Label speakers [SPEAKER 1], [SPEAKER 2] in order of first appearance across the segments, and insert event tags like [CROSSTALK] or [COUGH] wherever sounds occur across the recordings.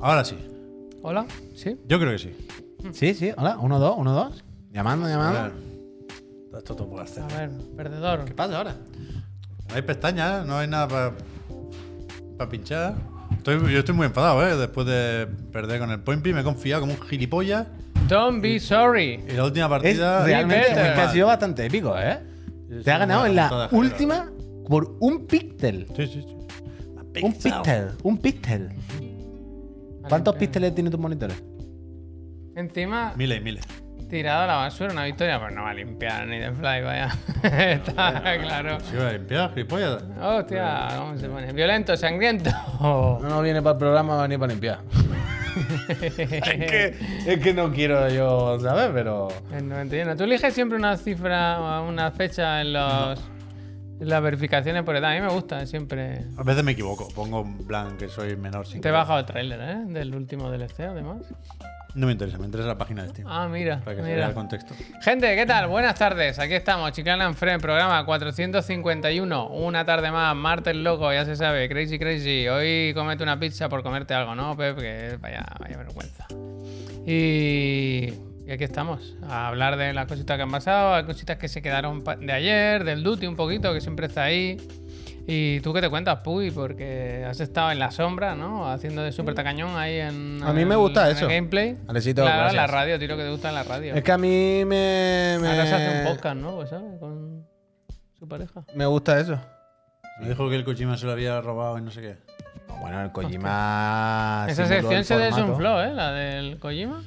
[SPEAKER 1] Ahora sí.
[SPEAKER 2] Hola, ¿sí?
[SPEAKER 1] Yo creo que sí.
[SPEAKER 3] Sí, sí, hola, uno, dos, uno, dos. Llamando,
[SPEAKER 1] A ver.
[SPEAKER 3] llamando.
[SPEAKER 1] Esto todo puede hacer.
[SPEAKER 2] A ver, perdedor.
[SPEAKER 3] ¿Qué pasa ahora?
[SPEAKER 1] No hay pestañas, no hay nada para pinchar. Estoy- yo estoy muy enfadado, ¿eh? Después de perder con el Point P, me he confiado como un gilipollas.
[SPEAKER 2] Don't be sorry.
[SPEAKER 1] Y la última
[SPEAKER 3] Es
[SPEAKER 1] partida.
[SPEAKER 3] realmente
[SPEAKER 2] Better.
[SPEAKER 3] muy- que ha sido bastante épico, ¿eh? Te ha ganado en la última por un píxel.
[SPEAKER 1] Sí, sí, sí.
[SPEAKER 3] Un píxel, un píxel. ¿Cuántos píxeles tiene tus monitores?
[SPEAKER 2] Encima,
[SPEAKER 1] Miles y miles.
[SPEAKER 2] tirado a la basura una victoria, pues no va a limpiar ni de fly, vaya. [LAUGHS] Está claro.
[SPEAKER 1] Si voy a limpiar, gilipollas.
[SPEAKER 2] Hostia, ¿cómo se pone? Violento, sangriento.
[SPEAKER 3] No, no viene para el programa ni para limpiar. [LAUGHS] es,
[SPEAKER 2] [LAUGHS]
[SPEAKER 3] que, es que no quiero yo saber, pero.
[SPEAKER 2] El 91. ¿Tú eliges siempre una cifra o una fecha en los en las verificaciones por edad? A mí me gusta siempre.
[SPEAKER 1] A veces me equivoco, pongo en plan que soy menor sin
[SPEAKER 2] Te he
[SPEAKER 1] querer.
[SPEAKER 2] bajado el trailer, ¿eh? Del último DLC, además.
[SPEAKER 1] No me interesa, me interesa la página de Steam.
[SPEAKER 2] Ah, mira.
[SPEAKER 1] para que se vea
[SPEAKER 2] mira.
[SPEAKER 1] el contexto.
[SPEAKER 2] Gente, ¿qué tal? Buenas tardes. Aquí estamos, Chiclana en Fren, programa 451. Una tarde más, martes loco, ya se sabe, crazy, crazy. Hoy comete una pizza por comerte algo, ¿no, Pep? Que vaya, vaya vergüenza. Y, y aquí estamos, a hablar de las cositas que han pasado, las cositas que se quedaron pa- de ayer, del duty un poquito, que siempre está ahí. ¿Y tú qué te cuentas, Puy? Porque has estado en la sombra, ¿no? Haciendo de súper tacañón ahí en.
[SPEAKER 3] A mí me
[SPEAKER 2] en-
[SPEAKER 3] gusta
[SPEAKER 2] en el
[SPEAKER 3] eso.
[SPEAKER 2] gameplay.
[SPEAKER 3] Alexito,
[SPEAKER 2] Claro,
[SPEAKER 3] gracias.
[SPEAKER 2] la radio, tío, lo que te gusta en la radio.
[SPEAKER 3] Es que a mí me. me...
[SPEAKER 2] Ahora se hace un podcast nuevo, ¿sabes? Con su pareja.
[SPEAKER 3] Me gusta eso.
[SPEAKER 1] Me dijo que el Kojima se lo había robado y no sé qué.
[SPEAKER 3] Eh. Bueno, el Kojima.
[SPEAKER 2] Esa
[SPEAKER 3] simuló
[SPEAKER 2] sección
[SPEAKER 3] el
[SPEAKER 2] se
[SPEAKER 3] formato.
[SPEAKER 2] desunfló, ¿eh? La del Kojima.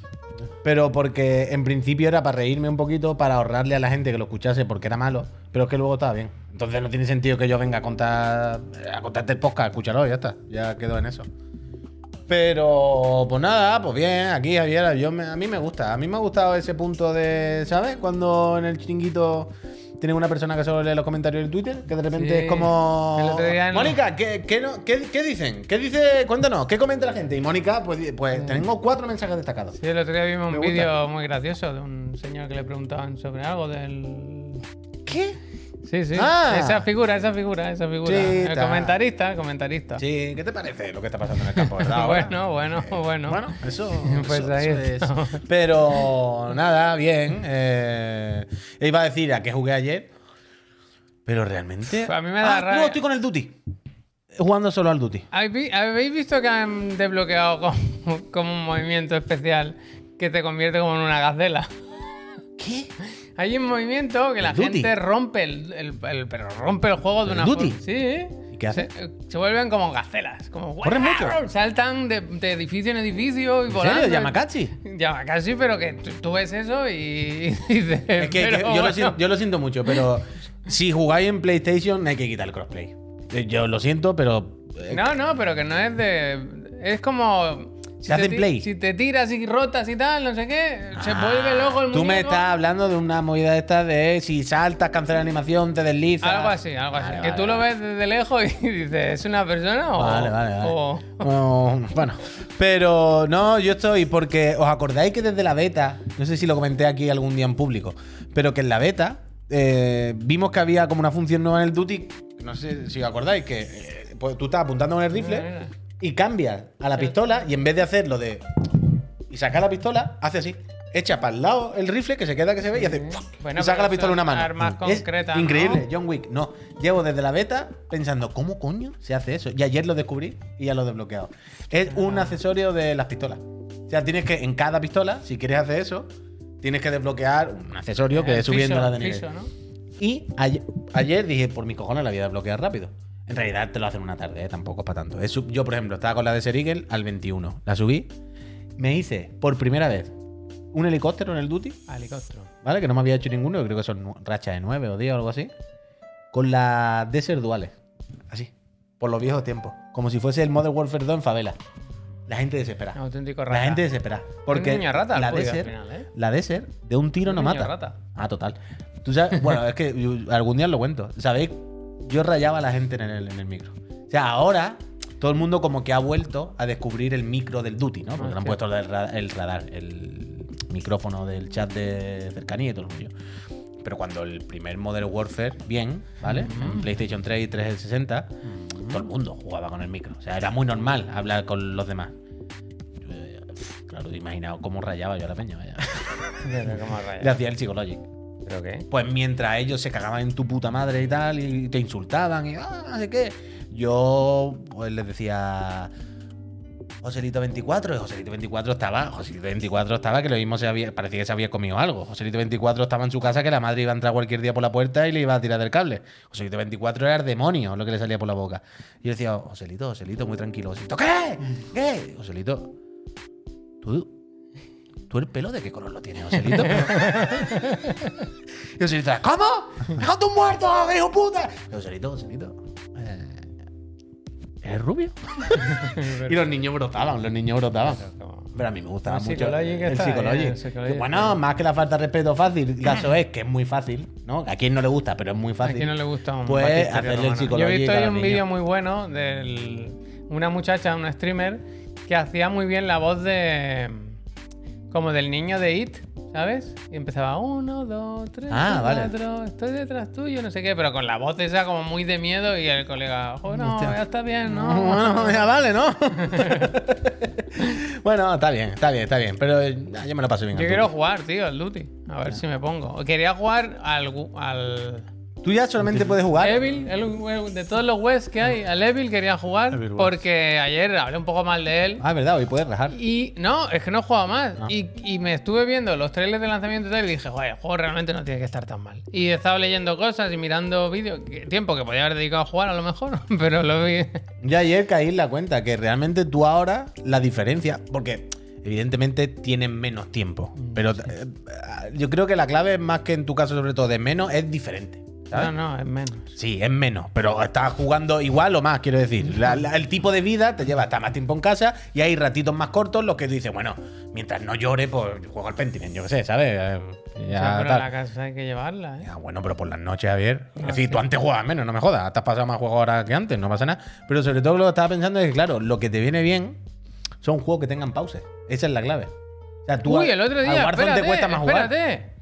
[SPEAKER 3] Pero porque en principio era para reírme un poquito, para ahorrarle a la gente que lo escuchase porque era malo, pero es que luego estaba bien. Entonces no tiene sentido que yo venga a contar a contarte el podcast, escúchalo, ya está, ya quedó en eso. Pero pues nada, pues bien, aquí Javier, yo me- a mí me gusta, a mí me ha gustado ese punto de, ¿sabes? Cuando en el chinguito tienen una persona que solo lee los comentarios del Twitter, que de repente
[SPEAKER 2] Sí.
[SPEAKER 3] es como...
[SPEAKER 2] El otro día en-
[SPEAKER 3] Mónica, ¿qué, qué no- qué- qué dicen? ¿Qué dice? Cuéntanos, ¿qué comenta la gente? Y Mónica, pues, di- pues tengo cuatro mensajes destacados.
[SPEAKER 2] Sí, el otro día vimos
[SPEAKER 3] Me
[SPEAKER 2] un
[SPEAKER 3] gusta.
[SPEAKER 2] vídeo muy gracioso de un señor que le preguntaban sobre algo del.
[SPEAKER 3] ¿Qué?
[SPEAKER 2] Sí, sí.
[SPEAKER 3] Ah.
[SPEAKER 2] Esa figura, esa figura, esa figura.
[SPEAKER 3] Sí,
[SPEAKER 2] el
[SPEAKER 3] está.
[SPEAKER 2] comentarista, el comentarista. [LAUGHS]
[SPEAKER 3] Sí, ¿qué te parece lo que está pasando en el campo, verdad? ahora?
[SPEAKER 2] bueno, bueno, bueno.
[SPEAKER 3] Bueno, eso.
[SPEAKER 2] [LAUGHS] Pues
[SPEAKER 3] eso-
[SPEAKER 2] ahí
[SPEAKER 3] eso es.
[SPEAKER 2] estamos.
[SPEAKER 3] Pero nada, bien. eh, iba a decir a qué jugué ayer. Pero realmente.
[SPEAKER 2] A mí me da
[SPEAKER 3] Ah,
[SPEAKER 2] rabia.
[SPEAKER 3] No, estoy con el Duty. Jugando solo al Duty.
[SPEAKER 2] ¿Habéis habéis visto que han desbloqueado como, [LAUGHS] como un movimiento especial que te convierte como en una gacela?
[SPEAKER 3] ¿Qué?
[SPEAKER 2] Hay un movimiento que la
[SPEAKER 3] Duty.
[SPEAKER 2] gente rompe el, el- el- pero rompe el juego de
[SPEAKER 3] ¿El
[SPEAKER 2] una
[SPEAKER 3] Duty?
[SPEAKER 2] forma- Sí.
[SPEAKER 3] ¿Y qué hace?
[SPEAKER 2] Se, se vuelven como gacelas, como
[SPEAKER 3] Corren mucho.
[SPEAKER 2] saltan de, de edificio en edificio y
[SPEAKER 3] ¿En
[SPEAKER 2] volando. Eh,
[SPEAKER 3] serio? ¿Yamakachi?
[SPEAKER 2] Ya casi, pero que tú, tú ves eso y, [LAUGHS] y dices.
[SPEAKER 3] Es que,
[SPEAKER 2] pero
[SPEAKER 3] que yo,
[SPEAKER 2] bueno.
[SPEAKER 3] lo siento, yo lo siento mucho, pero si jugáis en PlayStation, hay que quitar el crossplay. Eh, Yo lo siento, pero. eh,
[SPEAKER 2] No, no, pero que no es de. Es como.
[SPEAKER 3] Se hacen
[SPEAKER 2] ti-
[SPEAKER 3] play. Ah,
[SPEAKER 2] Si te tiras y rotas y tal, no sé qué, se vuelve loco el muñeco.
[SPEAKER 3] Tú me estás hablando de una movida esta de si saltas, cancelas animación, te deslizas.
[SPEAKER 2] Algo así, algo así.
[SPEAKER 3] Vale,
[SPEAKER 2] que
[SPEAKER 3] vale,
[SPEAKER 2] tú lo
[SPEAKER 3] vale.
[SPEAKER 2] ves desde lejos y dices, ¿es una persona o.?
[SPEAKER 3] Vale, vale, vale.
[SPEAKER 2] o-
[SPEAKER 3] Oh, bueno, pero no, yo estoy porque os acordáis que desde la beta, no sé si lo comenté aquí algún día en público, pero que en la beta eh, vimos que había como una función nueva en el Duty, no sé si os acordáis, que eh, pues, tú estás apuntando con el
[SPEAKER 2] Mira,
[SPEAKER 3] rifle
[SPEAKER 2] mira.
[SPEAKER 3] y cambias a la pistola y en vez de hacerlo de... y sacar la pistola, hace así. Echa para el lado el rifle que se queda que se ve y hace.
[SPEAKER 2] Bueno,
[SPEAKER 3] y saca
[SPEAKER 2] pero
[SPEAKER 3] la pistola
[SPEAKER 2] son
[SPEAKER 3] en una mano.
[SPEAKER 2] armas
[SPEAKER 3] Es
[SPEAKER 2] concretas, ¿no?
[SPEAKER 3] increíble. John Wick, no. Llevo desde la beta pensando, ¿cómo coño se hace eso? Y ayer lo descubrí y ya lo he desbloqueado. Es un accesorio de las pistolas. O sea, tienes que, en cada pistola, si quieres hacer eso, tienes que desbloquear un accesorio que
[SPEAKER 2] el
[SPEAKER 3] es subiendo
[SPEAKER 2] fiso,
[SPEAKER 3] la de nivel.
[SPEAKER 2] fiso, ¿no?
[SPEAKER 3] Y ayer, ayer dije, por mis cojones la voy a desbloquear rápido. En realidad te lo hacen una tarde, ¿eh? tampoco es para tanto. Es sub- yo, por ejemplo, estaba con la de Ser Eagle al 21. La subí. Me hice por primera vez un helicóptero en el duty,
[SPEAKER 2] Helicóptero.
[SPEAKER 3] ¿vale? Que no me había hecho ninguno, que creo que son nu- rachas de 9 o 10 o algo así. Con la Desert Duales. Así. Por los viejos tiempos. Como si fuese el Modern Warfare 2 en favela. La gente desesperada.
[SPEAKER 2] Auténtico rata.
[SPEAKER 3] La gente desesperada. Porque
[SPEAKER 2] niño rata el
[SPEAKER 3] la
[SPEAKER 2] Puig al
[SPEAKER 3] Desert,
[SPEAKER 2] final, ¿eh?
[SPEAKER 3] la Desert de un tiro
[SPEAKER 2] Un
[SPEAKER 3] no
[SPEAKER 2] niño
[SPEAKER 3] mata.
[SPEAKER 2] rata.
[SPEAKER 3] Ah, total. Tú sabes, bueno, es que yo- algún día os lo cuento. ¿Sabéis? Yo rayaba a la gente en el, en el micro. O sea, ahora todo el mundo como que ha vuelto a descubrir el micro del duty, ¿no? Porque le han
[SPEAKER 2] Hostia.
[SPEAKER 3] puesto el, ra- el radar, el micrófono del chat de cercanía y todo el rollo. Pero cuando el primer Modern Warfare, bien, ¿vale? En PlayStation 3 y 360, todo el mundo jugaba con el micro. O sea, era muy normal hablar con los demás. eh, Claro, imaginaos cómo rayaba yo a la
[SPEAKER 2] [LAUGHS]
[SPEAKER 3] peña, vaya.
[SPEAKER 2] Pero ¿cómo rayas?
[SPEAKER 3] Le hacía el psicologic.
[SPEAKER 2] ¿Pero qué?
[SPEAKER 3] Pues mientras ellos se cagaban en tu puta madre y tal, y te insultaban, y ah, no sé qué. Yo pues, les decía. Joselito 24, y Joselito 24 estaba, Joselito 24 estaba, que lo mismo se había, parecía que se había comido algo. Joselito 24 estaba en su casa que la madre iba a entrar cualquier día por la puerta y le iba a tirar del cable. Joselito 24 era el demonio lo que le salía por la boca. Y yo decía, "Oh, Joselito, Joselito, muy tranquilo, Joselito, ¿qué? ¿Qué? Joselito, ¿tú, ¿tú el pelo de qué color lo tienes, Joselito? [LAUGHS] Y Joselito, ¿cómo? ¡Déjate un muerto, hijo puta! Y Joselito, Joselito. eh, ¿Eres
[SPEAKER 2] [LAUGHS]
[SPEAKER 3] rubio? y los niños brotaban, los niños brotaban. Pero a mí me gustaba
[SPEAKER 2] El
[SPEAKER 3] mucho
[SPEAKER 2] Psicologic
[SPEAKER 3] el
[SPEAKER 2] está
[SPEAKER 3] psicologic.
[SPEAKER 2] bien, el Psicologic está
[SPEAKER 3] Bueno, más que la falta de respeto fácil, el
[SPEAKER 2] [LAUGHS]
[SPEAKER 3] caso es que es muy fácil, ¿no? A quien no le gusta, pero es muy fácil.
[SPEAKER 2] quién no le gusta, hombre?
[SPEAKER 3] Pues
[SPEAKER 1] Batisterio
[SPEAKER 3] hacerle el
[SPEAKER 1] Romano.
[SPEAKER 3] psicologic
[SPEAKER 2] Yo he visto
[SPEAKER 3] a
[SPEAKER 2] hoy
[SPEAKER 3] los
[SPEAKER 2] un
[SPEAKER 3] niños.
[SPEAKER 2] vídeo muy bueno de una muchacha, una streamer, que hacía muy bien la voz de. como del niño de It, ¿sabes? Y empezaba uno, dos, tres,
[SPEAKER 3] Ah, vale.
[SPEAKER 2] cuatro, estoy detrás tuyo, no sé qué, pero con la voz esa como muy de miedo y el colega, oh no,
[SPEAKER 3] Hostia.
[SPEAKER 2] ya está bien,
[SPEAKER 3] No,
[SPEAKER 2] ¿no?
[SPEAKER 3] [LAUGHS] bueno, ya vale, ¿no? [LAUGHS] bueno, está bien, está bien, está bien. Pero eh, yo me lo paso bien.
[SPEAKER 2] Yo
[SPEAKER 3] al
[SPEAKER 2] quiero jugar, tío, al Duty. A ver si me pongo. Quería jugar al. gu- al
[SPEAKER 3] Duty. Tú ya solamente puedes jugar.
[SPEAKER 2] Evil, el- el- de todos los webs que hay, al Evil quería jugar
[SPEAKER 1] Evil West.
[SPEAKER 2] porque ayer hablé un poco mal de él.
[SPEAKER 3] Ah, es verdad, hoy puedes rajar.
[SPEAKER 2] Y no, es que no he jugado más. Y, y me estuve viendo los trailers de lanzamiento y tal, y dije, joder, el juego realmente no tiene que estar tan mal. Y he estado leyendo cosas y mirando vídeos, que- tiempo que podía haber dedicado a jugar a lo mejor, [LAUGHS] pero lo vi.
[SPEAKER 3] Yo ayer caí en la cuenta que realmente tú ahora la diferencia, porque evidentemente tienes menos tiempo, pero eh, yo creo que la clave, más que en tu caso sobre todo de menos, es diferente. ¿sabes?
[SPEAKER 2] No, no, es menos.
[SPEAKER 3] Sí, es menos, pero estás jugando igual o más, quiero decir. La- la- el tipo de vida te lleva hasta más tiempo en casa y hay ratitos más cortos los que tú dices, bueno, mientras no llore, pues juego al Pentiment, yo qué sé, ¿sabes? Eh,
[SPEAKER 2] O
[SPEAKER 3] ya
[SPEAKER 2] sea, pero
[SPEAKER 3] tal.
[SPEAKER 2] la casa hay que llevarla, ¿eh?
[SPEAKER 3] Ya, Ah, bueno, pero por las noches, Javier.
[SPEAKER 2] Ah,
[SPEAKER 3] Es decir, tú antes jugabas menos, no me jodas. Te has pasado más juegos ahora que antes, no pasa nada. Pero sobre todo lo que estaba pensando es que, claro, lo que te viene bien son juegos que tengan pausas. Esa es la clave. O sea, tú
[SPEAKER 2] Uy,
[SPEAKER 3] a-
[SPEAKER 2] el otro
[SPEAKER 3] al
[SPEAKER 2] día,
[SPEAKER 3] Warzone
[SPEAKER 2] espérate,
[SPEAKER 3] te cuesta más jugar.
[SPEAKER 2] espérate.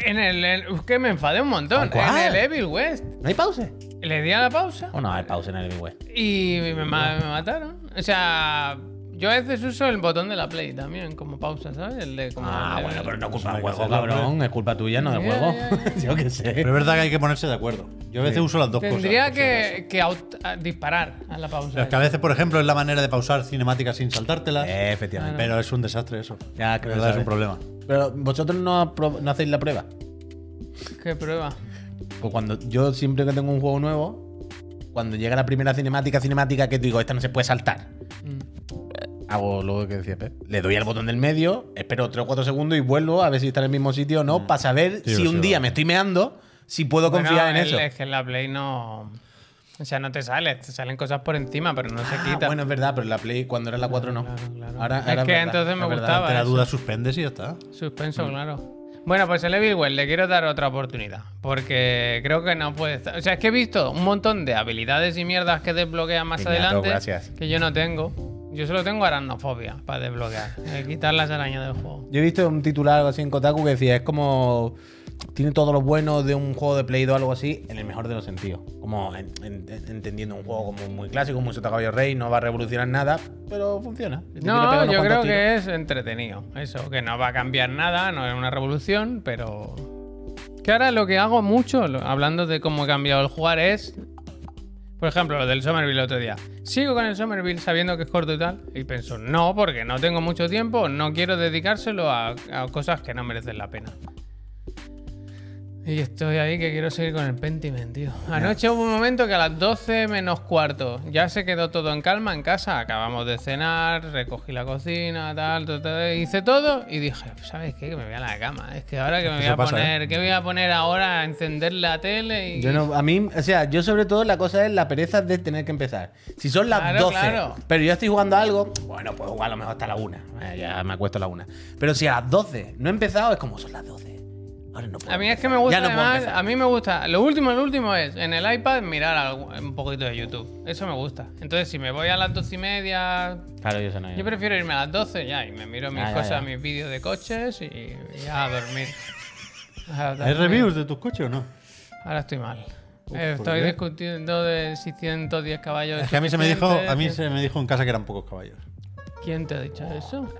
[SPEAKER 2] En el, en- es que me enfadé un montón.
[SPEAKER 3] ¿Con cuál?
[SPEAKER 2] En el Evil West.
[SPEAKER 3] ¿No hay pausas?
[SPEAKER 2] Le di a la pausa
[SPEAKER 3] ¿O no hay pausas en el Big West?
[SPEAKER 2] y me, ma- me mataron. O sea, yo a veces uso el botón de la Play también como pausa, ¿sabes? El de como
[SPEAKER 3] Ah,
[SPEAKER 2] el-
[SPEAKER 3] bueno, pero no es culpa
[SPEAKER 1] Hay
[SPEAKER 3] del
[SPEAKER 1] que
[SPEAKER 3] juego,
[SPEAKER 1] hacerlo,
[SPEAKER 3] cabrón. Es culpa tuya, no del
[SPEAKER 2] Ya,
[SPEAKER 3] juego.
[SPEAKER 2] ya, ya.
[SPEAKER 3] [LAUGHS] Yo qué sé.
[SPEAKER 1] Pero es verdad que hay que ponerse de acuerdo. Yo a veces uso las dos
[SPEAKER 2] Tendría
[SPEAKER 1] cosas.
[SPEAKER 2] que, que aut- a- disparar a la pausa.
[SPEAKER 1] Es que a veces, por ejemplo, es la manera de pausar cinemáticas sin saltártelas.
[SPEAKER 3] Eh, efectivamente.
[SPEAKER 1] Pero es un desastre eso.
[SPEAKER 3] Ya,
[SPEAKER 1] De
[SPEAKER 3] creo que
[SPEAKER 1] verdad es
[SPEAKER 3] sabes.
[SPEAKER 1] un problema.
[SPEAKER 3] Pero vosotros no, apro- no hacéis la prueba.
[SPEAKER 2] Qué prueba.
[SPEAKER 3] Pues cuando yo siempre que tengo un juego nuevo, cuando llega la primera cinemática, cinemática que digo, esta no se puede saltar.
[SPEAKER 2] Mm.
[SPEAKER 3] Hago lo que decía Pep. Le doy al botón del medio, espero 3 o 4 segundos y vuelvo a ver si está en el mismo sitio o no, para saber
[SPEAKER 1] Sí,
[SPEAKER 3] si
[SPEAKER 1] sí,
[SPEAKER 3] un
[SPEAKER 1] sí,
[SPEAKER 3] día
[SPEAKER 1] vale.
[SPEAKER 3] me estoy meando, si puedo confiar en
[SPEAKER 2] Mm. Bueno, el-
[SPEAKER 3] eso.
[SPEAKER 2] Es que en la Play no. O sea, no te sale, te salen cosas por encima, pero no se
[SPEAKER 3] Ah,
[SPEAKER 2] quita.
[SPEAKER 3] bueno, es verdad, pero en la Play cuando era la 4 no.
[SPEAKER 2] claro, claro.
[SPEAKER 3] Ahora,
[SPEAKER 2] Es
[SPEAKER 3] ahora
[SPEAKER 2] que
[SPEAKER 3] verdad,
[SPEAKER 2] entonces me
[SPEAKER 3] es verdad.
[SPEAKER 2] gustaba.
[SPEAKER 1] Ante la
[SPEAKER 2] eso.
[SPEAKER 1] duda suspendes y ya está.
[SPEAKER 2] Suspenso,
[SPEAKER 3] Mm.
[SPEAKER 2] claro. Bueno, pues el Evil West le quiero dar otra oportunidad. Porque creo que no puede estar. O sea, es que he visto un montón de habilidades y mierdas que desbloquean más
[SPEAKER 3] Piñato,
[SPEAKER 2] adelante.
[SPEAKER 3] gracias.
[SPEAKER 2] Que yo no tengo. Yo solo tengo aracnofobia para desbloquear.
[SPEAKER 3] [LAUGHS]
[SPEAKER 2] eh, quitar las arañas del juego.
[SPEAKER 3] Yo he visto un titular así en Kotaku que decía, es como... Tiene todo lo bueno de un juego de Play 2 o algo así, en el mejor de los sentidos. Como en- en- entendiendo un juego como muy clásico, muy sota caballo rey, no va a revolucionar nada, pero funciona. Si te quieres pegar
[SPEAKER 2] No,
[SPEAKER 3] unos
[SPEAKER 2] yo creo
[SPEAKER 3] cuantos tiros.
[SPEAKER 2] que es entretenido. Eso, que no va a cambiar nada, no es una revolución, pero. Que ahora lo que hago mucho, lo- hablando de cómo he cambiado el jugar, es. Por ejemplo, lo del Somerville el otro día. Sigo con el Somerville sabiendo que es corto y tal. Y pienso, no, porque no tengo mucho tiempo, no quiero dedicárselo a, a cosas que no merecen la pena. Y estoy ahí que quiero seguir con el Pentiment, tío. Anoche hubo un momento que a las 12 menos cuarto ya se quedó todo en calma en casa. Acabamos de cenar, recogí la cocina, tal, tal, tal, hice todo y dije, ¿sabes qué? Que me voy a la cama. Es que ahora que me voy
[SPEAKER 1] Eso
[SPEAKER 2] a
[SPEAKER 1] pasa,
[SPEAKER 2] poner, ¿qué voy a poner ahora? Encender la tele y.
[SPEAKER 3] Yo no, a mí, o sea, yo sobre todo la cosa es la pereza de tener que empezar. Si son las
[SPEAKER 2] Claro,
[SPEAKER 3] 12,
[SPEAKER 2] claro.
[SPEAKER 3] pero yo estoy jugando a algo, bueno, pues jugar a lo mejor hasta la 1. Eh, ya me acuesto a la 1. Pero si a las 12 no he empezado, es como son las 12. Ahora no puedo.
[SPEAKER 2] A mí es que me gusta,
[SPEAKER 3] empezar. Ya no puedo
[SPEAKER 2] además,
[SPEAKER 3] empezar.
[SPEAKER 2] a mí me gusta. Lo último, lo último es en el iPad mirar algo- un poquito de YouTube. Eso me gusta. Entonces, si me voy a las 12 y media,
[SPEAKER 3] Claro, yo eso no.
[SPEAKER 2] Yo prefiero irme a las 12 ya y me miro mis
[SPEAKER 3] Ya, ya,
[SPEAKER 2] cosas,
[SPEAKER 3] ya.
[SPEAKER 2] mis vídeos de coches y ya a dormir.
[SPEAKER 1] [LAUGHS]
[SPEAKER 2] A
[SPEAKER 1] ¿Hay
[SPEAKER 2] dormir.
[SPEAKER 1] reviews de tus coches o no?
[SPEAKER 2] Ahora estoy mal.
[SPEAKER 1] ¿por
[SPEAKER 2] Estoy
[SPEAKER 1] qué?
[SPEAKER 2] discutiendo de si 110 caballos.
[SPEAKER 1] Es que a mí se me dijo, a mí
[SPEAKER 2] suficientes.
[SPEAKER 1] se me dijo en casa que eran pocos caballos.
[SPEAKER 2] ¿Quién te ha dicho eso?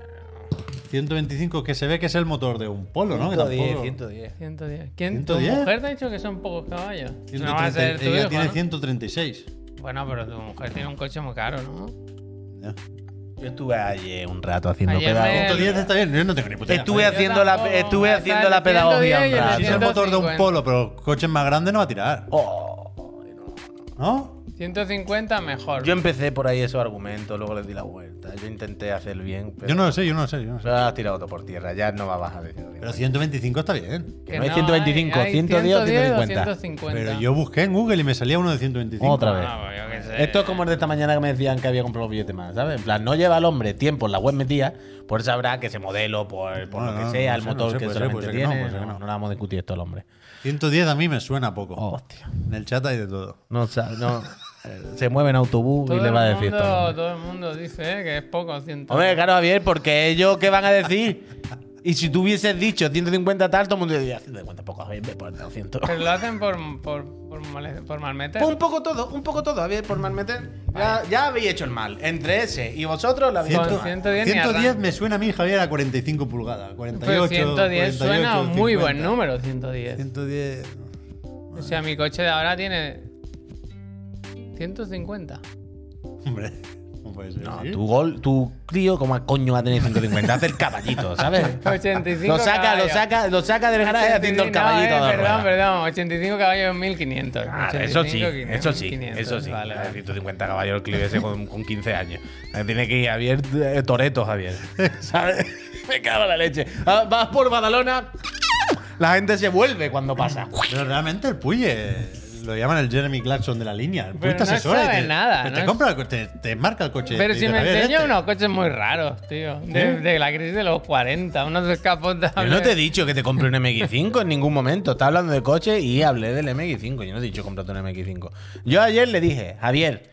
[SPEAKER 1] 125, que se ve que es el motor de un polo, ¿no? Que tampoco-
[SPEAKER 3] 110.
[SPEAKER 2] 110. ¿Quién, ¿Tu
[SPEAKER 1] 110?
[SPEAKER 2] mujer te ha dicho que son pocos caballos? No va
[SPEAKER 1] 130,
[SPEAKER 2] a ser tu
[SPEAKER 1] ella
[SPEAKER 2] hijo,
[SPEAKER 1] tiene
[SPEAKER 2] ¿no?
[SPEAKER 1] 136.
[SPEAKER 2] Bueno, pero tu mujer tiene un coche muy caro, ¿no?
[SPEAKER 1] Ya.
[SPEAKER 3] Yo estuve ayer un rato haciendo
[SPEAKER 2] Ayer me-
[SPEAKER 3] pedagogía.
[SPEAKER 1] 110 está bien, yo no tengo ni puta idea.
[SPEAKER 3] Estuve haciendo la,
[SPEAKER 2] tampoco,
[SPEAKER 3] estuve
[SPEAKER 2] está
[SPEAKER 3] haciendo la
[SPEAKER 2] el 110
[SPEAKER 3] pedagogía
[SPEAKER 2] y
[SPEAKER 3] un
[SPEAKER 2] el
[SPEAKER 1] Si es
[SPEAKER 3] rato.
[SPEAKER 1] el motor de
[SPEAKER 2] 150.
[SPEAKER 1] un polo, pero coches más grandes no va a tirar.
[SPEAKER 3] Oh,
[SPEAKER 1] ¿No?
[SPEAKER 2] 150 mejor.
[SPEAKER 3] yo empecé por ahí esos argumentos, luego les di la vuelta. Yo intenté hacer bien, pero
[SPEAKER 1] Yo no lo sé, yo no lo sé. Yo no lo sé.
[SPEAKER 3] pero has tirado todo por tierra. Ya no va a bajar. de
[SPEAKER 1] Pero 125 está bien.
[SPEAKER 3] que no hay 125, 110 o 150.
[SPEAKER 2] 150.
[SPEAKER 1] Pero yo busqué en Google y me salía uno de 125.
[SPEAKER 3] Otra vez.
[SPEAKER 2] Ah, pues yo qué sé.
[SPEAKER 3] Esto es como el de esta mañana que me decían que había comprado billetes más, ¿sabes? En plan, no lleva al hombre tiempo en la web metida, por eso habrá que ese modelo, por, por
[SPEAKER 1] No,
[SPEAKER 3] lo que
[SPEAKER 1] no,
[SPEAKER 3] sea,
[SPEAKER 1] no
[SPEAKER 3] el
[SPEAKER 1] sé,
[SPEAKER 3] motor
[SPEAKER 1] no sé,
[SPEAKER 3] que
[SPEAKER 1] puede ser,
[SPEAKER 3] solamente
[SPEAKER 1] puede ser que no,
[SPEAKER 3] tiene.
[SPEAKER 1] puede ser
[SPEAKER 3] No,
[SPEAKER 1] que
[SPEAKER 3] no,
[SPEAKER 1] no.
[SPEAKER 3] le vamos a discutir esto al hombre.
[SPEAKER 1] 110 a mí me suena poco.
[SPEAKER 3] hostia.
[SPEAKER 1] En el chat hay de todo.
[SPEAKER 3] No, sa-
[SPEAKER 2] [LAUGHS]
[SPEAKER 3] no, eh, se mueve en autobús
[SPEAKER 2] Todo
[SPEAKER 3] y le
[SPEAKER 2] el
[SPEAKER 3] va a decir
[SPEAKER 2] mundo-
[SPEAKER 3] esto. al hombre.
[SPEAKER 2] Todo el mundo dice eh, que es poco, 100.
[SPEAKER 3] Hombre, claro, Javier, porque ellos, ¿qué van a decir? Y si tú hubieses dicho 150 tal, todo el mundo diría, 150 poco, Javier, ve por 200.
[SPEAKER 2] Pero lo hacen por, por, por, mole- por malmeter.
[SPEAKER 3] Pues Un poco todo, un poco todo, Javier, por mal meter. Ya, ya habéis hecho el mal. Entre ese y vosotros lo habéis
[SPEAKER 2] Con
[SPEAKER 3] hecho el mal.
[SPEAKER 2] 110 ni
[SPEAKER 1] 110
[SPEAKER 2] arranca.
[SPEAKER 1] me suena a mí, Javier, a 45 pulgadas. 48,
[SPEAKER 2] Pero 110 suena a
[SPEAKER 1] 48,
[SPEAKER 2] un muy
[SPEAKER 1] 50.
[SPEAKER 2] buen número, 110.
[SPEAKER 1] 110.
[SPEAKER 2] O sea, mi coche de ahora tiene 150.
[SPEAKER 1] [LAUGHS] Hombre, no puede ser.
[SPEAKER 3] No,
[SPEAKER 1] ¿sí?
[SPEAKER 3] tu gol, tu crío, como coño va a tener 150? Hace el
[SPEAKER 2] [LAUGHS]
[SPEAKER 3] caballito, ¿sabes?
[SPEAKER 2] 85
[SPEAKER 3] Lo saca, lo
[SPEAKER 2] caballos.
[SPEAKER 3] saca, lo saca del garaje haciendo
[SPEAKER 2] No,
[SPEAKER 3] el caballito.
[SPEAKER 2] eh,
[SPEAKER 3] de
[SPEAKER 2] perdón,
[SPEAKER 3] rueda.
[SPEAKER 2] perdón. 85 caballos 1500.
[SPEAKER 3] Ah, eso sí,
[SPEAKER 2] 85,
[SPEAKER 3] eso sí,
[SPEAKER 2] 1500,
[SPEAKER 3] eso sí.
[SPEAKER 2] vale, vale.
[SPEAKER 3] 150 caballos el Clio ese con, con 15 años. Ahí Tiene que ir Javier eh, Toreto, Javier. ¿Sabes? Me cago en la leche. Ah, Vas por Badalona, la gente se vuelve cuando pasa.
[SPEAKER 1] Pero realmente el Puy es- lo llaman el Jeremy Clarkson de la línea. El Puy
[SPEAKER 2] Pero
[SPEAKER 1] te
[SPEAKER 2] no
[SPEAKER 1] asesora y
[SPEAKER 2] sabe
[SPEAKER 1] te,
[SPEAKER 2] nada,
[SPEAKER 1] pero
[SPEAKER 2] no
[SPEAKER 1] eh, Te,
[SPEAKER 2] es-
[SPEAKER 1] compra el co- te, te marca el coche.
[SPEAKER 2] Pero
[SPEAKER 1] te
[SPEAKER 2] si
[SPEAKER 1] dice,
[SPEAKER 2] me
[SPEAKER 1] "Javier,
[SPEAKER 2] enseñó
[SPEAKER 1] este".
[SPEAKER 2] unos coches muy raros, tío. De, de la crisis de los 40, unos
[SPEAKER 3] Yo
[SPEAKER 2] descapotables.
[SPEAKER 3] no te he dicho que te compre un MX5 en ningún momento. Estaba hablando de coche y hablé del MX5. Yo no he dicho comprate un MX5. Yo ayer le dije, Javier,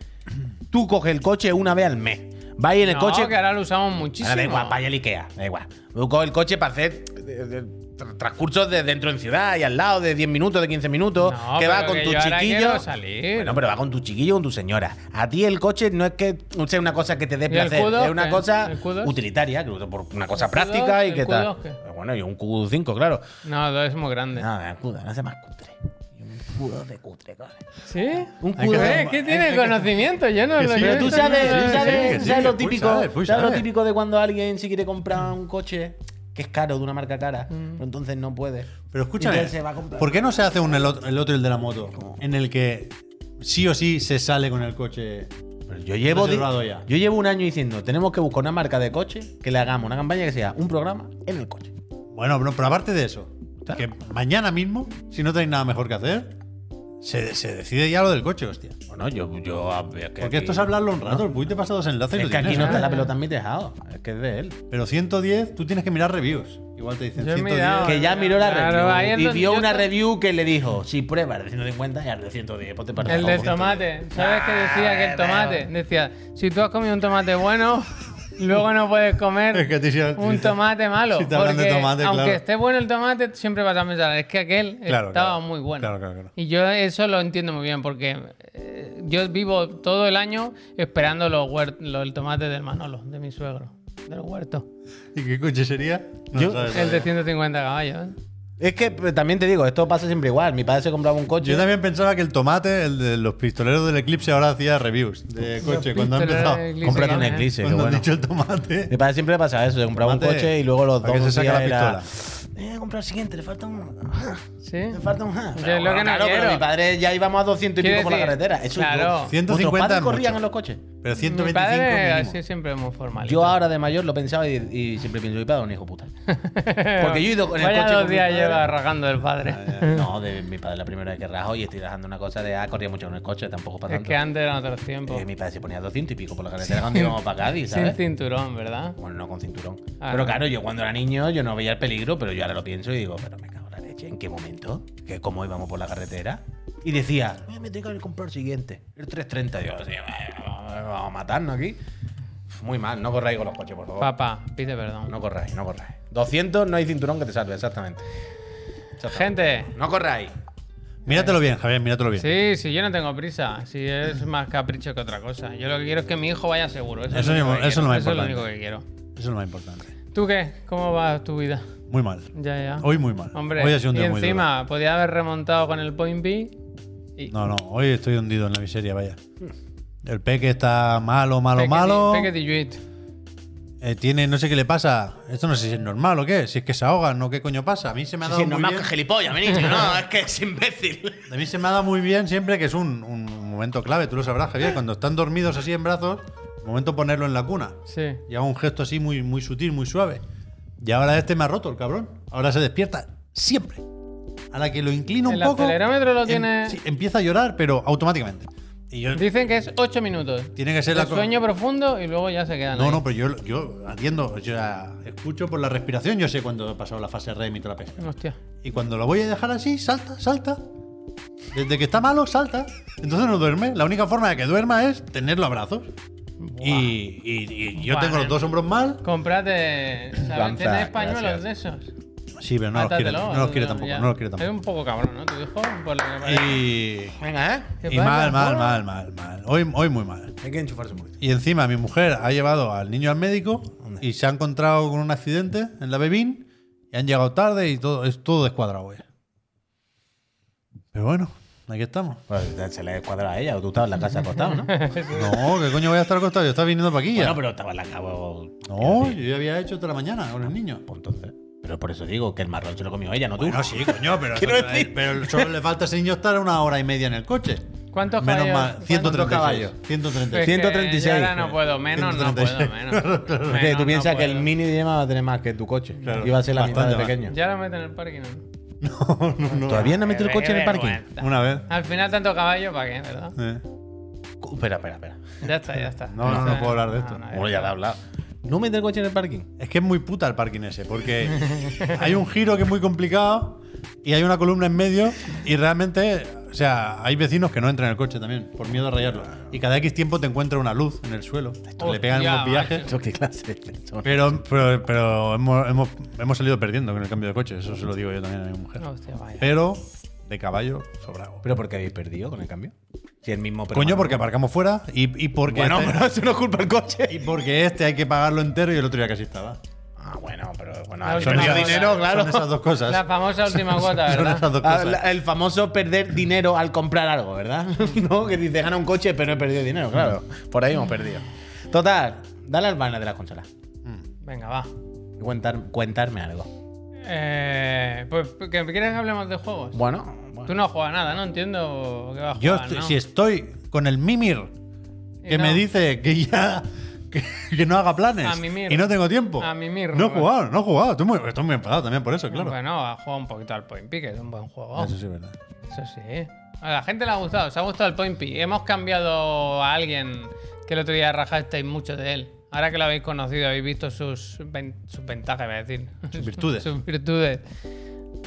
[SPEAKER 3] tú coge el coche una vez al mes. Va ahí en el
[SPEAKER 2] No,
[SPEAKER 3] coche.
[SPEAKER 2] que ahora lo usamos
[SPEAKER 3] Ahora
[SPEAKER 2] muchísimo.
[SPEAKER 3] da igual, vaya al Ikea, da igual. Tú coges el coche para hacer eh, eh, tra- transcursos de dentro en ciudad y al lado de 10 minutos, de 15 minutos.
[SPEAKER 2] No,
[SPEAKER 3] que va
[SPEAKER 2] pero
[SPEAKER 3] con
[SPEAKER 2] que
[SPEAKER 3] tu
[SPEAKER 2] yo ahora
[SPEAKER 3] chiquillo.
[SPEAKER 2] quiero salir.
[SPEAKER 3] Bueno, pero va con tu chiquillo o con tu señora. A ti el coche no es que sea una cosa que te dé
[SPEAKER 2] el
[SPEAKER 3] placer,
[SPEAKER 2] Q2
[SPEAKER 3] es una
[SPEAKER 2] qué?
[SPEAKER 3] cosa
[SPEAKER 2] ¿El Q2?
[SPEAKER 3] utilitaria, que por una cosa
[SPEAKER 2] ¿El Q2?
[SPEAKER 3] práctica y
[SPEAKER 2] ¿El
[SPEAKER 3] que tal.
[SPEAKER 2] Q2 qué?
[SPEAKER 3] Bueno, y un Q5, claro.
[SPEAKER 2] No, dos es muy grande.
[SPEAKER 1] Ah.
[SPEAKER 3] Nada, el Q2, no hace más cutre. Y Un Q2 de cutre, coño.
[SPEAKER 2] ¿Sí?
[SPEAKER 3] Un
[SPEAKER 1] Hay que
[SPEAKER 3] Q2.
[SPEAKER 1] hacer
[SPEAKER 2] ¿Qué,
[SPEAKER 1] un-
[SPEAKER 2] ¿Qué
[SPEAKER 1] hay-
[SPEAKER 2] tiene
[SPEAKER 1] hay que-
[SPEAKER 2] conocimiento? Yo no
[SPEAKER 1] Que
[SPEAKER 2] lo
[SPEAKER 1] sí,
[SPEAKER 2] he
[SPEAKER 3] Pero
[SPEAKER 1] que
[SPEAKER 3] tú
[SPEAKER 2] visto.
[SPEAKER 1] sí,
[SPEAKER 3] sabes,
[SPEAKER 1] que
[SPEAKER 3] tú
[SPEAKER 1] sí,
[SPEAKER 3] sabes,
[SPEAKER 1] que sí,
[SPEAKER 3] sabes
[SPEAKER 1] que
[SPEAKER 3] lo
[SPEAKER 1] Puy
[SPEAKER 3] típico,
[SPEAKER 1] sabe, Puy
[SPEAKER 3] sabes lo
[SPEAKER 1] sabe.
[SPEAKER 3] típico de cuando alguien se quiere comprar un coche que es caro de una marca cara,
[SPEAKER 2] Mm.
[SPEAKER 3] pero entonces no puede.
[SPEAKER 1] Pero escúchame,
[SPEAKER 3] Entonces se va a comprar-
[SPEAKER 1] ¿por qué no se hace un el otro, el otro y el de la moto? En el que sí o sí se sale con el coche.
[SPEAKER 3] Pero yo llevo, di-
[SPEAKER 1] Reservado ya.
[SPEAKER 3] yo llevo un año diciendo, tenemos que buscar una marca de coche que le hagamos una campaña que sea un programa en el coche.
[SPEAKER 1] Bueno, pero, pero aparte de eso,
[SPEAKER 3] Claro.
[SPEAKER 1] que mañana mismo, si no tenéis nada mejor que hacer, se, se decide ya lo del coche, hostia.
[SPEAKER 3] Bueno, yo, yo a ver, que
[SPEAKER 1] Porque
[SPEAKER 3] aquí-
[SPEAKER 1] esto es hablarlo un rato, el Puy te pasa dos enlaces y
[SPEAKER 3] Es
[SPEAKER 1] lo
[SPEAKER 3] que aquí
[SPEAKER 1] tienes,
[SPEAKER 3] no
[SPEAKER 1] ¿eh?
[SPEAKER 3] está la pelota en mi tejado, es que es de él.
[SPEAKER 1] Pero 110, tú tienes que mirar reviews. Igual te dicen
[SPEAKER 2] Yo he
[SPEAKER 1] 110.
[SPEAKER 2] mirado.
[SPEAKER 3] Que ya miró la
[SPEAKER 2] Claro, ahí es
[SPEAKER 3] review y
[SPEAKER 2] donde
[SPEAKER 3] vio
[SPEAKER 2] yo
[SPEAKER 3] una
[SPEAKER 2] estoy.
[SPEAKER 3] review que le dijo, si prueba el de 150 y el de 110, ponte para
[SPEAKER 2] El del
[SPEAKER 3] abajo.
[SPEAKER 2] tomate. ¿Sabes qué decía
[SPEAKER 1] Ah,
[SPEAKER 2] que el tomate? Decía, si tú has comido un tomate bueno, luego no puedes comer
[SPEAKER 1] [LAUGHS] [LAUGHS] Es que te hicieron-
[SPEAKER 2] un tomate malo.
[SPEAKER 1] Si te hablan de
[SPEAKER 2] porque
[SPEAKER 1] tomate,
[SPEAKER 2] aunque
[SPEAKER 1] claro.
[SPEAKER 2] esté bueno el tomate, siempre vas a pensar, es que aquel
[SPEAKER 1] Claro,
[SPEAKER 2] estaba
[SPEAKER 1] claro.
[SPEAKER 2] muy bueno.
[SPEAKER 1] Claro, claro, claro.
[SPEAKER 2] Y yo eso lo entiendo muy bien porque eh, yo vivo todo el año esperando los, huer- los- el tomate del Manolo, de mi suegro, del huerto.
[SPEAKER 1] ¿Y qué coche sería? No
[SPEAKER 3] Yo-
[SPEAKER 1] lo sabes
[SPEAKER 2] El de
[SPEAKER 1] todavía.
[SPEAKER 2] 150 caballos. ¿eh?
[SPEAKER 3] Es que pues, también te digo, esto pasa siempre igual. Mi padre se compraba un coche.
[SPEAKER 1] Yo también pensaba que el tomate, el de los pistoleros del eclipse, ahora hacía reviews de coche cuando ha
[SPEAKER 2] pistoleros
[SPEAKER 1] empezado.
[SPEAKER 3] eh,
[SPEAKER 2] del Eclipse.
[SPEAKER 3] Cómprate un
[SPEAKER 2] Eclipse,
[SPEAKER 3] Eclipse, qué
[SPEAKER 1] cuando han
[SPEAKER 3] bueno.
[SPEAKER 1] dicho el tomate.
[SPEAKER 3] Mi padre siempre le pasaba eso, se compraba un
[SPEAKER 1] Tomate,
[SPEAKER 3] coche y luego los
[SPEAKER 1] ¿para qué
[SPEAKER 3] dos
[SPEAKER 1] se saca
[SPEAKER 3] días
[SPEAKER 1] la
[SPEAKER 3] era, "Eh, he comprado el siguiente, le falta un... ah,
[SPEAKER 2] ¿Sí?
[SPEAKER 3] Le falta un... ah".
[SPEAKER 2] Yo
[SPEAKER 3] Pero
[SPEAKER 2] es lo que no
[SPEAKER 3] claro, pero
[SPEAKER 2] quiero.
[SPEAKER 3] mi padre ya íbamos a 200 y
[SPEAKER 2] Quiero
[SPEAKER 3] pico por la
[SPEAKER 2] decir,
[SPEAKER 3] carretera. Eso
[SPEAKER 2] claro.
[SPEAKER 3] yo- ¿Vuestros
[SPEAKER 1] 150
[SPEAKER 3] padres
[SPEAKER 1] es
[SPEAKER 3] corrían
[SPEAKER 1] mucho.
[SPEAKER 3] en los coches?
[SPEAKER 1] Pero
[SPEAKER 2] Mi
[SPEAKER 1] 125
[SPEAKER 2] padre
[SPEAKER 1] mínimo.
[SPEAKER 2] así siempre es muy formal. [LAUGHS]
[SPEAKER 3] Yo ahora de mayor lo pensaba y, y siempre pienso, mi padre es un hijo puta. Porque yo he ido en el
[SPEAKER 2] Vaya
[SPEAKER 3] coche
[SPEAKER 2] dos
[SPEAKER 3] con mi
[SPEAKER 2] días
[SPEAKER 3] padre. Ah, eh,
[SPEAKER 2] lleva rajando el padre.
[SPEAKER 1] Eh.
[SPEAKER 3] No, de mi padre la primera vez que rajo y estoy dejando una cosa de, ah, corría mucho en el coche, tampoco pasa
[SPEAKER 2] Es
[SPEAKER 3] tanto.
[SPEAKER 2] que antes eran otros tiempos.
[SPEAKER 3] Eh, mi padre se ponía 200 y pico por la carretera cuando íbamos para Cádiz,
[SPEAKER 2] Sin
[SPEAKER 3] ¿sabes?
[SPEAKER 2] cinturón, ¿verdad?
[SPEAKER 3] Bueno, no con cinturón.
[SPEAKER 2] Ah,
[SPEAKER 3] pero
[SPEAKER 2] no.
[SPEAKER 3] claro, yo cuando era niño yo no veía el peligro, pero yo ahora lo pienso y digo, pero me cago en la leche, ¿en qué momento? ¿Que ¿Cómo íbamos por la carretera? Y decía, "Eh, me tengo que comprar el siguiente, el 330. Yo, "Sí, vamos a matarnos aquí. Muy mal, no corráis con los coches, por favor.
[SPEAKER 2] Papá, pide perdón.
[SPEAKER 3] Oh. No corráis, no corráis. 200 no hay cinturón que te salve, exactamente. Exactamente.
[SPEAKER 2] Gente,
[SPEAKER 3] No corráis.
[SPEAKER 1] Míratelo bien, Javier, míratelo bien.
[SPEAKER 2] sí, sí, yo no tengo prisa. Si es más capricho que otra cosa. Yo lo que quiero es que mi hijo vaya seguro. Eso,
[SPEAKER 1] Eso
[SPEAKER 2] es lo
[SPEAKER 1] mismo,
[SPEAKER 2] único que
[SPEAKER 1] eso es lo
[SPEAKER 2] quiero.
[SPEAKER 1] más
[SPEAKER 2] Eso es lo
[SPEAKER 1] importante.
[SPEAKER 2] único que quiero.
[SPEAKER 1] Eso es lo más importante.
[SPEAKER 2] ¿Tú qué? ¿Cómo va tu vida?
[SPEAKER 1] Muy mal.
[SPEAKER 2] Ya, ya.
[SPEAKER 1] Hoy muy mal.
[SPEAKER 2] Hombre,
[SPEAKER 1] hoy ha sido un
[SPEAKER 2] y
[SPEAKER 1] día muy duro.
[SPEAKER 2] encima podía haber remontado con el Point B. Y
[SPEAKER 1] No, no, hoy estoy hundido en la miseria, vaya. El peque está malo, malo,
[SPEAKER 2] Pequeñi-
[SPEAKER 1] malo.
[SPEAKER 2] Pequeñijuit.
[SPEAKER 1] Eh, tiene, no sé qué le pasa. Esto no sé si es normal o qué. Si es que se ahogan, no qué coño pasa. A mí se me ha dado
[SPEAKER 4] Sí,
[SPEAKER 1] muy
[SPEAKER 4] no más
[SPEAKER 1] bien.
[SPEAKER 4] que gilipollas, Benicio, no, es que es imbécil.
[SPEAKER 1] A mí se me ha dado muy bien siempre que es un, un momento clave. Tú lo sabrás, Javier. Cuando están dormidos así en brazos, momento ponerlo en la cuna.
[SPEAKER 2] Sí.
[SPEAKER 1] Y hago un gesto así muy, muy sutil, muy suave. Y ahora este me ha roto el cabrón. Ahora se despierta siempre. A la que lo inclino
[SPEAKER 2] El
[SPEAKER 1] un poco.
[SPEAKER 2] acelerómetro lo
[SPEAKER 1] em-
[SPEAKER 2] tiene-
[SPEAKER 1] sí, empieza a llorar, pero automáticamente. Y yo,
[SPEAKER 2] Dicen que es 8 minutos.
[SPEAKER 1] tiene que ser
[SPEAKER 2] El
[SPEAKER 1] la co-
[SPEAKER 2] sueño profundo y luego ya se quedan.
[SPEAKER 1] No,
[SPEAKER 2] ahí.
[SPEAKER 1] no, pero yo, yo atiendo, o sea, escucho por la respiración, yo sé cuando he pasado la fase REM y toda la pesca.
[SPEAKER 2] Hostia.
[SPEAKER 1] Y cuando lo voy a dejar así, salta, salta. Desde que está malo, salta. Entonces no duerme. La única forma de que duerma es tenerlo a brazos. Y, y- y yo
[SPEAKER 2] Buah, eh.
[SPEAKER 1] tengo los
[SPEAKER 2] nen.
[SPEAKER 1] dos hombros mal.
[SPEAKER 2] Comprate. ¿Sabes?
[SPEAKER 3] Lanza,
[SPEAKER 2] ¿Tienes pañuelos
[SPEAKER 3] gracias.
[SPEAKER 2] de esos?
[SPEAKER 1] Sí, pero no los quiere,
[SPEAKER 2] Átatelo,
[SPEAKER 1] no los quiere
[SPEAKER 2] ya.
[SPEAKER 1] tampoco. No los quiere
[SPEAKER 2] Es
[SPEAKER 1] tampoco.
[SPEAKER 2] un poco cabrón, ¿no? Tu hijo, por lo que parece.
[SPEAKER 1] Y,
[SPEAKER 3] Venga, ¿eh?
[SPEAKER 2] ¿Qué
[SPEAKER 1] y
[SPEAKER 2] pasa?
[SPEAKER 1] mal,
[SPEAKER 2] Oh.
[SPEAKER 1] mal, mal, mal, mal. Hoy, hoy muy mal.
[SPEAKER 3] Hay que enchufarse un poquito.
[SPEAKER 1] Y encima mi mujer ha llevado al niño al médico y se ha encontrado con un accidente en la bebín y han llegado tarde y todo es todo descuadrado. eh. Pero bueno, aquí estamos.
[SPEAKER 3] Pues se le cuadra a ella, o tú estabas en la casa acostado, ¿no?
[SPEAKER 2] [LAUGHS]
[SPEAKER 3] bueno,
[SPEAKER 1] No, ¿qué coño voy a estar acostado? Yo estaba viniendo para aquí ya.
[SPEAKER 3] pero estaba en la cama. o-
[SPEAKER 1] No, yo ya había hecho toda la mañana con los niños.
[SPEAKER 3] Pues entonces. Pero por eso digo que el marrón se lo comió ella, no tú.
[SPEAKER 1] Bueno, sí, coño, pero,
[SPEAKER 3] Quiero
[SPEAKER 1] eso-
[SPEAKER 3] decir-
[SPEAKER 1] pero solo le falta a ese niño estar una hora y media en el coche.
[SPEAKER 2] ¿Cuántos
[SPEAKER 1] Menos
[SPEAKER 2] caballos?
[SPEAKER 1] mal, 136.
[SPEAKER 3] caballos?
[SPEAKER 1] 136.
[SPEAKER 2] Es que
[SPEAKER 3] 136.
[SPEAKER 2] yo ahora no puedo,
[SPEAKER 1] [LAUGHS]
[SPEAKER 2] menos no puedo, menos.
[SPEAKER 3] Es que
[SPEAKER 2] Menos
[SPEAKER 3] tú
[SPEAKER 2] no
[SPEAKER 3] piensas que el
[SPEAKER 2] puedo.
[SPEAKER 3] mini idioma va a tener más que tu coche.
[SPEAKER 1] Claro,
[SPEAKER 3] Iba a ser la mitad de
[SPEAKER 1] bastante más.
[SPEAKER 3] pequeño.
[SPEAKER 2] Ya lo meten en el parking. ¿no?
[SPEAKER 3] ¿Todavía no mete el
[SPEAKER 2] Qué
[SPEAKER 3] coche en el parking?
[SPEAKER 2] vergüenza.
[SPEAKER 1] Una vez.
[SPEAKER 2] Al final tanto caballo, ¿para qué? ¿Verdad?
[SPEAKER 1] Eh.
[SPEAKER 3] Cu- Espera, espera, espera.
[SPEAKER 2] Ya está, ya está.
[SPEAKER 1] No, no,
[SPEAKER 2] Ya
[SPEAKER 1] no
[SPEAKER 2] está.
[SPEAKER 1] puedo hablar de esto.
[SPEAKER 2] ya
[SPEAKER 3] Bueno, ya lo he hablado. ¿No mete el coche en el parking?
[SPEAKER 1] Es que es muy puta el parking ese,
[SPEAKER 3] [LAUGHS]
[SPEAKER 1] porque hay un giro que es muy complicado y hay una columna en medio y realmente, o sea, hay vecinos que no entran en el coche también, por miedo a rayarlo. Y cada X tiempo te encuentra una luz en el suelo, le pegan
[SPEAKER 2] Hostia,
[SPEAKER 1] unos viajes.
[SPEAKER 2] macho.
[SPEAKER 3] ¿Eso qué clase de persona?
[SPEAKER 1] Pero, pero, pero hemos, hemos- hemos salido perdiendo con el cambio de coche, eso se lo digo yo también a mi mujer.
[SPEAKER 2] Hostia, vaya.
[SPEAKER 1] Pero de caballo sobrado.
[SPEAKER 3] ¿Pero por qué habéis perdido con el cambio? Si el mismo
[SPEAKER 1] Coño, porque aparcamos fuera y, y porque [LAUGHS]
[SPEAKER 3] Bueno,
[SPEAKER 1] este,
[SPEAKER 3] pero eso no es culpa del coche.
[SPEAKER 1] y porque este hay que pagarlo entero y el otro ya casi estaba.
[SPEAKER 3] Ah, bueno, pero bueno,
[SPEAKER 2] La
[SPEAKER 3] al
[SPEAKER 2] última
[SPEAKER 3] perder
[SPEAKER 2] cosa.
[SPEAKER 3] dinero, claro.
[SPEAKER 1] Son esas dos cosas.
[SPEAKER 2] La famosa última cuota,
[SPEAKER 1] Son
[SPEAKER 2] ¿verdad?
[SPEAKER 1] esas
[SPEAKER 3] [LAUGHS]
[SPEAKER 1] dos
[SPEAKER 3] Ah,
[SPEAKER 1] cosas.
[SPEAKER 3] la- el famoso perder dinero al comprar algo, ¿verdad? [LAUGHS] no, que dice gana un coche, pero he perdido dinero, claro. Por ahí hemos perdido. Total, dale al banner de las consolas.
[SPEAKER 2] Venga, va.
[SPEAKER 3] Y Cuentar, cuentarme algo.
[SPEAKER 2] Eh, pues, ¿que- ¿quieres que hablemos de juegos?
[SPEAKER 3] Bueno,
[SPEAKER 2] Tú no juegas nada, no entiendo qué vas a jugar.
[SPEAKER 1] Yo estoy-
[SPEAKER 2] Ah, ¿no?
[SPEAKER 1] si estoy con el Mimir
[SPEAKER 2] Y
[SPEAKER 1] que
[SPEAKER 2] no.
[SPEAKER 1] me dice que ya que, que no haga planes
[SPEAKER 2] A mimir.
[SPEAKER 1] y no tengo tiempo.
[SPEAKER 2] A mimir,
[SPEAKER 1] No he
[SPEAKER 2] Rubén.
[SPEAKER 1] jugado, no he jugado. Estoy muy, estoy muy enfadado también por eso, claro.
[SPEAKER 2] Bueno, ha jugado un poquito al Point P, que es un buen juego.
[SPEAKER 1] Eso sí es verdad.
[SPEAKER 2] Eso sí. A la gente le ha gustado, se ha gustado el Point P. Hemos cambiado a alguien que el otro día rajasteis mucho de él. Ahora que lo habéis conocido, habéis visto sus, ven- sus ventajas, voy a decir.
[SPEAKER 1] Sus virtudes.
[SPEAKER 2] [LAUGHS] sus virtudes.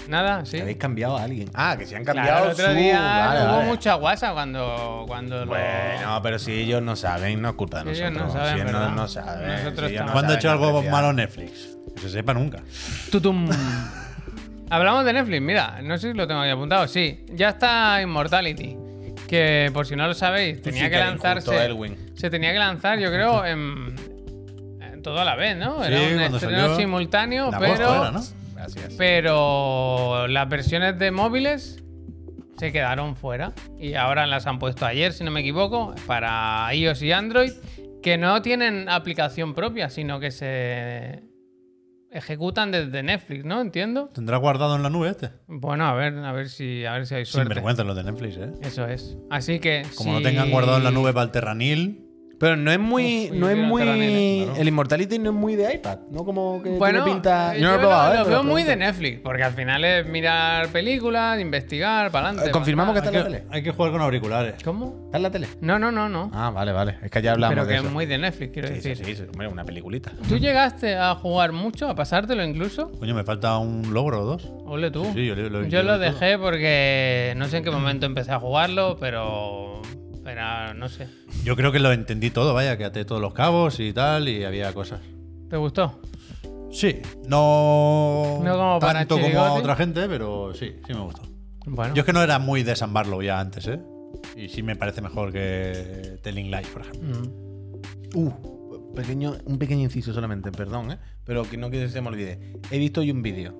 [SPEAKER 2] Nada, sí.
[SPEAKER 3] habéis cambiado a alguien. Ah, que se han
[SPEAKER 2] Claro,
[SPEAKER 3] cambiado.
[SPEAKER 2] el otro
[SPEAKER 3] su-
[SPEAKER 2] día
[SPEAKER 3] vale,
[SPEAKER 2] hubo
[SPEAKER 3] vale.
[SPEAKER 2] mucha guasa cuando, cuando lo-
[SPEAKER 3] Bueno, pero si ellos no saben, no es culpa de
[SPEAKER 2] Ellos
[SPEAKER 3] nosotros.
[SPEAKER 2] no saben,
[SPEAKER 3] si ellos
[SPEAKER 2] ¿verdad?
[SPEAKER 3] no, no saben.
[SPEAKER 2] Nosotros
[SPEAKER 3] si ellos
[SPEAKER 2] estamos-
[SPEAKER 3] no
[SPEAKER 1] ¿Cuándo ha
[SPEAKER 3] saben
[SPEAKER 1] hecho algo
[SPEAKER 3] apreciar.
[SPEAKER 1] malo Netflix? Que se sepa nunca.
[SPEAKER 3] [LAUGHS]
[SPEAKER 2] Tutum. Hablamos de Netflix, mira, no sé si lo tengo aquí apuntado. Sí, ya está Immortality. Que por si no lo sabéis, tenía
[SPEAKER 3] Pues sí que
[SPEAKER 2] que
[SPEAKER 3] eres injusto,
[SPEAKER 2] lanzarse.
[SPEAKER 3] Elwin.
[SPEAKER 2] se tenía que lanzar, yo creo, en, en todo a la vez, ¿no?
[SPEAKER 1] Sí,
[SPEAKER 2] Era un
[SPEAKER 1] cuando
[SPEAKER 2] estreno
[SPEAKER 1] salió.
[SPEAKER 2] simultáneo,
[SPEAKER 1] En
[SPEAKER 2] pero.
[SPEAKER 1] agosto era, ¿no?
[SPEAKER 3] Gracias.
[SPEAKER 2] Pero las versiones de móviles se quedaron fuera y ahora las han puesto ayer, si no me equivoco, para iOS y Android, que no tienen aplicación propia, sino que se ejecutan desde Netflix, ¿no? Entiendo.
[SPEAKER 1] Tendrá guardado en la nube este.
[SPEAKER 2] Bueno, a ver, a ver si, a ver si hay
[SPEAKER 1] Sin
[SPEAKER 2] suerte.
[SPEAKER 1] vergüenza los de Netflix, ¿eh?
[SPEAKER 2] Eso es. Así que
[SPEAKER 1] Como
[SPEAKER 2] si-
[SPEAKER 1] lo tengan guardado en la nube para el Terranil.
[SPEAKER 3] Pero no es muy.
[SPEAKER 2] Uf, yo
[SPEAKER 3] no es
[SPEAKER 2] quiero
[SPEAKER 3] muy.
[SPEAKER 2] Terranil,
[SPEAKER 1] claro.
[SPEAKER 3] El Immortality no es muy de iPad, ¿no? Como que
[SPEAKER 2] Bueno,
[SPEAKER 3] tiene pinta.
[SPEAKER 2] eh,
[SPEAKER 3] Yo no lo he probado, ¿eh?
[SPEAKER 2] Lo
[SPEAKER 3] pero
[SPEAKER 2] veo muy de
[SPEAKER 3] pregunto.
[SPEAKER 2] Netflix, porque al final es mirar películas, investigar, para adelante.
[SPEAKER 3] Eh, Confirmamos que está en la
[SPEAKER 1] Hay
[SPEAKER 3] tele.
[SPEAKER 1] hay que jugar con auriculares.
[SPEAKER 2] ¿Cómo?
[SPEAKER 3] Está en la tele.
[SPEAKER 2] No, no, no, no.
[SPEAKER 3] Ah, vale, vale. Es que ya hablamos
[SPEAKER 2] Pero
[SPEAKER 3] de
[SPEAKER 2] que es
[SPEAKER 3] eso.
[SPEAKER 2] muy de Netflix, quiero
[SPEAKER 3] Sí, sí,
[SPEAKER 2] decir.
[SPEAKER 3] sí, sí, hombre, una peliculita.
[SPEAKER 2] ¿Tú llegaste a jugar mucho, a pasártelo incluso?
[SPEAKER 1] Coño, me falta un logro o dos.
[SPEAKER 2] Ole tú.
[SPEAKER 1] Sí, sí, yo lo- lo-
[SPEAKER 2] Yo
[SPEAKER 1] yo
[SPEAKER 2] lo
[SPEAKER 1] lo-
[SPEAKER 2] dejé porque no sé en qué momento empecé a jugarlo, pero. Pero no sé.
[SPEAKER 1] Yo creo que lo entendí todo, vaya, que até todos los cabos y tal, y había cosas.
[SPEAKER 2] ¿Te gustó?
[SPEAKER 1] Sí, no,
[SPEAKER 2] No como para
[SPEAKER 1] tanto como a
[SPEAKER 2] chirigote.
[SPEAKER 1] otra gente, pero sí, sí me gustó.
[SPEAKER 2] Bueno.
[SPEAKER 1] Yo es que no era muy de Sambarlo ya antes, ¿eh? Y sí me parece mejor que Telling Light, por ejemplo.
[SPEAKER 2] Mm.
[SPEAKER 1] Uh,
[SPEAKER 3] pequeño, un pequeño inciso solamente, perdón, ¿eh? pero que no que se me olvide. He visto hoy un vídeo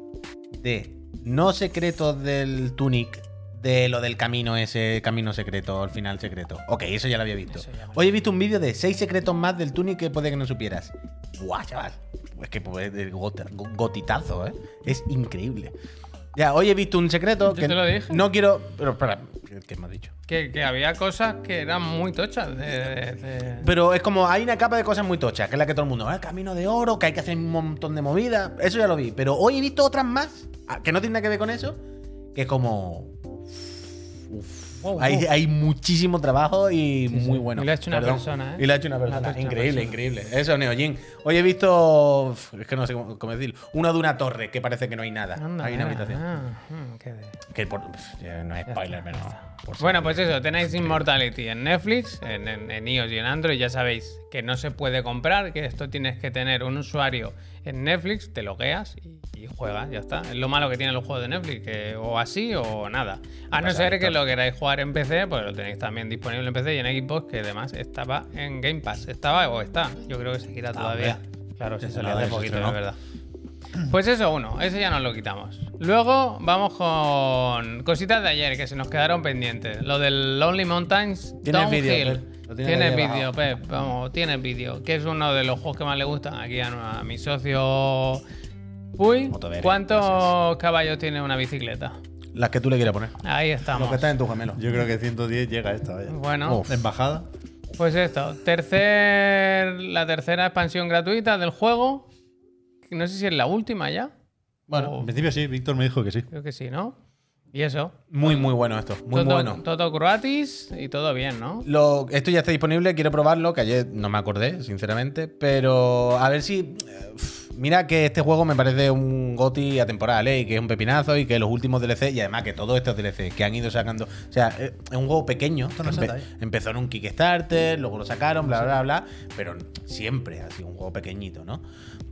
[SPEAKER 3] de no secretos del Tunic, de lo del camino ese, camino secreto, al final secreto. Ok, eso ya lo había visto.
[SPEAKER 2] Eso ya me lo-
[SPEAKER 3] Hoy he visto un vídeo de seis secretos más del Tunic que puede que no supieras. Buah, chaval. Es que pues, el gota- go- gotitazo, ¿eh? Es increíble. Ya, hoy he visto un secreto
[SPEAKER 2] Yo
[SPEAKER 3] que
[SPEAKER 2] te lo dije.
[SPEAKER 3] no quiero... Pero espera, ¿qué- ¿qué me has dicho?
[SPEAKER 2] Que, que había cosas que eran muy tochas. de- de- de-
[SPEAKER 3] Pero es como hay una capa de cosas muy tochas, que es la que todo el mundo, ah, camino de oro, que hay que hacer un montón de movidas. Eso ya lo vi. Pero hoy he visto otras más, ah, que no tienen nada que ver con eso, que como. uf,
[SPEAKER 2] Wow,
[SPEAKER 3] hay,
[SPEAKER 2] Oh, wow.
[SPEAKER 3] hay muchísimo trabajo y muy bueno.
[SPEAKER 2] Y lo ha hecho una
[SPEAKER 3] Perdón.
[SPEAKER 2] persona, ¿eh?
[SPEAKER 3] Y lo ha hecho una persona.
[SPEAKER 2] Lo ha hecho una
[SPEAKER 3] increíble,
[SPEAKER 2] persona.
[SPEAKER 3] increíble. Eso, Neojin. Hoy he visto. uf, Es que no sé cómo, cómo decirlo. Uno de una torre que parece que no hay nada.
[SPEAKER 2] Anda,
[SPEAKER 3] hay una
[SPEAKER 2] mira,
[SPEAKER 3] habitación.
[SPEAKER 2] ah, mm, qué de-
[SPEAKER 3] Que por- pf, ya no es spoiler, pero. por si-
[SPEAKER 2] Bueno, pues eso, tenéis Immortality en Netflix, en, en- en iOS y en Android, ya sabéis que no se puede comprar, que esto tienes que tener un usuario en Netflix, te logueas y, y juegas, ya está. Es lo malo que tienen los juegos de Netflix, que o así o nada. A no ser que lo queráis jugar en PC, pues lo tenéis también disponible en PC y en Xbox, que además estaba en Game Pass. Estaba o está, yo creo que seguirá todavía. Claro, se salió
[SPEAKER 1] nada,
[SPEAKER 2] hace
[SPEAKER 1] se
[SPEAKER 2] poquito,
[SPEAKER 1] estrenó.
[SPEAKER 2] es verdad. Pues eso, uno, ese ya nos lo quitamos. Luego vamos con cositas de ayer que se nos quedaron pendientes. Lo del Lonely Mountains
[SPEAKER 3] Tienes
[SPEAKER 2] Downhill.
[SPEAKER 3] vídeo, Pep. Lo tienes
[SPEAKER 2] Tienes
[SPEAKER 3] ahí abajo.
[SPEAKER 2] vídeo, Pep. Vamos, tienes vídeo. Que es uno de los juegos que más le gustan aquí a, a mi socio Puy.
[SPEAKER 3] Motovere,
[SPEAKER 2] ¿Cuántos caballos tiene una bicicleta?
[SPEAKER 3] Las que tú le quieras poner.
[SPEAKER 2] Ahí
[SPEAKER 3] Lo
[SPEAKER 2] estamos.
[SPEAKER 3] que está en tu gemelo.
[SPEAKER 1] Yo creo que 110 llega esta, vaya.
[SPEAKER 2] Bueno,
[SPEAKER 3] Uf.
[SPEAKER 1] Embajada.
[SPEAKER 2] pues esto. Tercer, la tercera expansión gratuita del juego. No sé si es la última ya.
[SPEAKER 1] Bueno, en principio sí, Víctor me dijo que sí.
[SPEAKER 2] Creo que sí, ¿no? Y eso.
[SPEAKER 3] Muy, muy bueno esto. Muy
[SPEAKER 2] todo,
[SPEAKER 3] bueno.
[SPEAKER 2] Todo gratis y todo bien, ¿no?
[SPEAKER 3] Lo- esto ya está disponible, quiero probarlo, que ayer no me acordé, sinceramente. Pero a ver si. eh, pf, Mira que este juego me parece un goti atemporal, ¿eh? Y que es un pepinazo y que los últimos DLC, y además que todos estos DLC que han ido sacando. O sea, eh, es un juego pequeño.
[SPEAKER 1] no se
[SPEAKER 3] Empe-
[SPEAKER 1] da, ¿eh?
[SPEAKER 3] empezó en un Kickstarter, luego lo sacaron, bla, bla, bla. Pero siempre ha sido un juego pequeñito, ¿no?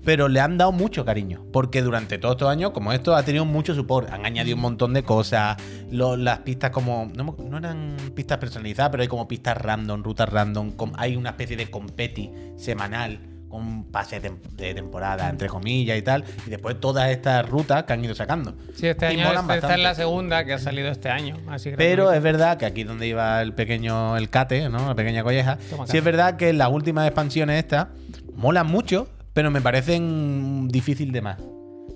[SPEAKER 3] Pero le han dado mucho cariño. Porque durante todos estos años, como esto, ha tenido mucho support. Han añadido un montón de cosas. lo- las pistas como... No, me- no eran pistas personalizadas, pero hay como pistas random, rutas random. com- hay una especie de competi semanal con pases de, de temporada, entre comillas y tal. Y después todas estas rutas que han ido sacando.
[SPEAKER 2] Sí, este
[SPEAKER 3] Y
[SPEAKER 2] año
[SPEAKER 3] molan
[SPEAKER 2] este- esta es
[SPEAKER 3] bastante.
[SPEAKER 2] la segunda que ha salido este año. Así que
[SPEAKER 3] Pero
[SPEAKER 2] gratuito.
[SPEAKER 3] es verdad que aquí donde iba el pequeño, el cate, ¿no? La pequeña colleja.
[SPEAKER 2] Toma,
[SPEAKER 3] Sí
[SPEAKER 2] cate.
[SPEAKER 3] es verdad que las últimas expansiones estas molan mucho, pero me parecen difícil de más.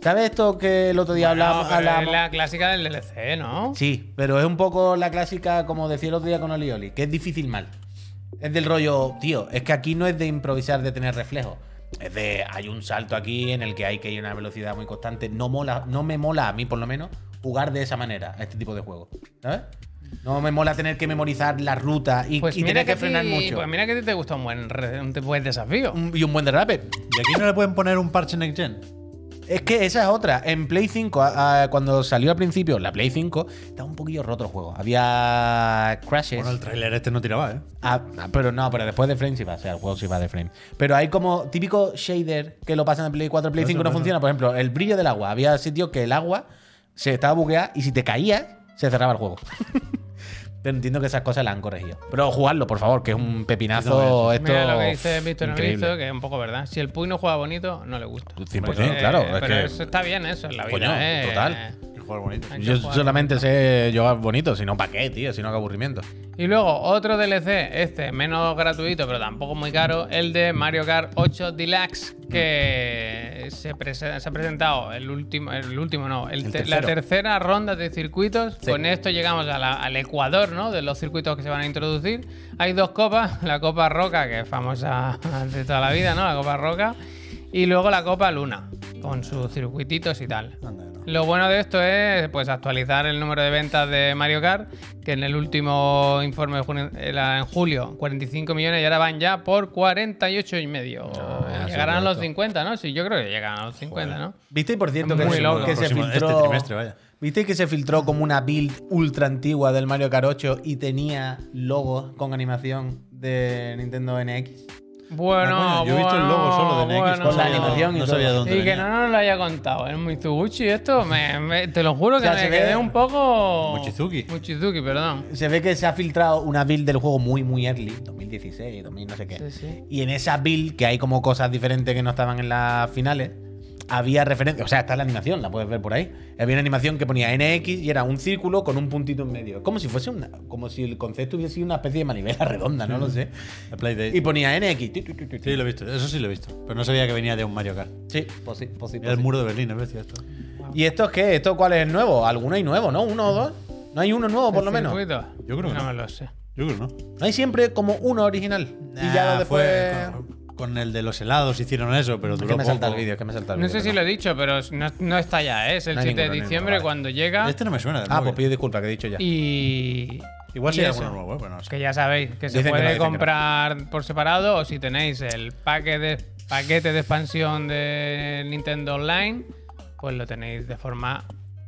[SPEAKER 3] ¿Sabes esto que el otro día
[SPEAKER 2] Bueno,
[SPEAKER 3] hablamos?
[SPEAKER 2] pero
[SPEAKER 3] hablamos-
[SPEAKER 2] es la clásica del DLC, ¿no?
[SPEAKER 3] Sí, pero es un poco la clásica, como decía el otro día con Olioli, que es difícil mal. Es del rollo, tío, es que aquí no es de improvisar, de tener reflejo. Es de, hay un salto aquí en el que hay que ir a una velocidad muy constante. No, mola, no me mola a mí, por lo menos, jugar de esa manera a este tipo de juegos. ¿Sabes? No me mola tener que memorizar la ruta y,
[SPEAKER 2] Pues
[SPEAKER 3] y
[SPEAKER 2] mira
[SPEAKER 3] tener
[SPEAKER 2] que,
[SPEAKER 3] que frenar
[SPEAKER 2] ti-
[SPEAKER 3] mucho. Mm.
[SPEAKER 2] Pues mira que a ti te gusta un buen, re- un buen desafío.
[SPEAKER 3] Un- y un buen derrape.
[SPEAKER 1] ¿Y aquí no le pueden poner un parche next gen?
[SPEAKER 3] Es que esa es otra. En Play 5, a- a- cuando salió al principio la Play 5, estaba un poquillo roto el juego. Había crashes.
[SPEAKER 1] Bueno, el tráiler este no tiraba, ¿eh?
[SPEAKER 3] Ah, ah, pero no, pero después de frame sí va, o sea, el juego sí va de frame. Pero hay como típico shader que lo pasan en Play 4, Play
[SPEAKER 1] Eso,
[SPEAKER 3] 5 no
[SPEAKER 1] eso.
[SPEAKER 3] funciona. Por ejemplo, el brillo del agua. Había sitios que el agua se estaba bugueada y si te caías, se cerraba el juego. pero entiendo que esas cosas las han corregido. Pero jugadlo, por favor, que es un pepinazo. Esto
[SPEAKER 2] mira lo que dice
[SPEAKER 3] uf,
[SPEAKER 2] Víctor en el
[SPEAKER 3] increíble.
[SPEAKER 2] visto, que es un poco verdad. Si el Puy no juega bonito, no le gusta.
[SPEAKER 3] 100%,
[SPEAKER 2] Eh,
[SPEAKER 3] claro. es
[SPEAKER 2] pero
[SPEAKER 3] que-
[SPEAKER 2] eso está bien, eso, en la vida.
[SPEAKER 3] Coño,
[SPEAKER 2] eh.
[SPEAKER 3] total.
[SPEAKER 1] El juego bonito.
[SPEAKER 2] Hay que
[SPEAKER 3] Yo
[SPEAKER 2] jugar.
[SPEAKER 3] solamente sé jugar bonito, si no, ¿para qué, tío? Si no, qué aburrimiento.
[SPEAKER 2] Y luego otro DLC, este menos gratuito, pero tampoco muy caro, el de Mario Kart 8 Deluxe, que se, prese- se ha presentado el último, el último no, el
[SPEAKER 3] El
[SPEAKER 2] te- la
[SPEAKER 3] tercero.
[SPEAKER 2] tercera ronda de circuitos.
[SPEAKER 3] Sí.
[SPEAKER 2] Con esto llegamos a la- al Ecuador, ¿no? De los circuitos que se van a introducir. Hay dos copas, la Copa Roca, que es famosa [LAUGHS] de toda la vida, ¿no? La Copa Roca. Y luego la Copa Luna, con sus circuititos y tal.
[SPEAKER 1] Anda, no.
[SPEAKER 2] Lo bueno de esto es pues actualizar el número de ventas de Mario Kart, que en el último informe de junio- era en julio 45 millones y ahora van ya por 48 y medio.
[SPEAKER 1] Ah,
[SPEAKER 3] ya se
[SPEAKER 2] Llegarán
[SPEAKER 3] ha
[SPEAKER 2] a los
[SPEAKER 3] vuelto.
[SPEAKER 2] 50, ¿no? Sí, yo creo que llegan a los 50, ¿no?
[SPEAKER 3] ¿Viste, por cierto, que,
[SPEAKER 2] Muy
[SPEAKER 3] se-
[SPEAKER 2] loco.
[SPEAKER 3] que se
[SPEAKER 1] Próximo-
[SPEAKER 3] filtró.
[SPEAKER 1] este trimestre, vaya.
[SPEAKER 3] ¿Viste que se filtró como una build ultra antigua del Mario Kart 8 y tenía logos con animación de Nintendo NX?
[SPEAKER 2] Bueno,
[SPEAKER 1] Ah, coño, yo he visto el logo solo de NX.
[SPEAKER 2] bueno,
[SPEAKER 1] no
[SPEAKER 3] Con la
[SPEAKER 1] sabía-
[SPEAKER 3] animación y
[SPEAKER 1] no
[SPEAKER 3] todo.
[SPEAKER 1] sabía dónde.
[SPEAKER 2] Y que
[SPEAKER 1] venía.
[SPEAKER 2] no nos lo haya contado. El Mitsuguchi, esto, me- me- te lo juro que
[SPEAKER 3] Ya
[SPEAKER 2] me
[SPEAKER 3] se ve.
[SPEAKER 2] quedé un poco.
[SPEAKER 1] Mochizuki.
[SPEAKER 2] Mochizuki, perdón.
[SPEAKER 3] Se ve que se ha filtrado una build del juego muy, muy early, 2016, 2000, no sé qué.
[SPEAKER 2] Sí, sí.
[SPEAKER 3] Y en esa build, que hay como cosas diferentes que no estaban en las finales, había referencia. O sea, está la animación, la puedes ver por ahí. Había una animación que ponía NX y era un círculo con un puntito en medio. Como si fuese una. Como si el concepto hubiese sido una especie de manivela [LAUGHS] redonda, no lo sé.
[SPEAKER 1] La Play Day.
[SPEAKER 3] Y ponía NX. tu, tu, tu, tu.
[SPEAKER 1] Sí, lo he visto. Eso sí lo he visto. Pero no sabía que venía de un Mario Kart.
[SPEAKER 3] Sí, pues sí, pues sí,
[SPEAKER 1] Era
[SPEAKER 3] pues
[SPEAKER 1] el
[SPEAKER 3] sí.
[SPEAKER 1] muro de Berlín, es bestia esto.
[SPEAKER 3] ¿Y esto es qué? ¿Esto cuál es el nuevo? ¿Alguno hay nuevo, no? ¿Uno o dos? No hay uno nuevo, por lo menos.
[SPEAKER 2] ¿Circuito?
[SPEAKER 1] Yo creo que
[SPEAKER 2] No
[SPEAKER 1] no.
[SPEAKER 2] me lo sé.
[SPEAKER 1] Yo creo que no.
[SPEAKER 3] No hay siempre como uno original. y ya
[SPEAKER 1] Nah,
[SPEAKER 3] lo después.
[SPEAKER 1] Ah, fue con, con el de los helados hicieron eso, pero
[SPEAKER 3] Es
[SPEAKER 1] duró
[SPEAKER 3] que me salta el
[SPEAKER 1] poco.
[SPEAKER 3] vídeo, es que me salta el
[SPEAKER 2] No sé
[SPEAKER 3] vídeo.
[SPEAKER 2] si
[SPEAKER 3] perdón.
[SPEAKER 2] lo he dicho, pero es- no, no está ya, ¿eh? es el
[SPEAKER 3] No hay
[SPEAKER 2] 7 de
[SPEAKER 3] ninguno,
[SPEAKER 2] diciembre
[SPEAKER 3] vale.
[SPEAKER 2] cuando llega.
[SPEAKER 1] Este no me suena. del
[SPEAKER 3] Ah,
[SPEAKER 1] móvil.
[SPEAKER 3] pues pido disculpas, que he dicho ya.
[SPEAKER 2] Y.
[SPEAKER 1] Igual
[SPEAKER 2] y
[SPEAKER 1] si hay
[SPEAKER 2] eso.
[SPEAKER 1] alguno nuevo, eh, pero no sé.
[SPEAKER 2] Que ya sabéis que se
[SPEAKER 3] Dicen que no,
[SPEAKER 2] puede
[SPEAKER 3] dicen que no.
[SPEAKER 2] comprar por separado o si tenéis el paquete de, paquete de expansión de Nintendo Online, pues lo tenéis de forma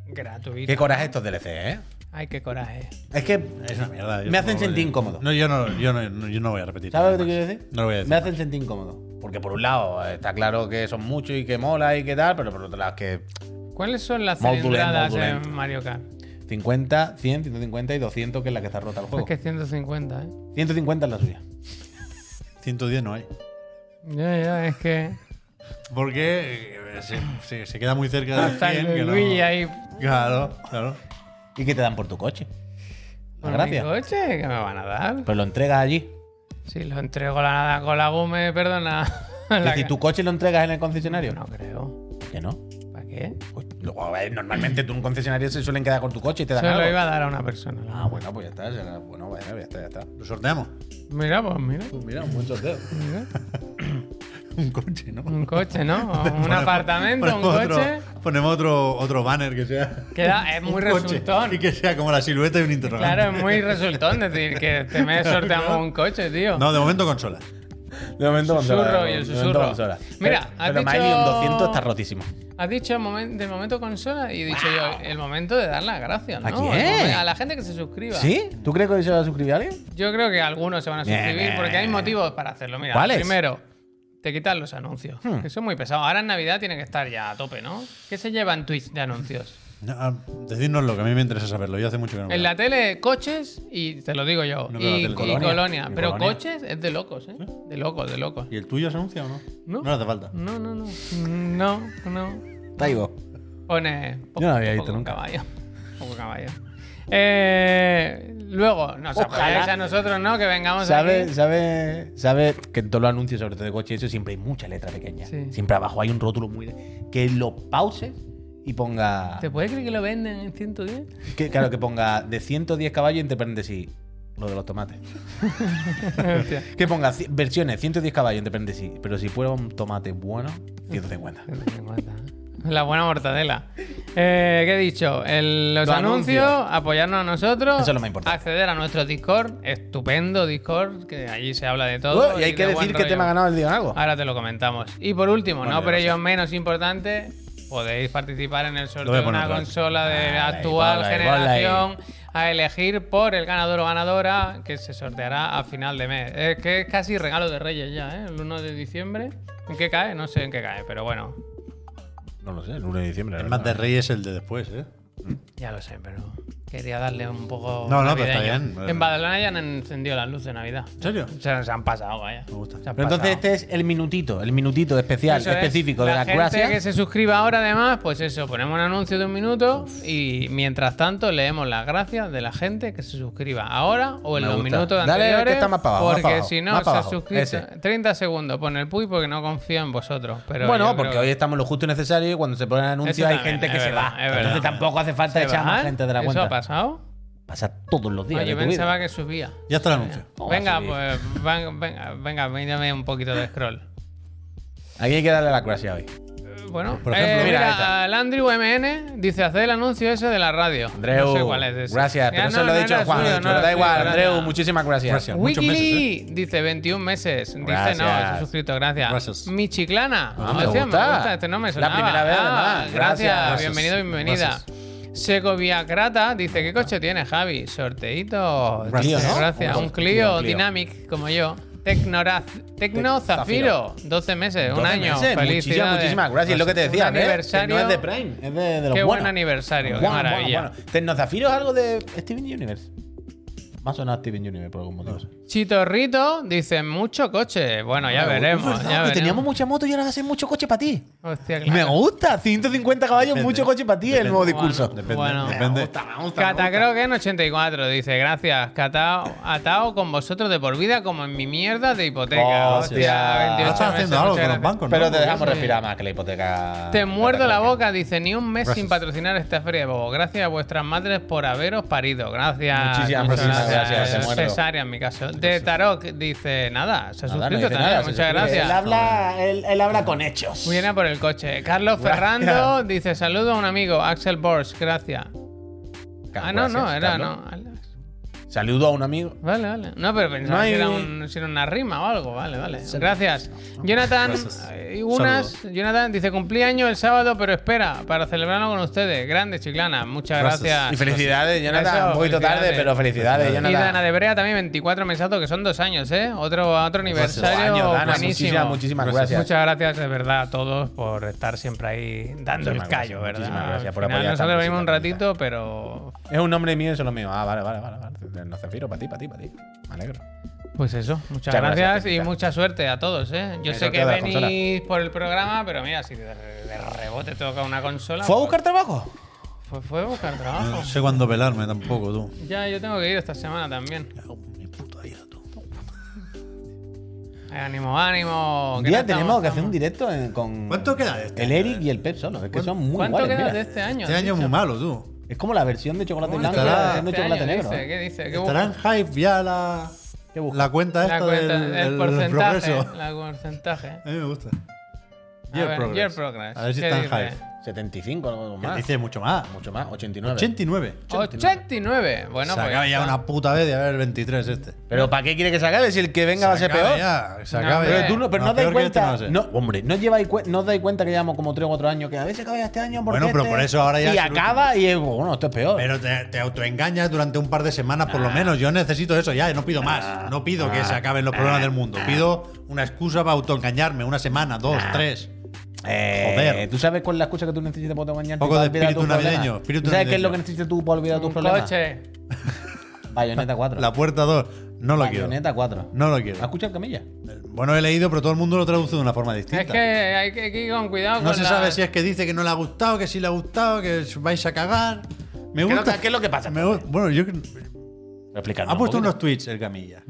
[SPEAKER 2] gratuita.
[SPEAKER 3] Qué coraje estos DLC, ¿eh?
[SPEAKER 2] Ay, qué coraje.
[SPEAKER 3] Es que.
[SPEAKER 1] Es una mierda. yo
[SPEAKER 3] Me hacen
[SPEAKER 1] tampoco-
[SPEAKER 3] sentir incómodo.
[SPEAKER 1] No, yo no, yo no, no- yo no voy a repetir.
[SPEAKER 3] ¿Sabes lo que te
[SPEAKER 1] más.
[SPEAKER 3] quiero decir?
[SPEAKER 1] No lo voy a decir.
[SPEAKER 3] Me hacen sentir incómodo. Porque por un lado, está claro que son muchos y que mola y que tal, pero por otro lado, es que
[SPEAKER 2] ¿Cuáles son las
[SPEAKER 3] Modulate,
[SPEAKER 2] cilindradas
[SPEAKER 3] modulate.
[SPEAKER 2] en Mario Kart?
[SPEAKER 3] 50, 100, 150 y 200, que es la que está rota el
[SPEAKER 2] Es
[SPEAKER 3] juego.
[SPEAKER 2] que 150, ¿eh?
[SPEAKER 3] 150 es la suya.
[SPEAKER 1] 110 no hay.
[SPEAKER 2] Ya, ya, es que.
[SPEAKER 1] Porque eh, se, se- se queda muy cerca de
[SPEAKER 2] Hasta
[SPEAKER 1] 100. que
[SPEAKER 2] el
[SPEAKER 1] no-
[SPEAKER 2] Luigi ahí.
[SPEAKER 1] Claro, claro.
[SPEAKER 3] Y que te dan por tu coche.
[SPEAKER 2] por mi
[SPEAKER 3] Gracias.
[SPEAKER 2] coche? ¿Qué me van a dar?
[SPEAKER 3] Pero lo entregas allí.
[SPEAKER 2] Si lo entrego la, con la gume, perdona.
[SPEAKER 3] Es
[SPEAKER 2] La
[SPEAKER 3] decir,
[SPEAKER 2] ca-
[SPEAKER 3] tu coche lo entregas en el concesionario.
[SPEAKER 2] No creo.
[SPEAKER 3] Que no.
[SPEAKER 2] ¿Para qué?
[SPEAKER 3] Uy, luego, a ver, normalmente tú en un concesionario se suelen quedar con tu coche y te dan
[SPEAKER 2] Se lo
[SPEAKER 3] algo.
[SPEAKER 2] iba a dar a una persona. la
[SPEAKER 3] Ah, bueno, pues ya está. ya- bueno, bueno, ya está, ya está.
[SPEAKER 1] Lo sorteamos.
[SPEAKER 2] Mira, pues mira.
[SPEAKER 3] Pues mira, un buen sorteo.
[SPEAKER 2] mira.
[SPEAKER 1] [LAUGHS] Un coche, ¿no?
[SPEAKER 2] Un coche,
[SPEAKER 3] [LAUGHS]
[SPEAKER 2] ¿no? O Un
[SPEAKER 3] pues,
[SPEAKER 1] Ponemos-
[SPEAKER 2] apartamento, un
[SPEAKER 1] ponemos otro-
[SPEAKER 2] coche.
[SPEAKER 1] ponemos otro, otro banner que sea.
[SPEAKER 2] Queda, es muy
[SPEAKER 1] un coche
[SPEAKER 2] resultón.
[SPEAKER 1] Y que sea como la silueta de un interrogante.
[SPEAKER 2] Claro, es muy resultón decir que te me
[SPEAKER 3] [LAUGHS]
[SPEAKER 2] sorteamos un coche, tío.
[SPEAKER 1] No, de momento consola.
[SPEAKER 3] De momento
[SPEAKER 2] Susurro
[SPEAKER 3] consola,
[SPEAKER 2] y el
[SPEAKER 3] de
[SPEAKER 2] susurro.
[SPEAKER 3] momento consola.
[SPEAKER 2] Mira,
[SPEAKER 3] pero,
[SPEAKER 2] has
[SPEAKER 3] pero
[SPEAKER 2] dicho-
[SPEAKER 3] Millennium 200 está rotísimo.
[SPEAKER 2] Has dicho el momen- del momento consola y he dicho yo el momento de dar las gracias, ¿no?
[SPEAKER 3] ¿A quién?
[SPEAKER 2] El momen- A la gente que se suscriba.
[SPEAKER 3] ¿Sí? ¿Tú crees que se va a suscribir alguien?
[SPEAKER 2] Yo creo que algunos se van a
[SPEAKER 3] Bien.
[SPEAKER 2] suscribir porque hay motivos para hacerlo. Mira,
[SPEAKER 3] ¿Cuáles? Hmm.
[SPEAKER 2] primero, te quitan los anuncios. que Eso es muy pesado. Ahora en Navidad tiene que estar ya a tope, ¿no? ¿Qué se lleva en Twitch de
[SPEAKER 3] [LAUGHS]
[SPEAKER 2] anuncios?
[SPEAKER 1] No, ah, Decídnoslo, que a mí me interesa saberlo. Yo hace mucho que no.
[SPEAKER 2] En
[SPEAKER 1] veo.
[SPEAKER 2] la tele, coches y te lo digo yo.
[SPEAKER 1] No veo la
[SPEAKER 2] y,
[SPEAKER 1] tele.
[SPEAKER 2] y
[SPEAKER 1] Colonia.
[SPEAKER 2] colonia.
[SPEAKER 3] Y
[SPEAKER 2] Pero
[SPEAKER 3] Colonia.
[SPEAKER 2] coches es de locos, ¿eh? De locos, de locos.
[SPEAKER 1] ¿Y el tuyo se anuncia o no?
[SPEAKER 2] No.
[SPEAKER 1] le hace falta.
[SPEAKER 2] No, no, no. No, no.
[SPEAKER 3] Taigo.
[SPEAKER 2] Pone.
[SPEAKER 3] Yo no había visto
[SPEAKER 2] poco
[SPEAKER 3] nunca.
[SPEAKER 2] Caballo. [LAUGHS] Poco caballo. Eh, luego, nos
[SPEAKER 3] Ojalá.
[SPEAKER 2] apoyáis a nosotros, ¿no? Que vengamos
[SPEAKER 3] ¿Sabes
[SPEAKER 2] aquí.
[SPEAKER 3] sabe, sabe que en todos los anuncios, sobre todo de coche, eso siempre hay mucha letra pequeña?
[SPEAKER 2] Sí.
[SPEAKER 3] Siempre abajo hay un rótulo muy. de- Que lo pauses y ponga.
[SPEAKER 2] ¿Te puedes creer que lo venden en 110?
[SPEAKER 3] Que, claro, que ponga de 110 caballos y entre paréntesis lo de los tomates.
[SPEAKER 2] [LAUGHS] Hostia.
[SPEAKER 3] Que ponga ci- versiones 110 caballos entre paréntesis. Pero si fuera un tomate bueno, 150. ¿eh?
[SPEAKER 2] La buena mortadela. Eh, ¿Qué he dicho? El- los
[SPEAKER 3] Los
[SPEAKER 2] anuncios,
[SPEAKER 3] anuncios.
[SPEAKER 2] apoyarnos a nosotros.
[SPEAKER 3] Eso es lo más importante.
[SPEAKER 2] Acceder a nuestro Discord, estupendo Discord, que allí se habla de todo.
[SPEAKER 3] Oh, y hay que
[SPEAKER 2] de buen
[SPEAKER 3] decir que
[SPEAKER 2] rollo. Ah.
[SPEAKER 3] te me ha ganado el día algo.
[SPEAKER 2] Ahora te lo comentamos. Y por último,
[SPEAKER 1] Bueno,
[SPEAKER 2] no
[SPEAKER 1] ya
[SPEAKER 2] pero
[SPEAKER 1] lo sé.
[SPEAKER 2] ello menos importante, podéis participar en el
[SPEAKER 1] voy
[SPEAKER 2] sorteo
[SPEAKER 1] a
[SPEAKER 2] de
[SPEAKER 1] poner
[SPEAKER 2] una
[SPEAKER 1] otra vez.
[SPEAKER 2] consola de
[SPEAKER 3] Vale,
[SPEAKER 2] actual
[SPEAKER 3] ponla ahí, ponla Ah, ahí.
[SPEAKER 2] generación a elegir por el ganador o ganadora que se sorteará a final de mes. Es que es casi regalo de Reyes ya, ¿eh? El 1 de diciembre. ¿En qué cae? No sé en qué cae, pero bueno,
[SPEAKER 3] No lo sé, el 1 de diciembre. la
[SPEAKER 1] El más de
[SPEAKER 3] verdad.
[SPEAKER 1] rey es el de después, ¿eh?
[SPEAKER 2] Ya lo sé, pero quería darle un poco.
[SPEAKER 1] No, no, pero
[SPEAKER 2] navideño.
[SPEAKER 1] está bien.
[SPEAKER 3] eh.
[SPEAKER 2] En Badalona ya han encendido las luces de Navidad.
[SPEAKER 1] ¿En serio?
[SPEAKER 2] Se, se han pasado, vaya. Me
[SPEAKER 1] gusta.
[SPEAKER 3] Pero entonces este es el minutito, el minutito especial, específico de
[SPEAKER 2] la
[SPEAKER 3] la
[SPEAKER 2] gente
[SPEAKER 3] gracias.
[SPEAKER 2] que se suscriba ahora, además, pues eso, ponemos un anuncio de un minuto y mientras tanto leemos las gracias de la gente que se suscriba ahora o en
[SPEAKER 3] Me
[SPEAKER 2] los
[SPEAKER 3] gusta.
[SPEAKER 2] minutos
[SPEAKER 3] Dale,
[SPEAKER 2] anteriores.
[SPEAKER 3] que está más para abajo, más
[SPEAKER 2] porque
[SPEAKER 3] para abajo,
[SPEAKER 2] si
[SPEAKER 3] más
[SPEAKER 2] no se
[SPEAKER 3] para
[SPEAKER 2] ha
[SPEAKER 3] abajo. Ese.
[SPEAKER 2] suscrito. 30 segundos, pon el puy porque no confío en vosotros. Pero
[SPEAKER 3] bueno,
[SPEAKER 2] yo
[SPEAKER 3] porque
[SPEAKER 2] creo
[SPEAKER 3] hoy estamos lo justo y necesario y cuando se ponen anuncios
[SPEAKER 2] Eso
[SPEAKER 3] hay
[SPEAKER 2] también,
[SPEAKER 3] gente que
[SPEAKER 2] es
[SPEAKER 3] se
[SPEAKER 2] verdad,
[SPEAKER 3] va.
[SPEAKER 2] es verdad.
[SPEAKER 3] Entonces tampoco hace falta
[SPEAKER 2] se
[SPEAKER 3] echar más
[SPEAKER 2] van.
[SPEAKER 3] gente de la
[SPEAKER 2] ¿Eso
[SPEAKER 3] cuenta.
[SPEAKER 2] ha pasado?
[SPEAKER 3] Pasa todos los días.
[SPEAKER 2] Ah,
[SPEAKER 3] de
[SPEAKER 2] yo
[SPEAKER 3] tu vida.
[SPEAKER 2] pensaba que subía.
[SPEAKER 1] Ya está el anuncio.
[SPEAKER 3] Oh,
[SPEAKER 2] venga,
[SPEAKER 3] así.
[SPEAKER 2] pues van- venga, venga, mírame un poquito de scroll.
[SPEAKER 3] Aquí hay que darle las gracias hoy.
[SPEAKER 2] Eh, Bueno,
[SPEAKER 1] Por ejemplo,
[SPEAKER 2] eh,
[SPEAKER 3] mira, ahí
[SPEAKER 2] mira,
[SPEAKER 3] está.
[SPEAKER 2] al Andrew MN dice hacer el anuncio ese de la radio.
[SPEAKER 3] Andreu,
[SPEAKER 2] no sé cuál es ese.
[SPEAKER 3] gracias.
[SPEAKER 2] Ya,
[SPEAKER 3] Pero eso
[SPEAKER 2] no,
[SPEAKER 3] lo
[SPEAKER 2] no
[SPEAKER 3] he dicho
[SPEAKER 2] era
[SPEAKER 3] a Juan.
[SPEAKER 2] suyo,
[SPEAKER 3] pero
[SPEAKER 2] no era
[SPEAKER 3] da
[SPEAKER 2] suyo,
[SPEAKER 3] igual,
[SPEAKER 2] era
[SPEAKER 3] Andreu,
[SPEAKER 2] nada.
[SPEAKER 3] muchísimas gracias.
[SPEAKER 1] Gracias. Muchos meses,
[SPEAKER 2] Wikili dice 21 meses.
[SPEAKER 3] ¿eh? Gracias.
[SPEAKER 2] Dice no, se ha suscrito, gracias.
[SPEAKER 1] Gracias.
[SPEAKER 2] Michiclana.
[SPEAKER 3] Ah, me
[SPEAKER 2] Hostia,
[SPEAKER 3] gusta.
[SPEAKER 2] Este no
[SPEAKER 3] La
[SPEAKER 2] me sonaba.
[SPEAKER 3] primera vez,
[SPEAKER 2] Ah,
[SPEAKER 3] además.
[SPEAKER 2] Gracias,
[SPEAKER 3] Gracias.
[SPEAKER 2] bienvenido, bienvenida. Segovia Crata dice, ¿qué coche tiene Javi? Sorteito.
[SPEAKER 1] Gracias.
[SPEAKER 2] Dice,
[SPEAKER 3] Clio, ¿no?
[SPEAKER 2] Gracias.
[SPEAKER 3] Un
[SPEAKER 2] Un
[SPEAKER 3] Clio,
[SPEAKER 2] Clio,
[SPEAKER 3] un Clio.
[SPEAKER 2] Dynamic, como yo. Tecnoraz- Tecno
[SPEAKER 3] Tec-
[SPEAKER 2] Zafiro, 12 meses, un
[SPEAKER 3] 12
[SPEAKER 2] año.
[SPEAKER 3] meses.
[SPEAKER 2] Felicidades.
[SPEAKER 3] Muchísimas, muchísimas gracias. Es lo que te decía,
[SPEAKER 2] Un
[SPEAKER 3] ¿eh?
[SPEAKER 2] aniversario.
[SPEAKER 3] Que no es de Prime, es de, de los
[SPEAKER 2] Qué buen
[SPEAKER 3] buenos.
[SPEAKER 2] aniversario, qué
[SPEAKER 3] Bueno,
[SPEAKER 2] maravilla.
[SPEAKER 3] bueno, bueno. Tecnozafiro es algo de Steven Universe. Más o menos Steven Universe por algún motivo.
[SPEAKER 2] Chitorrito dice mucho coche. Bueno, ya veremos.
[SPEAKER 3] Es verdad,
[SPEAKER 2] ya
[SPEAKER 3] que
[SPEAKER 2] veremos.
[SPEAKER 3] teníamos mucha moto y ahora va a ser mucho coche para ti.
[SPEAKER 2] Hostia, claro.
[SPEAKER 3] Me gusta, 150 caballos,
[SPEAKER 1] Depende.
[SPEAKER 3] Ah, mucho coche para ti, el
[SPEAKER 1] Depende.
[SPEAKER 3] nuevo discurso.
[SPEAKER 1] Depende.
[SPEAKER 2] Bueno.
[SPEAKER 1] depende. Ah,
[SPEAKER 2] en 84 dice, gracias, Catao, atao con vosotros de por vida como en mi mierda de hipoteca.
[SPEAKER 3] Hostia.
[SPEAKER 2] Hostia, 28
[SPEAKER 3] Ah,
[SPEAKER 1] estás haciendo
[SPEAKER 2] meses,
[SPEAKER 1] algo
[SPEAKER 2] muchas
[SPEAKER 1] con los
[SPEAKER 2] gracias.
[SPEAKER 1] bancos, ¿no?
[SPEAKER 3] Pero te dejamos
[SPEAKER 2] Sí.
[SPEAKER 3] respirar más que la hipoteca.
[SPEAKER 2] Te muerdo la
[SPEAKER 3] hipoteca.
[SPEAKER 2] boca, dice, ni un mes sin
[SPEAKER 1] Gracias.
[SPEAKER 2] patrocinar esta feria de Bobo. Gracias a vuestras madres por haberos parido. Gracias.
[SPEAKER 3] Muchísimas,
[SPEAKER 2] muchas
[SPEAKER 3] muchísimas gracias, te
[SPEAKER 2] Es
[SPEAKER 3] muerdo.
[SPEAKER 2] cesárea en mi caso. De Tarok dice, nada, se ha
[SPEAKER 3] Nada, no
[SPEAKER 2] suscrito
[SPEAKER 3] dice
[SPEAKER 2] también.
[SPEAKER 3] nada, se
[SPEAKER 2] muchas
[SPEAKER 3] suscribe.
[SPEAKER 2] gracias.
[SPEAKER 3] Él habla, él, él habla con hechos.
[SPEAKER 2] Muy bien, a por el coche. Carlos Ferrando dice, saludo a un amigo, Axel Bors, gracias. Ah, no, no,
[SPEAKER 3] Gracias,
[SPEAKER 2] era,
[SPEAKER 3] Carlos.
[SPEAKER 2] no. Alex.
[SPEAKER 3] Saludo a un amigo.
[SPEAKER 2] Vale, vale. No, pero pensaba
[SPEAKER 3] No hay-
[SPEAKER 2] que era, un- si era una rima o algo. Vale, vale. Gracias. Jonathan, eh, unas, Jonathan dice, cumplí año el sábado, pero espera, para celebrarlo con ustedes. Grande, Chiclana. Muchas
[SPEAKER 1] Gracias.
[SPEAKER 2] gracias.
[SPEAKER 3] Y felicidades, Jonathan.
[SPEAKER 2] Eso,
[SPEAKER 3] un poquito tarde,
[SPEAKER 2] felicidades.
[SPEAKER 3] pero felicidades,
[SPEAKER 2] Y Dana
[SPEAKER 3] Jonathan.
[SPEAKER 2] de Brea también, 24 mesados, que son dos años, ¿eh? Otro, otro aniversario
[SPEAKER 3] Año, Dana,
[SPEAKER 2] buenísimo.
[SPEAKER 3] muchísimas, muchísimas
[SPEAKER 1] Gracias.
[SPEAKER 3] gracias.
[SPEAKER 2] Muchas gracias de verdad a todos por estar siempre ahí dando
[SPEAKER 3] Muchísimas
[SPEAKER 2] el callo,
[SPEAKER 3] gracias,
[SPEAKER 2] ¿verdad?
[SPEAKER 3] muchísimas gracias
[SPEAKER 2] Al
[SPEAKER 3] por
[SPEAKER 2] final
[SPEAKER 3] apoyar esta
[SPEAKER 2] Nosotros venimos un
[SPEAKER 3] música bonita.
[SPEAKER 2] ratito, pero
[SPEAKER 3] Es un nombre mío, eso es lo mío. Ah, vale, vale, vale. vale. No zafiro, para ti, para ti, para ti. Me alegro.
[SPEAKER 2] Pues eso, muchas
[SPEAKER 3] Muchas
[SPEAKER 2] gracias,
[SPEAKER 3] gracias,
[SPEAKER 2] y
[SPEAKER 3] Pepita.
[SPEAKER 2] mucha suerte a todos, ¿eh? Yo
[SPEAKER 3] El
[SPEAKER 2] sé
[SPEAKER 3] sorteo
[SPEAKER 2] que
[SPEAKER 3] de la
[SPEAKER 2] venís por el programa, pero mira, si de, de rebote te toca una consola.
[SPEAKER 3] ¿Fue a
[SPEAKER 2] pues-
[SPEAKER 3] buscar trabajo?
[SPEAKER 2] Fue, fue a buscar trabajo.
[SPEAKER 1] No sé cuándo pelarme tampoco, tú.
[SPEAKER 2] Ya, yo tengo que ir esta semana también.
[SPEAKER 1] Mi puta vida, tú.
[SPEAKER 2] Eh, Ánimo, ánimo.
[SPEAKER 3] Un
[SPEAKER 2] que
[SPEAKER 3] día
[SPEAKER 2] no
[SPEAKER 3] tenemos
[SPEAKER 2] estamos-
[SPEAKER 3] que hacer un directo en- con.
[SPEAKER 1] ¿Cuánto queda de este
[SPEAKER 3] El
[SPEAKER 1] año?
[SPEAKER 3] Eric y el Pep solo. Es que son muy
[SPEAKER 2] ¿Cuánto
[SPEAKER 3] guays,
[SPEAKER 2] queda
[SPEAKER 3] mira.
[SPEAKER 2] de este año?
[SPEAKER 1] Este año es muy malo, tú.
[SPEAKER 3] Es como la versión de chocolate
[SPEAKER 2] ¿Cuánto
[SPEAKER 3] blanco y
[SPEAKER 2] queda
[SPEAKER 3] la
[SPEAKER 1] estará-
[SPEAKER 3] versión de
[SPEAKER 2] este
[SPEAKER 3] chocolate
[SPEAKER 2] año?
[SPEAKER 3] negro.
[SPEAKER 2] Dice,
[SPEAKER 3] ¿eh?
[SPEAKER 2] ¿Qué dice? ¿Qué
[SPEAKER 1] Estará en hype ya la,
[SPEAKER 3] ¿Qué busca?
[SPEAKER 1] la cuenta esta
[SPEAKER 2] La cuenta,
[SPEAKER 1] del,
[SPEAKER 2] el
[SPEAKER 1] del
[SPEAKER 2] porcentaje.
[SPEAKER 1] progreso.
[SPEAKER 2] La
[SPEAKER 1] [LAUGHS]
[SPEAKER 2] porcentaje. A
[SPEAKER 1] A mí me gusta.
[SPEAKER 2] ver,
[SPEAKER 1] Year Progress.
[SPEAKER 2] Year Progress.
[SPEAKER 1] A ver si
[SPEAKER 2] ¿Qué
[SPEAKER 1] está en
[SPEAKER 2] dice?
[SPEAKER 1] hype.
[SPEAKER 3] 75 algo
[SPEAKER 1] Que
[SPEAKER 3] más.
[SPEAKER 1] Dice mucho más.
[SPEAKER 3] Mucho más, 89.
[SPEAKER 1] 89.
[SPEAKER 2] 89. Bueno,
[SPEAKER 1] se
[SPEAKER 2] pues.
[SPEAKER 1] acaba ya
[SPEAKER 2] está.
[SPEAKER 1] una puta vez de haber el 23 este.
[SPEAKER 3] Pero ¿para qué quiere que se acabe si el que venga va a ser
[SPEAKER 1] Se acaba
[SPEAKER 3] peor?
[SPEAKER 1] ya, se
[SPEAKER 2] No,
[SPEAKER 1] acaba
[SPEAKER 2] hombre.
[SPEAKER 1] ya.
[SPEAKER 3] Pero tú no, pero no, os dais
[SPEAKER 1] peor que este
[SPEAKER 3] cuenta.
[SPEAKER 1] va a ser.
[SPEAKER 3] no, hombre, no os lleváis cuen- no os dais cuenta que llevamos como 3 o 4 años que a veces acaba ya este año. porque
[SPEAKER 1] Bueno, pero
[SPEAKER 3] este-
[SPEAKER 1] por eso ahora ya
[SPEAKER 3] Y
[SPEAKER 1] es el
[SPEAKER 3] acaba y es, bueno, esto es peor.
[SPEAKER 1] Pero te, te autoengañas durante un par de semanas por lo menos. Yo necesito eso ya, no pido más. No pido que se acaben los problemas del mundo. Pido una excusa para autoengañarme, una semana, dos, tres.
[SPEAKER 3] Eh,
[SPEAKER 1] Joder.
[SPEAKER 3] ¿Tú sabes cuál es la excusa que tú necesitas para mañana?
[SPEAKER 1] Poco de espíritu navideño, espíritu
[SPEAKER 3] ¿Sabes qué
[SPEAKER 1] navideño.
[SPEAKER 3] es lo que necesitas tú para olvidar tus
[SPEAKER 2] Un
[SPEAKER 3] problemas?
[SPEAKER 2] coche.
[SPEAKER 3] Bayoneta 4.
[SPEAKER 1] La puerta 2, no lo quiero.
[SPEAKER 3] Bayoneta 4.
[SPEAKER 1] No lo quiero.
[SPEAKER 3] ¿La escucha el camilla?
[SPEAKER 1] Bueno, he leído, pero todo el mundo lo traduce de una forma distinta.
[SPEAKER 2] Es que hay que hay que ir con cuidado
[SPEAKER 1] no
[SPEAKER 2] con
[SPEAKER 1] se
[SPEAKER 2] la-
[SPEAKER 1] sabe si es que dice que no le ha gustado, que sí le ha gustado, que os vais a cagar. Me
[SPEAKER 3] ¿Qué es lo
[SPEAKER 1] gusta.
[SPEAKER 3] que- qué es lo que pasa,
[SPEAKER 1] Me gu- bueno, yo.
[SPEAKER 3] Explícanos
[SPEAKER 1] Ha
[SPEAKER 3] un
[SPEAKER 1] puesto
[SPEAKER 3] poquito.
[SPEAKER 1] unos tweets el
[SPEAKER 3] Mm.
[SPEAKER 1] Camilla.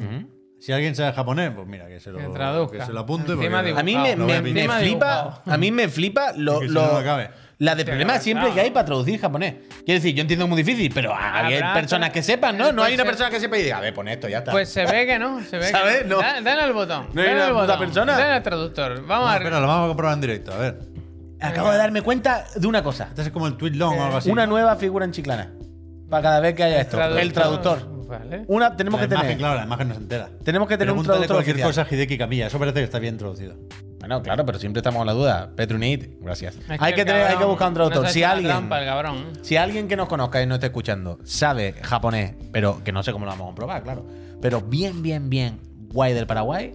[SPEAKER 1] Si alguien sabe japonés, pues mira, que se lo,
[SPEAKER 2] Que traduzca.
[SPEAKER 1] que se lo apunte.
[SPEAKER 2] Encima
[SPEAKER 1] porque-
[SPEAKER 2] dibujo.
[SPEAKER 3] A mí me,
[SPEAKER 1] Lo
[SPEAKER 3] me-
[SPEAKER 1] voy a
[SPEAKER 3] me
[SPEAKER 1] pintar.
[SPEAKER 3] flipa, a mí me flipa lo,
[SPEAKER 1] Que si
[SPEAKER 3] lo-
[SPEAKER 1] no, no cabe.
[SPEAKER 3] la de
[SPEAKER 2] Sí,
[SPEAKER 3] problemas
[SPEAKER 2] claro.
[SPEAKER 3] siempre que hay para traducir japonés. Quiero decir, yo entiendo muy difícil, pero hay
[SPEAKER 2] Habrá-
[SPEAKER 3] personas que sepan, ¿no? No
[SPEAKER 2] Pues
[SPEAKER 3] hay una
[SPEAKER 2] se-
[SPEAKER 3] persona que sepa y diga, a ver, pon esto, ya está.
[SPEAKER 2] Pues se ve que no, se ve
[SPEAKER 3] ¿Sabes?
[SPEAKER 2] que
[SPEAKER 3] No.
[SPEAKER 2] Da- Dale al botón.
[SPEAKER 3] No hay
[SPEAKER 2] dale
[SPEAKER 3] una
[SPEAKER 2] al
[SPEAKER 3] puta
[SPEAKER 2] botón,
[SPEAKER 3] persona.
[SPEAKER 2] Dale al traductor. Vamos
[SPEAKER 1] No,
[SPEAKER 2] a
[SPEAKER 1] espera, lo vamos a comprobar en directo, a ver.
[SPEAKER 3] Acabo
[SPEAKER 2] eh,
[SPEAKER 3] de darme cuenta de una cosa.
[SPEAKER 1] Este es como el tweet long o algo así.
[SPEAKER 3] Una nueva figura en Chiclana. Para cada vez que haya esto.
[SPEAKER 2] Traductor.
[SPEAKER 3] El traductor.
[SPEAKER 2] Vale.
[SPEAKER 3] Una, tenemos
[SPEAKER 1] la
[SPEAKER 3] que
[SPEAKER 1] imagen,
[SPEAKER 3] tener.
[SPEAKER 1] claro, la imagen no se entera.
[SPEAKER 3] Tenemos que tener un
[SPEAKER 1] Pregúntale
[SPEAKER 3] traductor
[SPEAKER 1] cualquier
[SPEAKER 3] oficial.
[SPEAKER 1] cosa a Hideki Camilla. Eso parece que está bien traducido.
[SPEAKER 3] Bueno, claro, pero siempre estamos en la duda. Petrunit, gracias.
[SPEAKER 2] Es
[SPEAKER 3] hay, que
[SPEAKER 2] el
[SPEAKER 3] tener, hay que
[SPEAKER 2] cabrón
[SPEAKER 3] buscar un
[SPEAKER 2] nos
[SPEAKER 3] traductor.
[SPEAKER 2] ha
[SPEAKER 3] Si
[SPEAKER 2] hecho una
[SPEAKER 3] alguien,
[SPEAKER 2] trampa, el cabrón.
[SPEAKER 3] si alguien que nos conozca y no esté escuchando sabe japonés, pero que no sé cómo lo vamos a comprobar, claro. Pero bien, bien, bien, guay del Paraguay,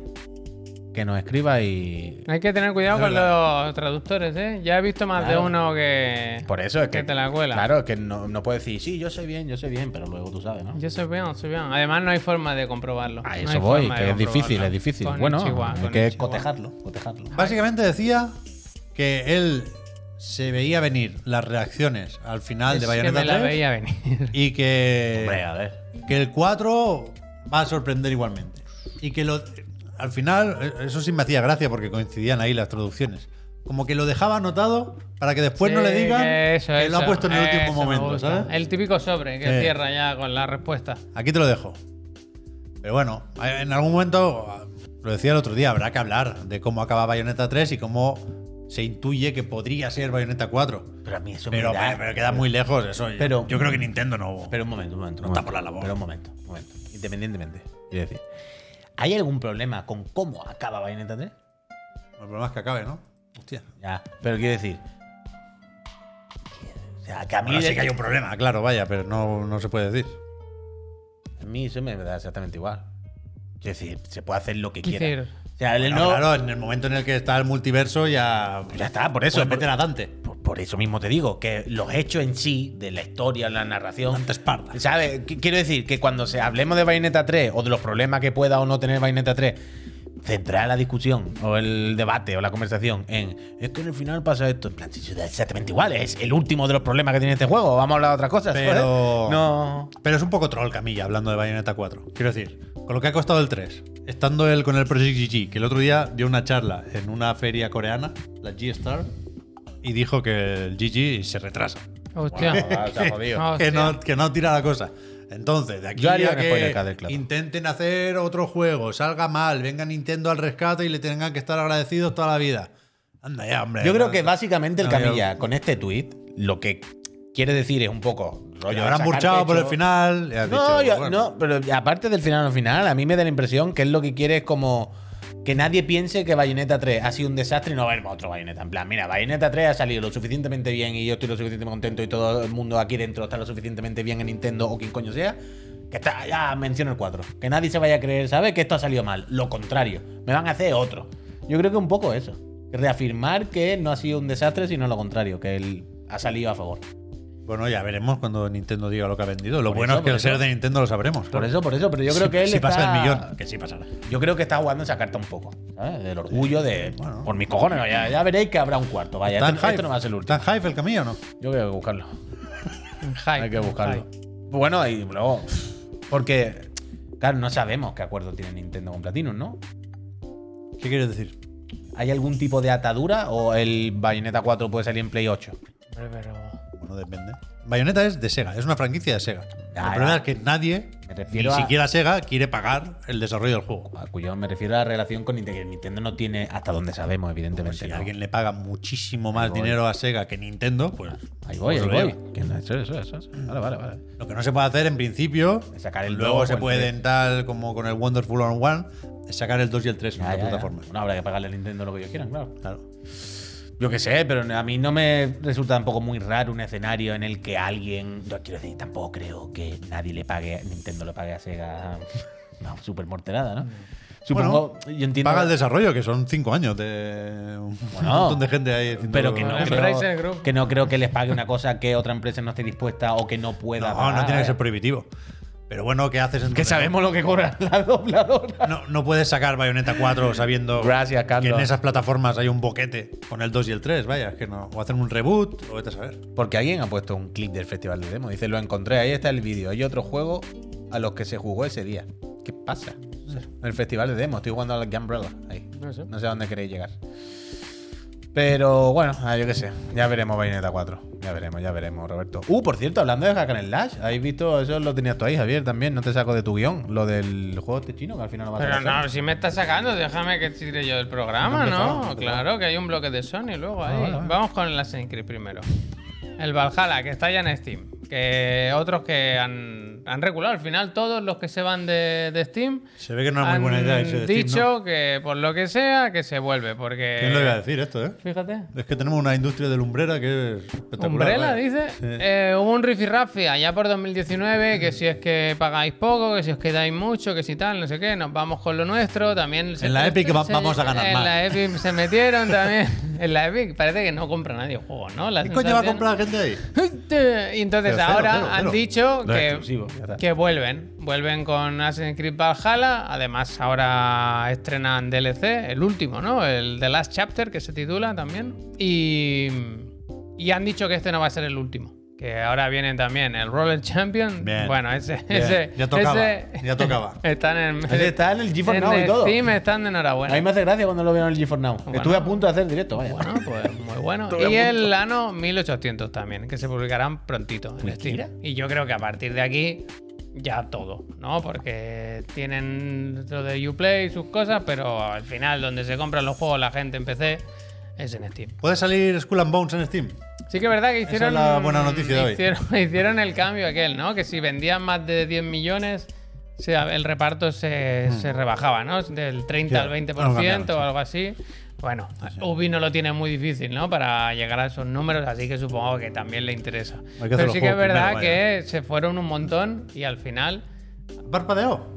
[SPEAKER 3] que nos escriba y.
[SPEAKER 2] Hay que tener cuidado
[SPEAKER 1] Es
[SPEAKER 2] con los traductores, ¿eh? Ya he visto más
[SPEAKER 3] Claro.
[SPEAKER 2] de uno que.
[SPEAKER 3] Por eso es que.
[SPEAKER 2] Que te la cuela.
[SPEAKER 3] Claro, es que no, no puedes decir, sí, yo sé bien, yo sé bien, pero luego tú sabes, ¿no?
[SPEAKER 2] Yo soy bien, soy bien. Además, no hay forma de comprobarlo.
[SPEAKER 3] A
[SPEAKER 2] No
[SPEAKER 3] eso
[SPEAKER 2] hay
[SPEAKER 3] voy,
[SPEAKER 2] forma de
[SPEAKER 3] que es difícil,
[SPEAKER 2] comprobarlo.
[SPEAKER 3] es difícil.
[SPEAKER 2] Con
[SPEAKER 3] bueno,
[SPEAKER 2] Ichiwa,
[SPEAKER 3] hay
[SPEAKER 2] con
[SPEAKER 3] que
[SPEAKER 2] Ichiwa.
[SPEAKER 3] cotejarlo, cotejarlo.
[SPEAKER 1] Básicamente decía que él se veía venir las reacciones al final
[SPEAKER 2] Es
[SPEAKER 1] de
[SPEAKER 2] que
[SPEAKER 1] Bayonetta
[SPEAKER 2] me la
[SPEAKER 1] 3
[SPEAKER 2] veía venir.
[SPEAKER 1] y que,
[SPEAKER 3] Hombre, a ver.
[SPEAKER 1] que el 4 va a sorprender igualmente. Y que lo, al final, e, eso sí me hacía gracia porque coincidían ahí las traducciones. Como que lo dejaba anotado para que
[SPEAKER 3] Pues
[SPEAKER 1] después no le
[SPEAKER 2] Sí,
[SPEAKER 1] digan
[SPEAKER 2] que eso,
[SPEAKER 1] que lo ha
[SPEAKER 2] eso,
[SPEAKER 1] puesto en el último
[SPEAKER 2] eso me
[SPEAKER 1] momento,
[SPEAKER 2] gusta.
[SPEAKER 1] ¿sabes?
[SPEAKER 2] El típico sobre que
[SPEAKER 1] Sí.
[SPEAKER 2] cierra ya con la respuesta.
[SPEAKER 1] Aquí te lo dejo. Pero bueno, eh, en algún momento, ah, lo decía el otro día, habrá que hablar de cómo acaba Bayonetta 3 y cómo se intuye que podría ser Bayonetta 4.
[SPEAKER 3] Pero a mí eso me
[SPEAKER 1] Pero,
[SPEAKER 3] da-
[SPEAKER 1] pero, queda muy lejos eso. Yo-
[SPEAKER 3] Pero-
[SPEAKER 1] yo creo que Nintendo no hubo.
[SPEAKER 3] Pero un momento, un momento.
[SPEAKER 1] No
[SPEAKER 3] un
[SPEAKER 1] está
[SPEAKER 3] momento.
[SPEAKER 1] por la labor.
[SPEAKER 3] Pero un momento, un momento. Independientemente. Quiero decir, ¿hay algún problema con cómo acaba Bayonetta 3?
[SPEAKER 1] El problema es que acabe, ¿no? Hostia.
[SPEAKER 3] Ya. Pero quiero decir. O sea, que a mí,
[SPEAKER 1] Bueno, sí que hay un problema, claro, vaya, pero no, no se puede decir.
[SPEAKER 3] a mí eso me da exactamente igual. Es decir, se puede hacer lo que
[SPEAKER 2] Quiero.
[SPEAKER 3] quiera. O sea, el
[SPEAKER 1] No,
[SPEAKER 3] no-
[SPEAKER 1] Claro, en el momento en el que está el multiverso ya.
[SPEAKER 3] Pues ya está, por eso.
[SPEAKER 1] Pueden
[SPEAKER 3] Por,
[SPEAKER 1] meter a Dante.
[SPEAKER 3] por- por eso mismo te digo, que los hechos en sí, de la historia, la narración.
[SPEAKER 1] Dante Esparta.
[SPEAKER 3] ¿Sabes? Qu- Quiero decir que cuando se hablemos de Bayonetta 3 o de los problemas que pueda o no tener Bayonetta 3, centrar la discusión o el debate o la conversación en es que en el final pasa esto. En plan, si es exactamente igual, es el último de los problemas que tiene este juego. Vamos a hablar de otras cosas. ¿sabes?
[SPEAKER 1] Pero-
[SPEAKER 3] No.
[SPEAKER 1] Pero es un poco troll Camilla hablando de Bayonetta 4. Quiero decir, con lo que ha costado el 3, estando él con el Project GG, que el otro día dio una charla en una feria coreana, la G-Star, y dijo que el GG se retrasa.
[SPEAKER 2] Hostia.
[SPEAKER 1] que, [LAUGHS]
[SPEAKER 2] Hostia.
[SPEAKER 1] no, que no tira la cosa. Entonces, de aquí
[SPEAKER 3] Yo haría
[SPEAKER 1] a
[SPEAKER 3] un
[SPEAKER 1] que
[SPEAKER 3] spoiler card del clavo.
[SPEAKER 1] intenten hacer otro juego, salga mal, venga Nintendo al rescate y le tengan que estar agradecidos toda la vida. Anda ya, hombre.
[SPEAKER 3] Yo creo que básicamente el
[SPEAKER 1] No, yo-
[SPEAKER 3] Camilla, con este tweet, lo que quiere decir es un poco.
[SPEAKER 1] Lo
[SPEAKER 3] Rollo,
[SPEAKER 1] habrán
[SPEAKER 3] sacar
[SPEAKER 1] burchado por el
[SPEAKER 3] pecho.
[SPEAKER 1] final. le has
[SPEAKER 3] No,
[SPEAKER 1] dicho,
[SPEAKER 3] yo-
[SPEAKER 1] bueno,
[SPEAKER 3] no, pero aparte del final al final, a mí me da la impresión que es lo que quiere es como que nadie piense que Bayonetta 3 ha sido un desastre y no va a haber otro Bayonetta. En plan, mira, Bayonetta 3 ha salido lo suficientemente bien y yo estoy lo suficientemente contento y todo el mundo aquí dentro está lo suficientemente bien en Nintendo o quien coño sea. Que está, ya menciono el 4. Que nadie se vaya a creer, ¿sabes? Que esto ha salido mal. Lo contrario, me van a hacer otro. Yo creo que un poco eso. Reafirmar que no ha sido un desastre, sino lo contrario, que él ha salido a favor.
[SPEAKER 1] Bueno, ya veremos cuando Nintendo diga lo que ha vendido. Lo
[SPEAKER 3] Por
[SPEAKER 1] bueno
[SPEAKER 3] eso,
[SPEAKER 1] es que
[SPEAKER 3] por
[SPEAKER 1] al ser
[SPEAKER 3] eso.
[SPEAKER 1] de Nintendo lo sabremos.
[SPEAKER 3] Por eso, por eso, pero yo
[SPEAKER 1] Si-
[SPEAKER 3] creo que él
[SPEAKER 1] Si pasa el
[SPEAKER 3] está-
[SPEAKER 1] millón, que sí pasará.
[SPEAKER 3] Yo creo que está jugando esa carta un poco. ¿sabes? Del orgullo de.
[SPEAKER 1] Bueno.
[SPEAKER 3] Por mis cojones, no, ya, ya veréis que habrá un cuarto. Vaya,
[SPEAKER 1] ¿Tan
[SPEAKER 3] esto,
[SPEAKER 1] hype?
[SPEAKER 3] esto no va a ser el último.
[SPEAKER 1] ¿Tan hype el camino o no?
[SPEAKER 3] Yo creo que hay que buscarlo.
[SPEAKER 2] Hype,
[SPEAKER 3] Hay que buscarlo.
[SPEAKER 2] hype.
[SPEAKER 3] Bueno, y luego. Porque. Claro, no sabemos qué acuerdo tiene Nintendo con Platinum, ¿no?
[SPEAKER 1] ¿Qué quieres decir?
[SPEAKER 3] ¿Hay algún tipo de atadura o el Bayonetta 4 puede salir en Play 8?
[SPEAKER 2] Hombre, pero.
[SPEAKER 1] Bueno, depende. Bayonetta es de Sega, es una franquicia de Sega.
[SPEAKER 3] Ya,
[SPEAKER 1] el problema
[SPEAKER 3] ya.
[SPEAKER 1] es que nadie,
[SPEAKER 3] Me
[SPEAKER 1] ni
[SPEAKER 3] refiero a-
[SPEAKER 1] siquiera Sega, quiere pagar el desarrollo del juego.
[SPEAKER 3] A cuyo Ah, pues me refiero a la relación con Nintendo. que Nintendo no tiene hasta donde sabemos, evidentemente.
[SPEAKER 1] Pues Si
[SPEAKER 3] ¿no?
[SPEAKER 1] alguien le paga muchísimo más
[SPEAKER 3] voy.
[SPEAKER 1] dinero a Sega que Nintendo, pues.
[SPEAKER 3] Ahí voy,
[SPEAKER 1] pues
[SPEAKER 3] ahí
[SPEAKER 1] lo
[SPEAKER 3] voy.
[SPEAKER 1] lleva.
[SPEAKER 3] Que no- Eso, eso, eso. eso. Vale, vale, vale.
[SPEAKER 1] Lo que no se puede hacer en principio,
[SPEAKER 3] Es sacar el
[SPEAKER 1] luego
[SPEAKER 3] dos o
[SPEAKER 1] se
[SPEAKER 3] el
[SPEAKER 1] pueden tal como con el Wonderful on One, es sacar el 2 y el 3 en
[SPEAKER 3] Ya,
[SPEAKER 1] las
[SPEAKER 3] ya, ya.
[SPEAKER 1] plataformas.
[SPEAKER 3] No habrá que pagarle a Nintendo lo que ellos quieran, claro.
[SPEAKER 1] Claro.
[SPEAKER 3] Yo qué sé, pero a mí no me resulta tampoco muy raro un escenario en el que alguien. No quiero decir, tampoco creo que nadie le pague, Nintendo le pague a Sega. [LAUGHS] No, súper morterada, ¿no? Supongo, yo entiendo.
[SPEAKER 1] Paga el desarrollo, que son 5 años de un
[SPEAKER 3] Bueno,
[SPEAKER 1] montón de gente ahí haciendo-
[SPEAKER 3] pero que no,
[SPEAKER 2] El Embracer
[SPEAKER 3] creo,
[SPEAKER 2] Group.
[SPEAKER 3] que no creo que les pague una cosa que otra empresa no esté dispuesta o que no pueda.
[SPEAKER 1] No,
[SPEAKER 3] pagar.
[SPEAKER 1] no tiene que ser prohibitivo. Pero bueno, ¿qué haces
[SPEAKER 3] Que
[SPEAKER 1] entonces?
[SPEAKER 3] sabemos lo que cobra la dobladora.
[SPEAKER 1] No, no puedes sacar Bayonetta 4 sabiendo
[SPEAKER 3] Gracias,
[SPEAKER 1] que
[SPEAKER 3] Carlos.
[SPEAKER 1] en esas plataformas hay un boquete con el 2 y el 3, vaya, es que no. O hacen un reboot, o vete a saber.
[SPEAKER 3] Porque alguien ha puesto un clip del festival de demo. Dice, lo encontré, ahí está el vídeo. Hay otro juego a los que se jugó ese día. ¿Qué pasa? En el festival de demo, estoy jugando al Gambrella. Ahí.
[SPEAKER 2] No sé.
[SPEAKER 3] No sé a dónde queréis llegar. Pero bueno, ah, yo qué sé. Ya veremos Bayonetta 4. Ya veremos, ya veremos, Roberto. Uh, por cierto, hablando de Hack and Slash, ¿habéis visto? Eso lo tenías tú ahí, Javier, también. No te saco de tu guión. Lo del juego este chino, que al final no va a
[SPEAKER 2] Pero
[SPEAKER 3] sacar.
[SPEAKER 2] no, si me estás sacando, déjame que tire yo el programa,
[SPEAKER 3] No, empezaba,
[SPEAKER 2] ¿no?
[SPEAKER 3] empezaba.
[SPEAKER 2] Claro, que hay un bloque de Sony luego ahí.
[SPEAKER 3] vale, vale.
[SPEAKER 2] Vamos con el Assassin's Creed primero. El Valhalla, que está ya en Steam. Que otros que han, han regulado. Al final, todos los que se van de, de Steam.
[SPEAKER 1] Se ve que no era muy buena idea
[SPEAKER 2] han
[SPEAKER 1] irse de Steam,
[SPEAKER 2] dicho que por lo que sea, que se vuelve. Porque.
[SPEAKER 1] ¿Quién lo iba a decir esto, eh?
[SPEAKER 2] Fíjate.
[SPEAKER 1] Es que tenemos una industria de lumbrera que es espectacular.
[SPEAKER 2] Umbrella,
[SPEAKER 1] vaya.
[SPEAKER 2] dice.
[SPEAKER 1] Sí.
[SPEAKER 2] Eh, hubo un rifirrafi allá por 2019, que si es que pagáis poco, que si os quedáis mucho, que si tal, no sé qué, nos vamos con lo nuestro. También se-
[SPEAKER 1] En la Epic va-
[SPEAKER 2] se-
[SPEAKER 1] vamos a ganar
[SPEAKER 2] En
[SPEAKER 1] más.
[SPEAKER 2] la Epic se metieron también. [LAUGHS] en la Epic parece que no compra nadie juegos, ¿no? La
[SPEAKER 1] ¿Qué coño va a
[SPEAKER 2] sensación-
[SPEAKER 1] comprar la gente ahí?
[SPEAKER 2] y entonces
[SPEAKER 1] Pero cero,
[SPEAKER 2] ahora
[SPEAKER 1] cero, cero.
[SPEAKER 2] han dicho
[SPEAKER 3] No es
[SPEAKER 2] que,
[SPEAKER 3] exclusivo, ya está.
[SPEAKER 2] que vuelven. Vuelven con Assassin's Creed Valhalla. Además, ahora estrenan DLC, el último, ¿no? El The Last Chapter, que se titula también. Y, y han dicho que este no va a ser el último. Que ahora vienen también el Roller Champion.
[SPEAKER 1] Bien.
[SPEAKER 2] Bueno, ese.
[SPEAKER 1] Bien.
[SPEAKER 2] [LAUGHS] ese
[SPEAKER 1] Ya tocaba,
[SPEAKER 2] ese-
[SPEAKER 1] ya tocaba.
[SPEAKER 2] Están en.
[SPEAKER 3] Ese está en el GeForce
[SPEAKER 2] en
[SPEAKER 3] Now y todo.
[SPEAKER 2] Steam están de enhorabuena.
[SPEAKER 3] A mí me hace gracia cuando lo veo en el GeForce Now.
[SPEAKER 2] Bueno.
[SPEAKER 3] Estuve a punto de hacer directo, vaya.
[SPEAKER 2] Bueno, pues muy [LAUGHS] bueno. y el ano 1800 también, que se publicarán prontito en
[SPEAKER 3] Mira.
[SPEAKER 2] Steam. Y yo creo que a partir de aquí ya todo, ¿no? Porque tienen lo de Uplay y sus cosas, pero al final donde se compran los juegos la gente en PC es en Steam.
[SPEAKER 1] ¿Puede salir Skull and Bones en Steam?
[SPEAKER 2] Sí que es verdad que
[SPEAKER 1] Esa es
[SPEAKER 2] hicieron
[SPEAKER 1] la buena noticia de hoy.
[SPEAKER 2] Hicieron, [LAUGHS] hicieron el cambio aquel, ¿no? Que si vendían más de 10 millones se- el reparto se, se rebajaba, ¿no? Del 30
[SPEAKER 1] Hmm. Sí,
[SPEAKER 2] al 20%
[SPEAKER 1] algo cambiaron,
[SPEAKER 2] o
[SPEAKER 1] sí.
[SPEAKER 2] algo así. Bueno, Ubi no lo tiene muy difícil, ¿no? Para llegar a esos números, así que supongo que también le interesa.
[SPEAKER 1] Hay que hacer
[SPEAKER 2] Pero
[SPEAKER 1] los
[SPEAKER 2] sí que es
[SPEAKER 1] juegos primero,
[SPEAKER 2] verdad
[SPEAKER 1] vaya.
[SPEAKER 2] que se fueron un montón y al final
[SPEAKER 1] ¿Parpadeo?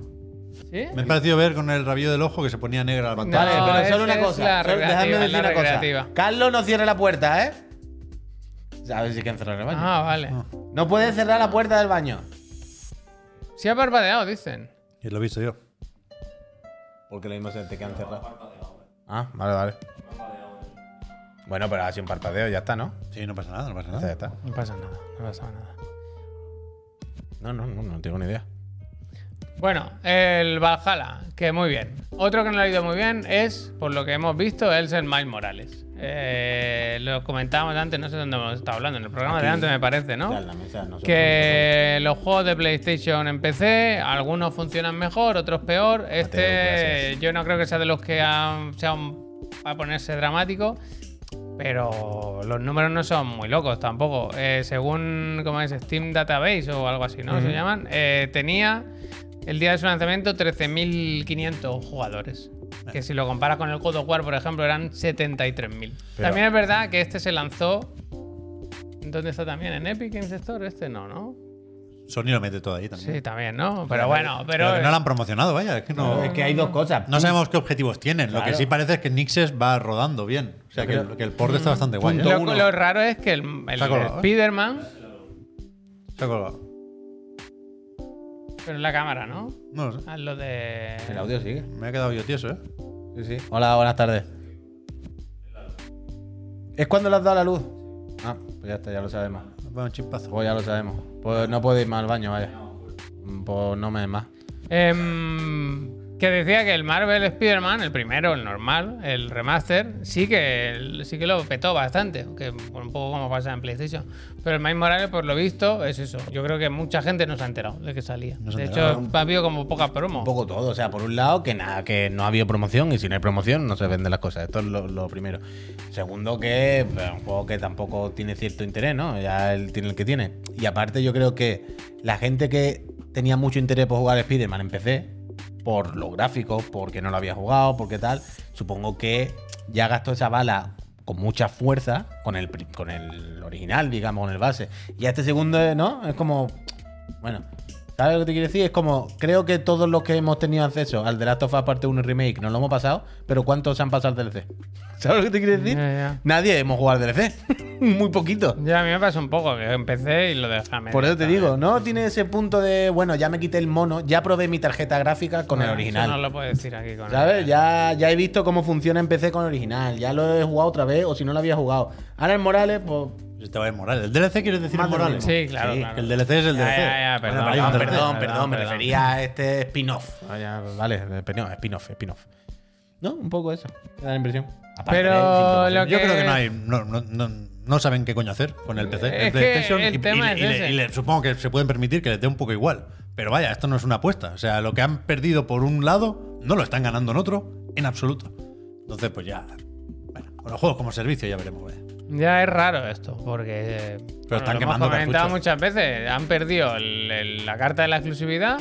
[SPEAKER 2] ¿Sí?
[SPEAKER 1] Me ha parecido ver con el rabillo del ojo que se ponía negra la pantalla.
[SPEAKER 3] Vale,
[SPEAKER 2] No,
[SPEAKER 3] pero
[SPEAKER 2] es-
[SPEAKER 3] solo una
[SPEAKER 2] es la
[SPEAKER 3] cosa. solo-
[SPEAKER 2] recreativa,
[SPEAKER 3] Dejadme
[SPEAKER 2] es la
[SPEAKER 3] decir una
[SPEAKER 2] recreativa.
[SPEAKER 3] cosa. Carlos no cierre la puerta, ¿eh? Sabes si que encerrar el baño.
[SPEAKER 2] Ah, vale.
[SPEAKER 3] No puedes cerrar la puerta del baño.
[SPEAKER 2] Sí ha parpadeado, dicen.
[SPEAKER 1] Y lo he visto yo.
[SPEAKER 3] Porque lo mismo se te quedan cerrado. Ah, vale, vale. Bueno, pero ha sido un parpadeo, ya está, ¿no?
[SPEAKER 1] Sí, no pasa nada, no pasa
[SPEAKER 3] Ya está, ya
[SPEAKER 1] nada.
[SPEAKER 3] está.
[SPEAKER 2] No pasa nada, no pasa nada.
[SPEAKER 3] No, no, no, no tengo ni idea.
[SPEAKER 2] Bueno, el Valhalla, que muy bien. Otro que no le ha ido muy bien es, por lo que hemos visto, es el Miles Morales. Eh, lo comentábamos antes, no sé dónde hemos estado hablando, en el programa de antes me parece, ¿no?
[SPEAKER 3] Ya en la mesa, no sé.
[SPEAKER 2] Que los juegos de PlayStation en PC, algunos funcionan mejor, otros peor. Este
[SPEAKER 3] gracias.
[SPEAKER 2] yo no creo que sea de los que han, sea un- a ponerse dramático, pero los números no son muy locos tampoco. Eh, según como es Steam Database o algo así, ¿no? Se llaman. eh, tenía el día de su lanzamiento 13.500 jugadores. Que si lo comparas con el God of War, por ejemplo, eran 73.000.
[SPEAKER 3] Pero-
[SPEAKER 2] También es verdad que este se lanzó ¿Dónde está también? ¿En Epic Games Store? Este no, ¿no?
[SPEAKER 1] Sony lo mete todo ahí también.
[SPEAKER 2] Sí, también, ¿no? Pero bueno, pero.
[SPEAKER 1] que no lo han promocionado, vaya. Es que no,
[SPEAKER 3] Es que hay dos cosas.
[SPEAKER 1] no sabemos qué objetivos tienen. Lo
[SPEAKER 3] Claro.
[SPEAKER 1] que sí parece es que Nixes va rodando bien. O sea, que, el- que el port está bastante guay. ¿eh?
[SPEAKER 2] lo,
[SPEAKER 3] uno.
[SPEAKER 2] lo raro es que el, el
[SPEAKER 1] Se ha colgado, ¿eh?
[SPEAKER 2] Spider-Man.
[SPEAKER 1] Se ha colgado.
[SPEAKER 2] Pero en la cámara, ¿no?
[SPEAKER 1] No lo sé.
[SPEAKER 2] Ah, lo de.
[SPEAKER 3] El audio sigue.
[SPEAKER 1] Me he quedado yo tieso, ¿eh?
[SPEAKER 3] Sí, sí. Hola, buenas tardes. ¿Es cuando le has dado la luz? Ah, pues ya está, ya lo sabemos.
[SPEAKER 1] Va un chispazo.
[SPEAKER 3] Pues ya lo sabemos. Pues no puedo ir más al baño, vaya. Mm, Pues no me más.
[SPEAKER 2] Em, que decía que el Marvel Spider-Man, el primero, el normal, el remaster, sí que, sí que lo petó bastante, que un poco como pasa en PlayStation. Pero el Miles Morales, por lo visto, es eso. Yo creo que mucha gente no se ha enterado de que salía.
[SPEAKER 1] No se ha
[SPEAKER 2] de hecho,
[SPEAKER 1] enterado.
[SPEAKER 2] ha habido como pocas promos.
[SPEAKER 3] Un poco todo, o sea, por un lado que nada, que no ha habido promoción y si no hay promoción no se venden las cosas, esto es lo, lo primero. Segundo que pues, es un juego que tampoco tiene cierto interés, ¿no? Ya él tiene el que tiene. Y aparte yo creo que la gente que tenía mucho interés por jugar a Spider-Man en PC, por los gráficos, porque no lo había jugado, porque tal, supongo que ya gastó esa bala con mucha fuerza, con el, pri- con el original, digamos, con el base. Y a este segundo, eh, ¿no? Es como, bueno, ¿sabes lo que te quiero decir? Es como, creo que todos los que hemos tenido acceso al The Last of Us Parte 1 y Remake nos lo hemos pasado, pero ¿cuántos se han pasado al DLC? [LAUGHS] ¿Sabes lo que te quiero decir?
[SPEAKER 2] Ya, ya.
[SPEAKER 3] Nadie hemos jugado al DLC. [LAUGHS] Muy poquito.
[SPEAKER 2] Ya, a mí me pasa un poco, que empecé y lo dejé a medias
[SPEAKER 3] Por eso te
[SPEAKER 2] también.
[SPEAKER 3] digo, no tiene ese punto de, bueno, ya me quité el mono, ya probé mi tarjeta gráfica con el
[SPEAKER 2] Bueno,
[SPEAKER 3] original.
[SPEAKER 2] Eso no lo puedo decir aquí con
[SPEAKER 3] ¿Sabes?
[SPEAKER 2] el-
[SPEAKER 3] Ya, ya he visto cómo funciona en PC con el original. Ya lo he jugado otra vez, o si no lo había jugado. Ahora el Morales, pues.
[SPEAKER 1] Se te va a Morales. ¿El DLC quieres decir
[SPEAKER 3] Más
[SPEAKER 1] en
[SPEAKER 3] de lo
[SPEAKER 1] Morales?
[SPEAKER 2] Sí, claro,
[SPEAKER 3] Sí,
[SPEAKER 2] claro.
[SPEAKER 1] El DLC es el
[SPEAKER 2] Ya,
[SPEAKER 1] DLC.
[SPEAKER 2] ya, ya,
[SPEAKER 3] Ah,
[SPEAKER 2] perdón,
[SPEAKER 1] Bueno, pero hay un
[SPEAKER 2] perdón,
[SPEAKER 1] DLC.
[SPEAKER 2] perdón, perdón, perdón.
[SPEAKER 3] a este spin-off. Ah, ya, vale, eh, no, spin-off, spin-off. No, un poco eso. Me da la impresión. Aparte
[SPEAKER 2] Pero
[SPEAKER 3] de- sin
[SPEAKER 2] lo
[SPEAKER 3] promoción.
[SPEAKER 1] Yo
[SPEAKER 2] que-
[SPEAKER 1] creo que no hay. No, no, no, no saben qué coño hacer con el PC.
[SPEAKER 2] Es que
[SPEAKER 1] el PlayStation.
[SPEAKER 2] el
[SPEAKER 1] y, y le-
[SPEAKER 2] tema es
[SPEAKER 1] y le-
[SPEAKER 2] ese.
[SPEAKER 1] y le- supongo que se pueden permitir que les dé un poco igual. Pero vaya, esto no es una apuesta. O sea, lo que han perdido por un lado, no lo están ganando en otro, en absoluto. Entonces, pues ya. Bueno, con los juegos como servicio ya veremos. vaya.
[SPEAKER 2] Ya es raro esto, porque. eh,
[SPEAKER 1] están
[SPEAKER 2] lo
[SPEAKER 1] quemando
[SPEAKER 2] hemos comentado
[SPEAKER 1] cartuchos.
[SPEAKER 2] muchas veces. Han perdido el- el- la carta de la exclusividad.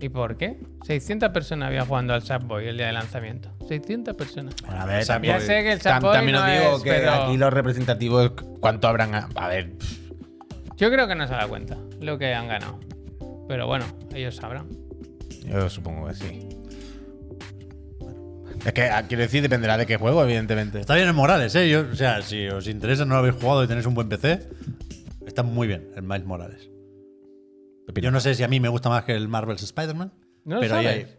[SPEAKER 2] ¿Y por qué? 600 personas había jugando al Subboy el día de lanzamiento. 600 personas.
[SPEAKER 3] Bueno, a ver,
[SPEAKER 1] Ya
[SPEAKER 3] también,
[SPEAKER 2] sé que el
[SPEAKER 3] tam-
[SPEAKER 2] Sapoy
[SPEAKER 3] también
[SPEAKER 2] no
[SPEAKER 3] os digo
[SPEAKER 2] es,
[SPEAKER 3] que
[SPEAKER 2] pero-
[SPEAKER 3] aquí los representativos, ¿cuánto habrán? A, a ver, pff,
[SPEAKER 2] Yo creo que no se da cuenta lo que han ganado. Pero bueno, ellos sabrán.
[SPEAKER 3] yo supongo que sí. Es que, ah, quiero decir, dependerá de qué juego, evidentemente.
[SPEAKER 1] Está bien el Morales, ¿eh? Yo- o sea, si os interesa, no lo habéis jugado y tenéis un buen PC, está muy bien el Miles Morales. Yo no sé si a mí me gusta más que el Marvel's Spider-Man.
[SPEAKER 2] No lo
[SPEAKER 1] pero ahí
[SPEAKER 2] sabes.
[SPEAKER 1] hay-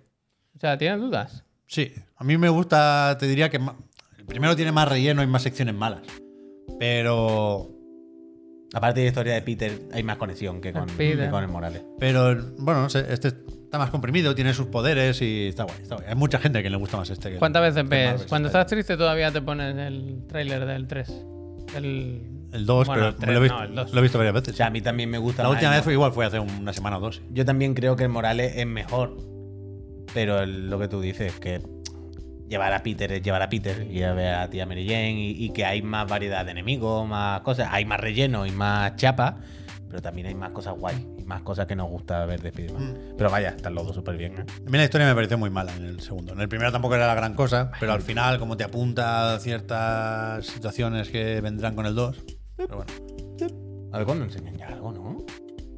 [SPEAKER 2] O sea, ¿tienes dudas?
[SPEAKER 1] Sí, a mí me gusta, te diría que ma- el primero tiene más relleno y más secciones malas. Pero
[SPEAKER 3] Aparte de la historia de Peter, hay más conexión que con,
[SPEAKER 2] Peter.
[SPEAKER 3] que con el Morales.
[SPEAKER 1] pero bueno, no sé, este está más comprimido, tiene sus poderes y está guay, está guay. Hay mucha gente que le gusta más este que
[SPEAKER 2] ¿Cuántas veces
[SPEAKER 1] que el
[SPEAKER 2] ves?
[SPEAKER 1] Marvel's
[SPEAKER 2] Cuando
[SPEAKER 1] Spider-Man.
[SPEAKER 2] estás triste todavía te pones el tráiler del 3. El,
[SPEAKER 1] el 2,
[SPEAKER 2] Bueno, el
[SPEAKER 1] pero me lo, he
[SPEAKER 2] tres,
[SPEAKER 1] visto,
[SPEAKER 2] no, el dos.
[SPEAKER 1] lo he visto varias veces.
[SPEAKER 3] O sea, a mí también me gusta
[SPEAKER 1] la
[SPEAKER 3] más
[SPEAKER 1] última
[SPEAKER 3] el
[SPEAKER 1] vez fue igual fue hace una semana o dos.
[SPEAKER 3] Yo también creo que el Morales es mejor. Pero el- lo que tú dices, que llevar a Peter es llevar a Peter y a ver a tía Mary Jane y, y que hay más variedad de enemigos, más cosas. Hay más relleno y más chapa, pero también hay más cosas guay y más cosas que nos gusta ver de Spider-Man. Pero vaya, están los dos súper bien. ¿eh?
[SPEAKER 1] A mí la historia me pareció muy mala en el segundo. En el primero tampoco era la gran cosa, pero al final, como te apunta a ciertas situaciones que vendrán con el 2. Pero bueno,
[SPEAKER 3] Algo no enseñan ya algo, ¿no?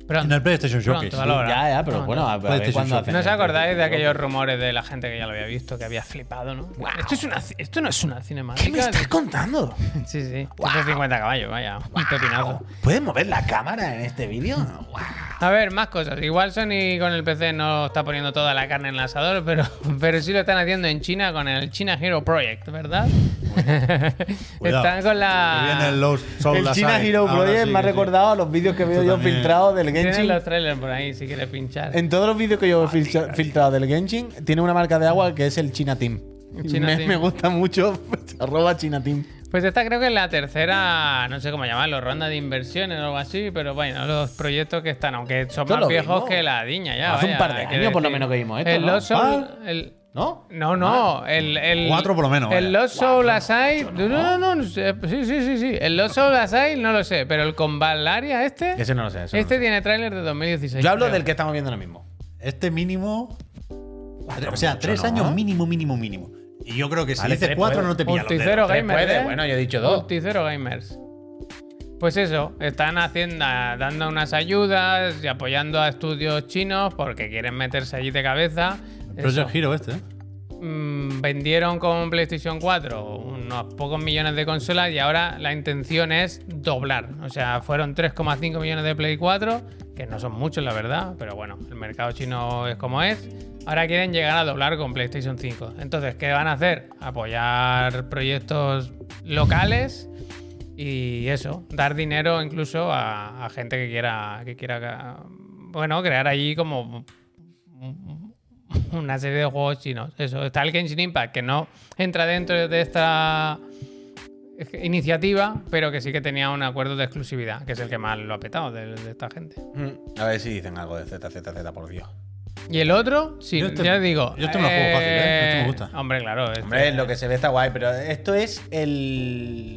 [SPEAKER 2] Pronto.
[SPEAKER 1] En el PlayStation
[SPEAKER 2] Pronto,
[SPEAKER 1] Showcase.
[SPEAKER 2] valora.
[SPEAKER 3] Ya, ya,
[SPEAKER 2] Pronto.
[SPEAKER 3] pero bueno, a, a ver
[SPEAKER 1] PlayStation
[SPEAKER 3] cuándo
[SPEAKER 1] Showcase.
[SPEAKER 3] hacen
[SPEAKER 2] ¿No os
[SPEAKER 3] el-
[SPEAKER 2] acordáis de aquellos rumores de la gente que ya lo había visto, que había flipado, no? Esto, es una, ci- esto no es una cinemática.
[SPEAKER 3] ¿Qué me estás contando?
[SPEAKER 2] Sí, sí. 150 caballos, vaya. Un pepinazo.
[SPEAKER 3] ¿Puedes mover la cámara en este vídeo? Guau.
[SPEAKER 2] A ver, más cosas. Igual Sony con el PC no está poniendo toda la carne en el asador, pero, [LAUGHS] pero sí lo están haciendo en China con el China Hero Project, ¿verdad?
[SPEAKER 1] Cuidado.
[SPEAKER 2] están con
[SPEAKER 1] Que
[SPEAKER 2] la.
[SPEAKER 1] viene el Lost Soul
[SPEAKER 3] El China
[SPEAKER 1] Aside.
[SPEAKER 3] Hero
[SPEAKER 1] Ahora
[SPEAKER 3] Project
[SPEAKER 1] sí
[SPEAKER 3] me ha
[SPEAKER 1] que sí.
[SPEAKER 3] recordado a los vídeos que veo yo
[SPEAKER 1] también.
[SPEAKER 3] filtrados del
[SPEAKER 2] Tienen
[SPEAKER 3] Genshin.
[SPEAKER 2] los trailers por ahí si quieres pinchar.
[SPEAKER 3] En todos los vídeos que yo he filtra- filtrado del Genshin, tiene una marca de agua que es el China Team.
[SPEAKER 2] El China
[SPEAKER 3] me,
[SPEAKER 2] Team.
[SPEAKER 3] me gusta mucho. [LAUGHS] arroba China Team.
[SPEAKER 2] Pues esta creo que es la tercera, no sé cómo llamarlo, ronda de inversiones o algo así, pero bueno, los proyectos que están, aunque son
[SPEAKER 3] Esto
[SPEAKER 2] más
[SPEAKER 3] lo
[SPEAKER 2] viejos
[SPEAKER 3] vimos.
[SPEAKER 2] que la diña ya.
[SPEAKER 3] Hace un
[SPEAKER 2] vaya,
[SPEAKER 3] par de
[SPEAKER 2] quiero
[SPEAKER 3] años, por lo
[SPEAKER 2] decir.
[SPEAKER 3] menos, que vimos esto,
[SPEAKER 2] El
[SPEAKER 3] ¿no?
[SPEAKER 2] Lost Soul-
[SPEAKER 3] Ah.
[SPEAKER 2] el-
[SPEAKER 3] ¿No?
[SPEAKER 2] No, no, el, el-
[SPEAKER 1] Cuatro por lo menos,
[SPEAKER 2] El
[SPEAKER 1] vaya.
[SPEAKER 2] Lost Soul Aside. No, no, no, no sé, Sí, sí, sí, sí. El Lost Soul Aside no lo sé, pero el con Valaria este.
[SPEAKER 3] Ese no lo sé. ese no lo
[SPEAKER 2] este
[SPEAKER 3] sé.
[SPEAKER 2] tiene tráiler de 2016.
[SPEAKER 3] Yo hablo
[SPEAKER 2] creo.
[SPEAKER 3] del que estamos viendo ahora mismo.
[SPEAKER 1] Este mínimo. o sea,
[SPEAKER 3] mucho,
[SPEAKER 1] tres
[SPEAKER 3] ¿no?
[SPEAKER 1] años mínimo, mínimo, mínimo. Y yo creo que si
[SPEAKER 3] Vale,
[SPEAKER 1] dices
[SPEAKER 3] tres
[SPEAKER 1] cuatro
[SPEAKER 3] puede.
[SPEAKER 1] no te pilla los dedos.
[SPEAKER 2] Multicero
[SPEAKER 3] Tres
[SPEAKER 2] Gamers.
[SPEAKER 3] puede,
[SPEAKER 2] ¿eh?
[SPEAKER 3] bueno, yo he dicho dos.
[SPEAKER 2] Multicero Gamers. Pues eso, están haciendo, dando unas ayudas y apoyando a estudios chinos porque quieren meterse allí de cabeza. Eso.
[SPEAKER 1] Project Hero este, ¿eh?
[SPEAKER 2] Mm, vendieron con PlayStation 4 unos pocos millones de consolas y ahora la intención es doblar. O sea, fueron 3,5 millones de Play 4, que no son muchos la verdad, pero bueno, el mercado chino es como es. Ahora quieren llegar a doblar con PlayStation 5. Entonces, ¿qué van a hacer? Apoyar proyectos locales y eso, dar dinero incluso a, a gente que quiera, que quiera, bueno, crear allí como [LAUGHS] una serie de juegos chinos. Eso, está el Genshin Impact, que no entra dentro de esta iniciativa, pero que sí que tenía un acuerdo de exclusividad, que es el que más lo ha petado de, de esta gente.
[SPEAKER 3] Mm, A ver si dicen algo de ZZZ, por Dios.
[SPEAKER 2] Y el otro, sí,
[SPEAKER 1] Yo este-
[SPEAKER 2] ya digo.
[SPEAKER 1] yo este me lo juego fácil, ¿eh? Este me gusta.
[SPEAKER 2] Hombre, claro. este-
[SPEAKER 3] Hombre, lo que se ve está guay, pero esto es el.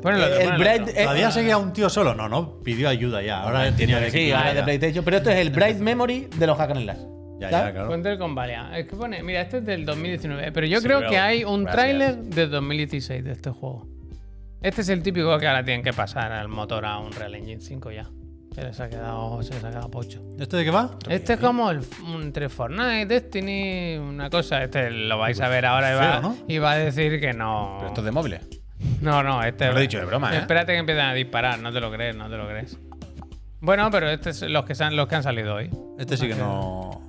[SPEAKER 2] Pon el otro, pon
[SPEAKER 3] el
[SPEAKER 2] el
[SPEAKER 3] Bright-
[SPEAKER 2] otro.
[SPEAKER 3] Eh,
[SPEAKER 1] ¿Todavía seguía un tío solo? No, no, pidió ayuda ya. Ahora tenía que
[SPEAKER 3] Sí, ahora es de PlayStation, pero esto es el Bright Memory de los Hack and Slash.
[SPEAKER 1] Ya,
[SPEAKER 3] ¿sabes?
[SPEAKER 1] ya, claro.
[SPEAKER 2] Ponte el con Valia. Es que pone, mira, este es del 2019, pero yo
[SPEAKER 3] Sí,
[SPEAKER 2] creo
[SPEAKER 3] pero-
[SPEAKER 2] que hay un
[SPEAKER 3] gracias.
[SPEAKER 2] tráiler de 2016 de este juego. Este es el típico que ahora tienen que pasar al motor a un Real Engine 5 ya. Se les ha quedado, se les ha quedado pocho.
[SPEAKER 1] ¿Este de qué va?
[SPEAKER 2] Este es como el, entre Fortnite, Destiny, una cosa. Este lo vais a ver ahora y va,
[SPEAKER 1] Feo, ¿no?
[SPEAKER 2] y va a decir que no.
[SPEAKER 3] Pero esto es de móviles.
[SPEAKER 2] No, no, este.
[SPEAKER 3] Lo he dicho de broma, ¿eh?
[SPEAKER 2] Espérate que empiecen a disparar, no te lo crees, no te lo crees. Bueno, pero estos son los que, se han- los que han salido hoy.
[SPEAKER 1] Este sí que no.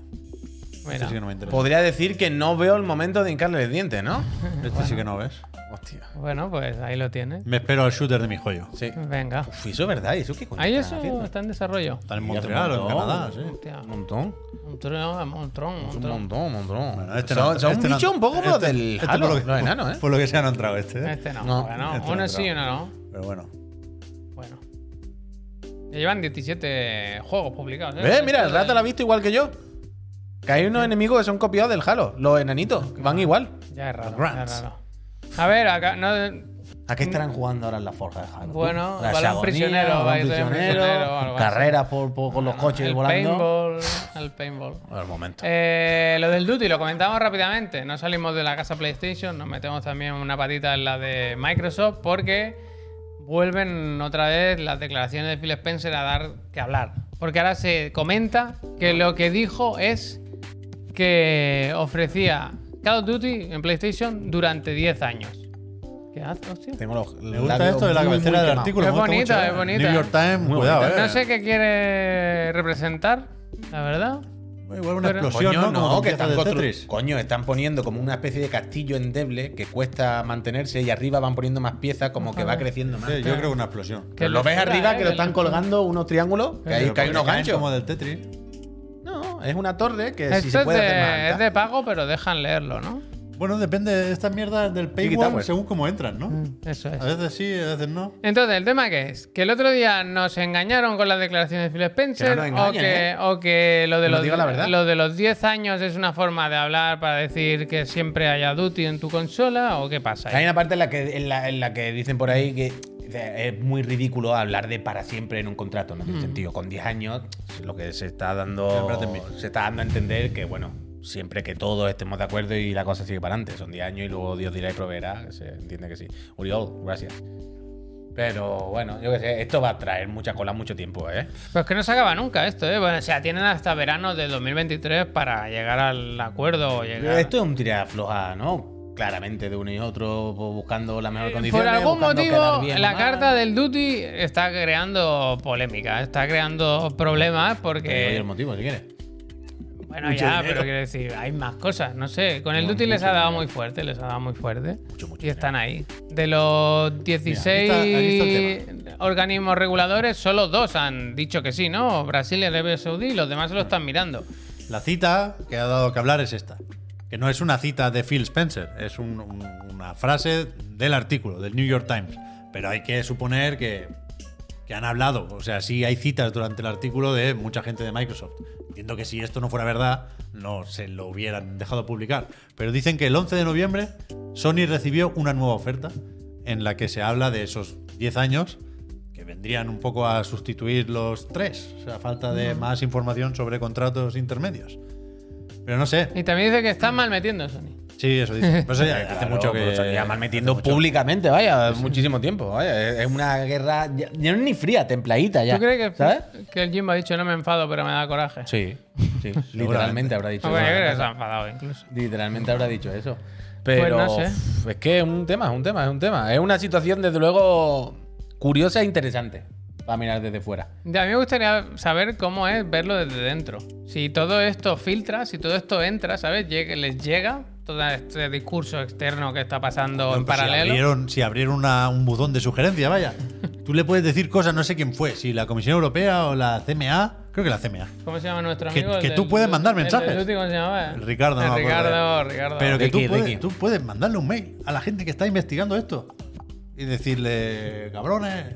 [SPEAKER 2] Mira.
[SPEAKER 1] Este sí que no me interesa.
[SPEAKER 3] Podría decir que no veo el momento de hincarle el diente, ¿no?
[SPEAKER 1] Este sí que no ves.
[SPEAKER 3] Hostia.
[SPEAKER 2] Bueno, pues ahí lo tienes.
[SPEAKER 1] Me espero al shooter de mi joyo.
[SPEAKER 3] Sí.
[SPEAKER 2] Venga.
[SPEAKER 3] Uf, eso es verdad. ¿Y eso qué coño
[SPEAKER 2] Ahí
[SPEAKER 3] están
[SPEAKER 2] eso
[SPEAKER 3] haciendo?
[SPEAKER 2] está en desarrollo.
[SPEAKER 1] Están en
[SPEAKER 3] Ya hace un
[SPEAKER 1] Montreal o en
[SPEAKER 3] montón.
[SPEAKER 1] Canadá, sí.
[SPEAKER 2] Hostia,
[SPEAKER 3] Un montón.
[SPEAKER 2] un tron, un tron, un
[SPEAKER 3] Un
[SPEAKER 2] tron.
[SPEAKER 3] montón, un montón.
[SPEAKER 1] Bueno, este
[SPEAKER 3] son
[SPEAKER 1] no-
[SPEAKER 3] son
[SPEAKER 1] este
[SPEAKER 3] un
[SPEAKER 1] no-
[SPEAKER 3] bicho un poco como
[SPEAKER 1] este-
[SPEAKER 3] del
[SPEAKER 1] este
[SPEAKER 3] Halo,
[SPEAKER 1] por lo que-
[SPEAKER 3] los enanos, ¿eh?
[SPEAKER 1] Por lo que sea no ha entrado este, ¿eh?
[SPEAKER 2] Este no,
[SPEAKER 3] No,
[SPEAKER 2] bueno,
[SPEAKER 1] este no
[SPEAKER 2] uno
[SPEAKER 1] ha
[SPEAKER 2] sí y uno no.
[SPEAKER 1] Pero bueno.
[SPEAKER 2] Bueno. Ya llevan 17 juegos publicados. ¿eh?
[SPEAKER 3] Eh, mira, el rato la ha visto igual que yo. Que hay unos enemigos que son copiados del Halo, los enanitos, que van
[SPEAKER 2] Ah.
[SPEAKER 3] igual.
[SPEAKER 2] Ya es raro. Ya
[SPEAKER 1] Grants.
[SPEAKER 2] es raro. A ver, acá. No,
[SPEAKER 3] ¿A qué estarán jugando ahora en la forja de Halo?
[SPEAKER 2] Bueno,
[SPEAKER 3] Las
[SPEAKER 2] balón
[SPEAKER 3] agonías,
[SPEAKER 2] prisionero,
[SPEAKER 3] balón
[SPEAKER 2] balón prisionero, algo así. Ah,
[SPEAKER 3] carreras por, por- con los coches
[SPEAKER 2] el
[SPEAKER 3] volando.
[SPEAKER 2] paintball. El paintball.
[SPEAKER 3] Al momento.
[SPEAKER 2] Eh, lo del Duty lo comentamos rápidamente. No salimos de la casa PlayStation, nos metemos también una patita en la de Microsoft porque vuelven otra vez las declaraciones de Phil Spencer a dar que hablar. Porque ahora se comenta que lo que dijo es que ofrecía Call of Duty en PlayStation durante 10 años. ¿Qué hace? Hostia.
[SPEAKER 3] Tengo los
[SPEAKER 1] Me gusta esto de la cabecera del artículo.
[SPEAKER 2] Es
[SPEAKER 1] me gusta
[SPEAKER 2] bonita,
[SPEAKER 1] mucho,
[SPEAKER 2] es
[SPEAKER 1] ¿eh?
[SPEAKER 2] bonita.
[SPEAKER 1] New York Times,
[SPEAKER 3] Muy
[SPEAKER 1] cuidado,
[SPEAKER 3] bonita.
[SPEAKER 1] ¿eh?
[SPEAKER 2] No sé qué quiere representar, la verdad.
[SPEAKER 1] Igual una
[SPEAKER 2] Pero-
[SPEAKER 1] explosión, ¿no?
[SPEAKER 3] Coño, no,
[SPEAKER 1] Como
[SPEAKER 3] que
[SPEAKER 1] piezas
[SPEAKER 3] están
[SPEAKER 1] de
[SPEAKER 3] constru-
[SPEAKER 1] Tetris.
[SPEAKER 3] Coño, están poniendo como una especie de castillo endeble que cuesta mantenerse y arriba van poniendo más piezas como que va creciendo más.
[SPEAKER 1] Sí, yo creo que una explosión.
[SPEAKER 2] Qué
[SPEAKER 3] Pero lo ves
[SPEAKER 2] locura,
[SPEAKER 3] arriba
[SPEAKER 2] ¿eh?
[SPEAKER 3] que lo
[SPEAKER 2] Qué
[SPEAKER 3] están
[SPEAKER 2] locura.
[SPEAKER 3] colgando unos triángulos, que hay,
[SPEAKER 1] Pero
[SPEAKER 3] que hay
[SPEAKER 1] porque
[SPEAKER 3] unos
[SPEAKER 1] caen
[SPEAKER 3] ganchos.
[SPEAKER 1] Como del Tetris.
[SPEAKER 3] No, es una torre que si
[SPEAKER 2] Esto
[SPEAKER 3] se
[SPEAKER 2] es,
[SPEAKER 3] puede
[SPEAKER 2] de,
[SPEAKER 3] hacer más alta.
[SPEAKER 2] es de pago, pero dejan leerlo, ¿no?
[SPEAKER 1] Bueno, depende de estas mierdas del
[SPEAKER 3] Tower.
[SPEAKER 1] paywall según cómo entran,
[SPEAKER 3] Mm.
[SPEAKER 1] ¿no?
[SPEAKER 2] Eso es.
[SPEAKER 1] A veces sí, a veces no.
[SPEAKER 2] Entonces, ¿el tema qué es? ¿Que el otro día nos engañaron con las declaraciones de Phil Spencer?
[SPEAKER 3] Que no nos
[SPEAKER 2] o,
[SPEAKER 3] engañen,
[SPEAKER 2] que,
[SPEAKER 3] ¿eh?
[SPEAKER 2] o que lo de,
[SPEAKER 3] Que nos
[SPEAKER 2] los,
[SPEAKER 3] diga la verdad.
[SPEAKER 2] lo de los 10 años es una forma de hablar para decir que siempre haya duty en tu consola? ¿O qué pasa? ahí?
[SPEAKER 3] Hay una parte en la que, en la, en la que dicen por ahí que dice, es muy ridículo hablar de para siempre en un contrato. No tiene
[SPEAKER 2] Mm.
[SPEAKER 3] sentido. Con 10 años, lo que se está dando.
[SPEAKER 1] Siempre hacen bien.
[SPEAKER 3] Se está dando a entender que, bueno, siempre que todos estemos de acuerdo y la cosa sigue para adelante. Son 10 años y luego Dios dirá y proveerá. Se entiende que sí. Uriol, gracias. Pero bueno, yo qué sé, esto va a traer mucha cola mucho tiempo, ¿eh?
[SPEAKER 2] Pues que no se acaba nunca esto, ¿eh? Bueno, o sea, tienen hasta verano del 2023 para llegar al acuerdo o llegar.
[SPEAKER 3] Esto es un tirar floja, ¿no? Claramente, de uno y otro, pues, buscando la mejor condición.
[SPEAKER 2] Eh,
[SPEAKER 3] eh,
[SPEAKER 2] Por algún motivo, la carta del Duty está creando polémica, está creando problemas
[SPEAKER 3] el
[SPEAKER 2] porque.
[SPEAKER 3] motivo, si quieres.
[SPEAKER 2] Bueno,
[SPEAKER 4] mucho
[SPEAKER 2] ya,
[SPEAKER 4] dinero.
[SPEAKER 2] pero quiero decir, hay más cosas, no sé. Con el Duty les ha dado muy fuerte, les ha dado muy fuerte.
[SPEAKER 3] Mucho, mucho
[SPEAKER 2] Y están ahí. De los
[SPEAKER 1] Mira, aquí está-
[SPEAKER 2] 16
[SPEAKER 1] aquí
[SPEAKER 2] organismos reguladores, solo dos han dicho que sí, ¿no? Brasil y Arabia Saudí, y los demás se lo están mirando.
[SPEAKER 1] La cita que ha dado que hablar es esta. Que no es una cita de Phil Spencer, es un- un- una frase del artículo, del New York Times. Pero hay que suponer que, que han hablado. O sea, sí hay citas durante el artículo de mucha gente de Microsoft. Entiendo que si esto no fuera verdad, no se lo hubieran dejado publicar. Pero dicen que el 11 de noviembre Sony recibió una nueva oferta en la que se habla de esos 10 años que vendrían un poco a sustituir los tres, o sea, a falta de más información sobre contratos intermedios. Pero no sé.
[SPEAKER 2] Y también dice que están mal metiendo Sony.
[SPEAKER 1] Sí, eso dice. Pues ya, hace mucho que
[SPEAKER 3] Ya mal metiendo
[SPEAKER 1] hace mucho.
[SPEAKER 3] públicamente, vaya, muchísimo tiempo. Vaya, es- es una guerra. Ya, ya no es ni fría, templadita ya.
[SPEAKER 2] ¿Tú crees que,
[SPEAKER 3] ¿Sabes?
[SPEAKER 2] que el Jimbo ha dicho no me enfado, pero me da coraje?
[SPEAKER 3] Sí,
[SPEAKER 1] [LAUGHS]
[SPEAKER 3] sí. literalmente habrá dicho
[SPEAKER 2] Hombre, yo creo que se
[SPEAKER 3] eso. ¿eh?
[SPEAKER 2] ha enfadado incluso.
[SPEAKER 3] Literalmente habrá dicho eso. Pero
[SPEAKER 2] Pues no sé.
[SPEAKER 3] uf, es que es un tema, es un tema, es un tema. Es una situación, desde luego, curiosa e interesante para mirar desde fuera.
[SPEAKER 2] Ya, a mí me gustaría saber cómo es verlo desde dentro. Si todo esto filtra, si todo esto entra, ¿sabes? Lleg- les llega todo este discurso externo que está pasando en
[SPEAKER 1] Bueno, pues Si
[SPEAKER 2] paralelo.
[SPEAKER 1] abrieron, si abrieron una- un buzón de sugerencia, vaya. Tú le puedes decir cosas, no sé quién fue, si la Comisión Europea o la CMA, creo que la CMA.
[SPEAKER 2] ¿Cómo se llama nuestro
[SPEAKER 1] Que-
[SPEAKER 2] amigo? El
[SPEAKER 1] que tú
[SPEAKER 2] del-
[SPEAKER 1] puedes mandar
[SPEAKER 2] el del
[SPEAKER 1] mensajes.
[SPEAKER 2] Duty, ¿Cómo se llamaba?
[SPEAKER 1] El Ricardo, no
[SPEAKER 2] El
[SPEAKER 1] me acuerdo
[SPEAKER 2] Ricardo,
[SPEAKER 1] de él.
[SPEAKER 2] Ricardo.
[SPEAKER 1] Pero que
[SPEAKER 3] Ricky,
[SPEAKER 1] tú puedes,
[SPEAKER 3] Ricky.
[SPEAKER 1] tú puedes mandarle un mail a la gente que está investigando esto y decirle, cabrones,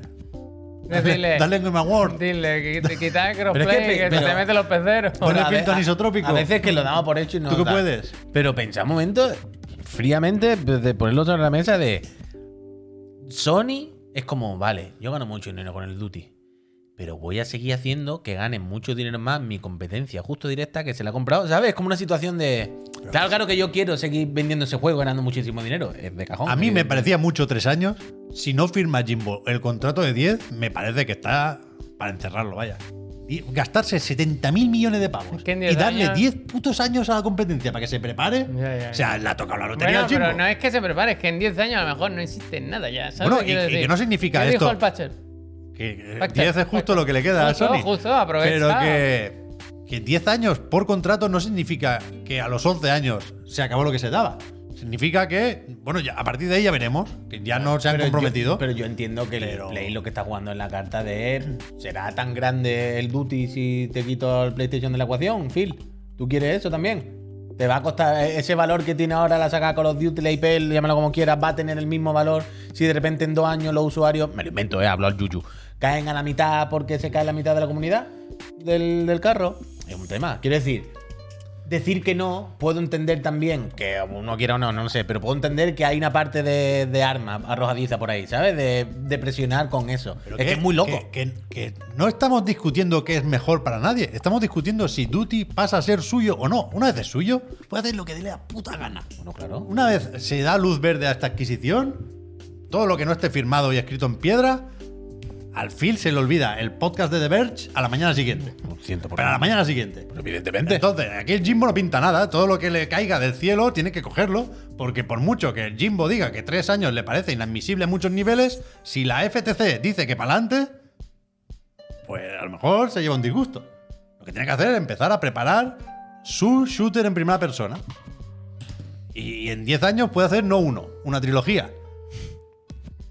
[SPEAKER 2] Decirle-
[SPEAKER 1] dale Game Award,
[SPEAKER 2] Dile, que te quita el
[SPEAKER 1] es que
[SPEAKER 2] crossplay, que,
[SPEAKER 1] pe-
[SPEAKER 2] se
[SPEAKER 1] pero-
[SPEAKER 2] te mete los peceros.
[SPEAKER 1] Ponle
[SPEAKER 3] Bueno, a ve-
[SPEAKER 1] pinto
[SPEAKER 3] a-
[SPEAKER 1] anisotrópico.
[SPEAKER 3] A veces que lo damos por hecho y no.
[SPEAKER 1] ¿Tú qué
[SPEAKER 3] da.
[SPEAKER 1] puedes?
[SPEAKER 3] Pero pensá un momento, fríamente, de ponerlo sobre la mesa de. Sony es como, vale, yo gano mucho dinero con el Duty. Pero voy a seguir haciendo que gane mucho dinero más mi competencia justo directa que se la ha comprado. ¿Sabes? Es como una situación de. Claro, claro que yo quiero seguir vendiendo ese juego ganando muchísimo dinero. Es de cajón. Eh,
[SPEAKER 1] A mí me
[SPEAKER 3] evidentemente.
[SPEAKER 1] parecía mucho tres años. Si no firma Jimbo el contrato de 10, me parece que está para encerrarlo, vaya. Y gastarse 70 mil millones de pavos
[SPEAKER 2] que en
[SPEAKER 1] y
[SPEAKER 2] 10
[SPEAKER 1] darle
[SPEAKER 2] años-
[SPEAKER 1] 10 putos años a la competencia para que se prepare.
[SPEAKER 2] Ya, ya, ya.
[SPEAKER 1] O sea, le ha tocado la lotería
[SPEAKER 2] Bueno,
[SPEAKER 1] al Jimbo.
[SPEAKER 2] pero no es que se prepare, es que en 10 años a lo mejor no existe nada ya. ¿sabes
[SPEAKER 1] Bueno,
[SPEAKER 2] lo que
[SPEAKER 1] y-
[SPEAKER 2] quiero
[SPEAKER 1] y
[SPEAKER 2] decir?
[SPEAKER 1] que no significa
[SPEAKER 2] ¿Qué
[SPEAKER 1] esto?
[SPEAKER 2] dijo el Patcher?
[SPEAKER 1] Que eh,
[SPEAKER 2] Factor,
[SPEAKER 1] 10 es justo
[SPEAKER 2] factor.
[SPEAKER 1] lo que le queda
[SPEAKER 2] Justo,
[SPEAKER 1] a Sony.
[SPEAKER 2] justo,
[SPEAKER 1] Pero
[SPEAKER 2] aprovecha.
[SPEAKER 1] que, que 10 años por contrato no significa que a los 11 años se acabó lo que se daba. Significa que, bueno, ya, a partir de ahí ya veremos, que ya no se han
[SPEAKER 3] Pero yo-
[SPEAKER 1] comprometido.
[SPEAKER 3] pero yo entiendo que el
[SPEAKER 1] Pero-
[SPEAKER 3] Play lo que está jugando en la carta de él. ¿Será tan grande el Duty si te quito el PlayStation de la ecuación, Phil? ¿Tú quieres eso también? ¿Te va a costar e-, ese valor que tiene ahora la saga Call of Duty, la IP, llámalo como quieras, va a tener el mismo valor si de repente en dos años los usuarios, me lo invento, eh, hablo al yuyu, caen a la mitad porque se cae la mitad de la comunidad del, del carro? Es un tema. Quiero decir, decir que no, puedo entender también, que uno quiera o no, no lo sé, pero puedo entender que hay una parte de, de arma arrojadiza por ahí, ¿sabes? De, de presionar con eso.
[SPEAKER 1] Pero
[SPEAKER 3] es que, es muy loco.
[SPEAKER 1] Que, que- que no estamos discutiendo qué es mejor para nadie. Estamos discutiendo si Duty pasa a ser suyo o no. Una vez es suyo, puede hacer lo que dé la puta gana.
[SPEAKER 3] Bueno, claro.
[SPEAKER 1] Una vez se da luz verde a esta adquisición, todo lo que no esté firmado y escrito en piedra, al Phil se le olvida el podcast de The Verge a la mañana siguiente.
[SPEAKER 3] Un ciento por
[SPEAKER 1] Pero a la
[SPEAKER 3] ciento.
[SPEAKER 1] mañana siguiente.
[SPEAKER 3] Evidentemente.
[SPEAKER 1] Entonces, aquí el Jimbo no pinta nada. Todo lo que le caiga del cielo tiene que cogerlo. Porque por mucho que el Jimbo diga que tres años le parece inadmisible en muchos niveles, si la FTC dice que para adelante, pues a lo mejor se lleva un disgusto. Lo que tiene que hacer es empezar a preparar su shooter en primera persona. Y en 10 años puede hacer no uno, una trilogía.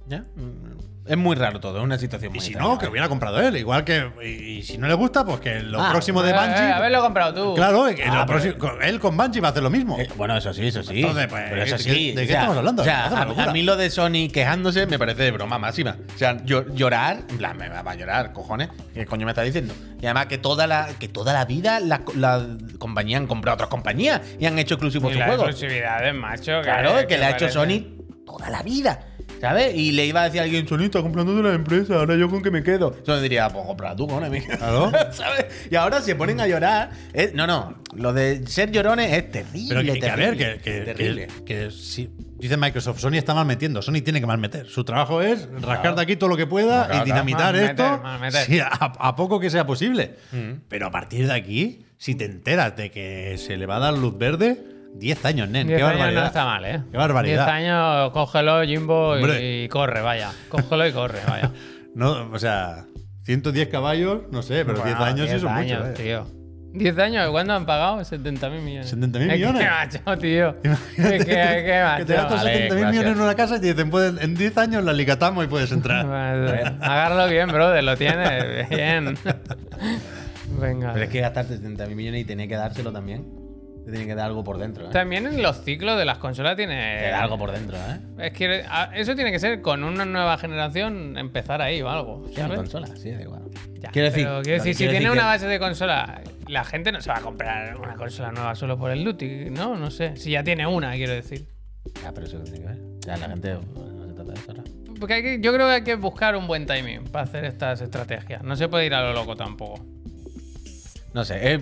[SPEAKER 3] ¿Ya? Mm, Es muy raro todo, es una situación muy
[SPEAKER 1] Y si
[SPEAKER 3] extraña.
[SPEAKER 1] no, que hubiera comprado él. Igual que. Y, y si no le gusta, pues que lo
[SPEAKER 3] Ah,
[SPEAKER 1] próximo de
[SPEAKER 2] Eh, eh,
[SPEAKER 1] Bungie.
[SPEAKER 2] haberlo comprado tú.
[SPEAKER 1] Claro, eh, que
[SPEAKER 3] Ah,
[SPEAKER 1] lo próximo- él con Bungie va a hacer lo mismo.
[SPEAKER 3] Eh, bueno, eso sí, eso sí.
[SPEAKER 1] Entonces, pues,
[SPEAKER 3] pero eso
[SPEAKER 1] ¿de
[SPEAKER 3] sí.
[SPEAKER 1] qué- de
[SPEAKER 3] o
[SPEAKER 1] qué
[SPEAKER 3] sea,
[SPEAKER 1] estamos hablando?
[SPEAKER 3] O sea,
[SPEAKER 1] Es una
[SPEAKER 3] a,
[SPEAKER 1] locura.
[SPEAKER 3] a mí lo de Sony quejándose me parece de broma máxima. O sea, llo- llorar, en plan, me va a llorar, cojones. ¿Qué coño me está diciendo? Y además que toda la, que toda la vida las co- las compañías han comprado otras compañías y han hecho exclusivos
[SPEAKER 2] Y
[SPEAKER 3] sus
[SPEAKER 2] la
[SPEAKER 3] juegos.
[SPEAKER 2] exclusividad de macho.
[SPEAKER 3] Claro, que, la ha hecho
[SPEAKER 2] parece.
[SPEAKER 3] Sony toda la vida. ¿Sabes? Y le iba a decir a alguien, Sony está comprando de la empresa, ahora yo con qué me quedo. Yo le diría, pues compra tú, cojones, me quedo".
[SPEAKER 1] Claro.
[SPEAKER 3] [LAUGHS] ¿Sabes? Y ahora se ponen a llorar. Eh, no, no, lo de ser llorones es terrible.
[SPEAKER 1] Pero que, que a ver,
[SPEAKER 3] terrible,
[SPEAKER 1] que, que-
[SPEAKER 3] terrible.
[SPEAKER 1] que- que sí. Dice Microsoft, Sony está mal metiendo, Sony tiene que mal meter. Su trabajo es rascar de aquí todo lo que pueda y
[SPEAKER 2] Claro, claro.
[SPEAKER 1] dinamitar
[SPEAKER 2] Malmeter,
[SPEAKER 1] esto
[SPEAKER 2] malmeter.
[SPEAKER 1] sí, a, a poco que sea posible.
[SPEAKER 2] Mm.
[SPEAKER 1] Pero a partir de aquí, si te enteras de que se le va a dar luz verde, 10 años, nen.
[SPEAKER 2] 10
[SPEAKER 1] qué
[SPEAKER 2] años
[SPEAKER 1] barbaridad.
[SPEAKER 2] no está mal, ¿eh?
[SPEAKER 1] Qué barbaridad.
[SPEAKER 2] 10 años, cógelo, Jimbo,
[SPEAKER 1] Hombre.
[SPEAKER 2] y corre, vaya. Cógelo y corre,
[SPEAKER 1] [LAUGHS]
[SPEAKER 2] vaya.
[SPEAKER 1] No, o sea, 110 caballos, no sé, pero 10
[SPEAKER 2] Bueno,
[SPEAKER 1] años sí
[SPEAKER 2] 10
[SPEAKER 1] son
[SPEAKER 2] años,
[SPEAKER 1] muchos. eh.
[SPEAKER 2] tío. 10 años, ¿cuándo han pagado? 70.000 millones.
[SPEAKER 1] 70.000
[SPEAKER 2] Es
[SPEAKER 1] millones.
[SPEAKER 2] Que, [LAUGHS] macho, tío.
[SPEAKER 1] [LAUGHS] Imagínate
[SPEAKER 2] Es que, es que,
[SPEAKER 1] que
[SPEAKER 2] macho.
[SPEAKER 1] te gastas 70.000
[SPEAKER 2] Vale, gracias.
[SPEAKER 1] millones en una casa y te dicen, "Puedes- en 10 años la licatamos y puedes
[SPEAKER 2] [LAUGHS]
[SPEAKER 1] entrar.
[SPEAKER 2] Madre. Agárralo bien, brother, lo tienes. [LAUGHS] Bien. Venga.
[SPEAKER 3] Pero es que gastar 70 mil millones y tener que dárselo también. Te tiene que dar algo por dentro, ¿eh?
[SPEAKER 2] También en los ciclos de las consolas
[SPEAKER 3] Te
[SPEAKER 2] tiene
[SPEAKER 3] da algo por dentro, ¿eh?
[SPEAKER 2] Es que ah, eso tiene que ser con una nueva generación empezar ahí o algo.
[SPEAKER 3] Ya,
[SPEAKER 2] ¿sabes?
[SPEAKER 3] consola, sí, da igual.
[SPEAKER 2] Ya,
[SPEAKER 3] quiero decir,
[SPEAKER 2] pero
[SPEAKER 3] lo que
[SPEAKER 2] si tiene
[SPEAKER 3] quiero decir
[SPEAKER 2] una
[SPEAKER 3] que-
[SPEAKER 2] base de consola, la gente no se va a comprar una consola nueva solo por el duty, ¿no? No sé. Si ya tiene una, quiero decir.
[SPEAKER 3] Ya, pero eso no tiene que ver. O sea, la gente bueno, no se trata de eso, ¿no?
[SPEAKER 2] Porque hay que- yo creo que hay que buscar un buen timing para hacer estas estrategias. No se puede ir a lo loco tampoco.
[SPEAKER 3] No sé, es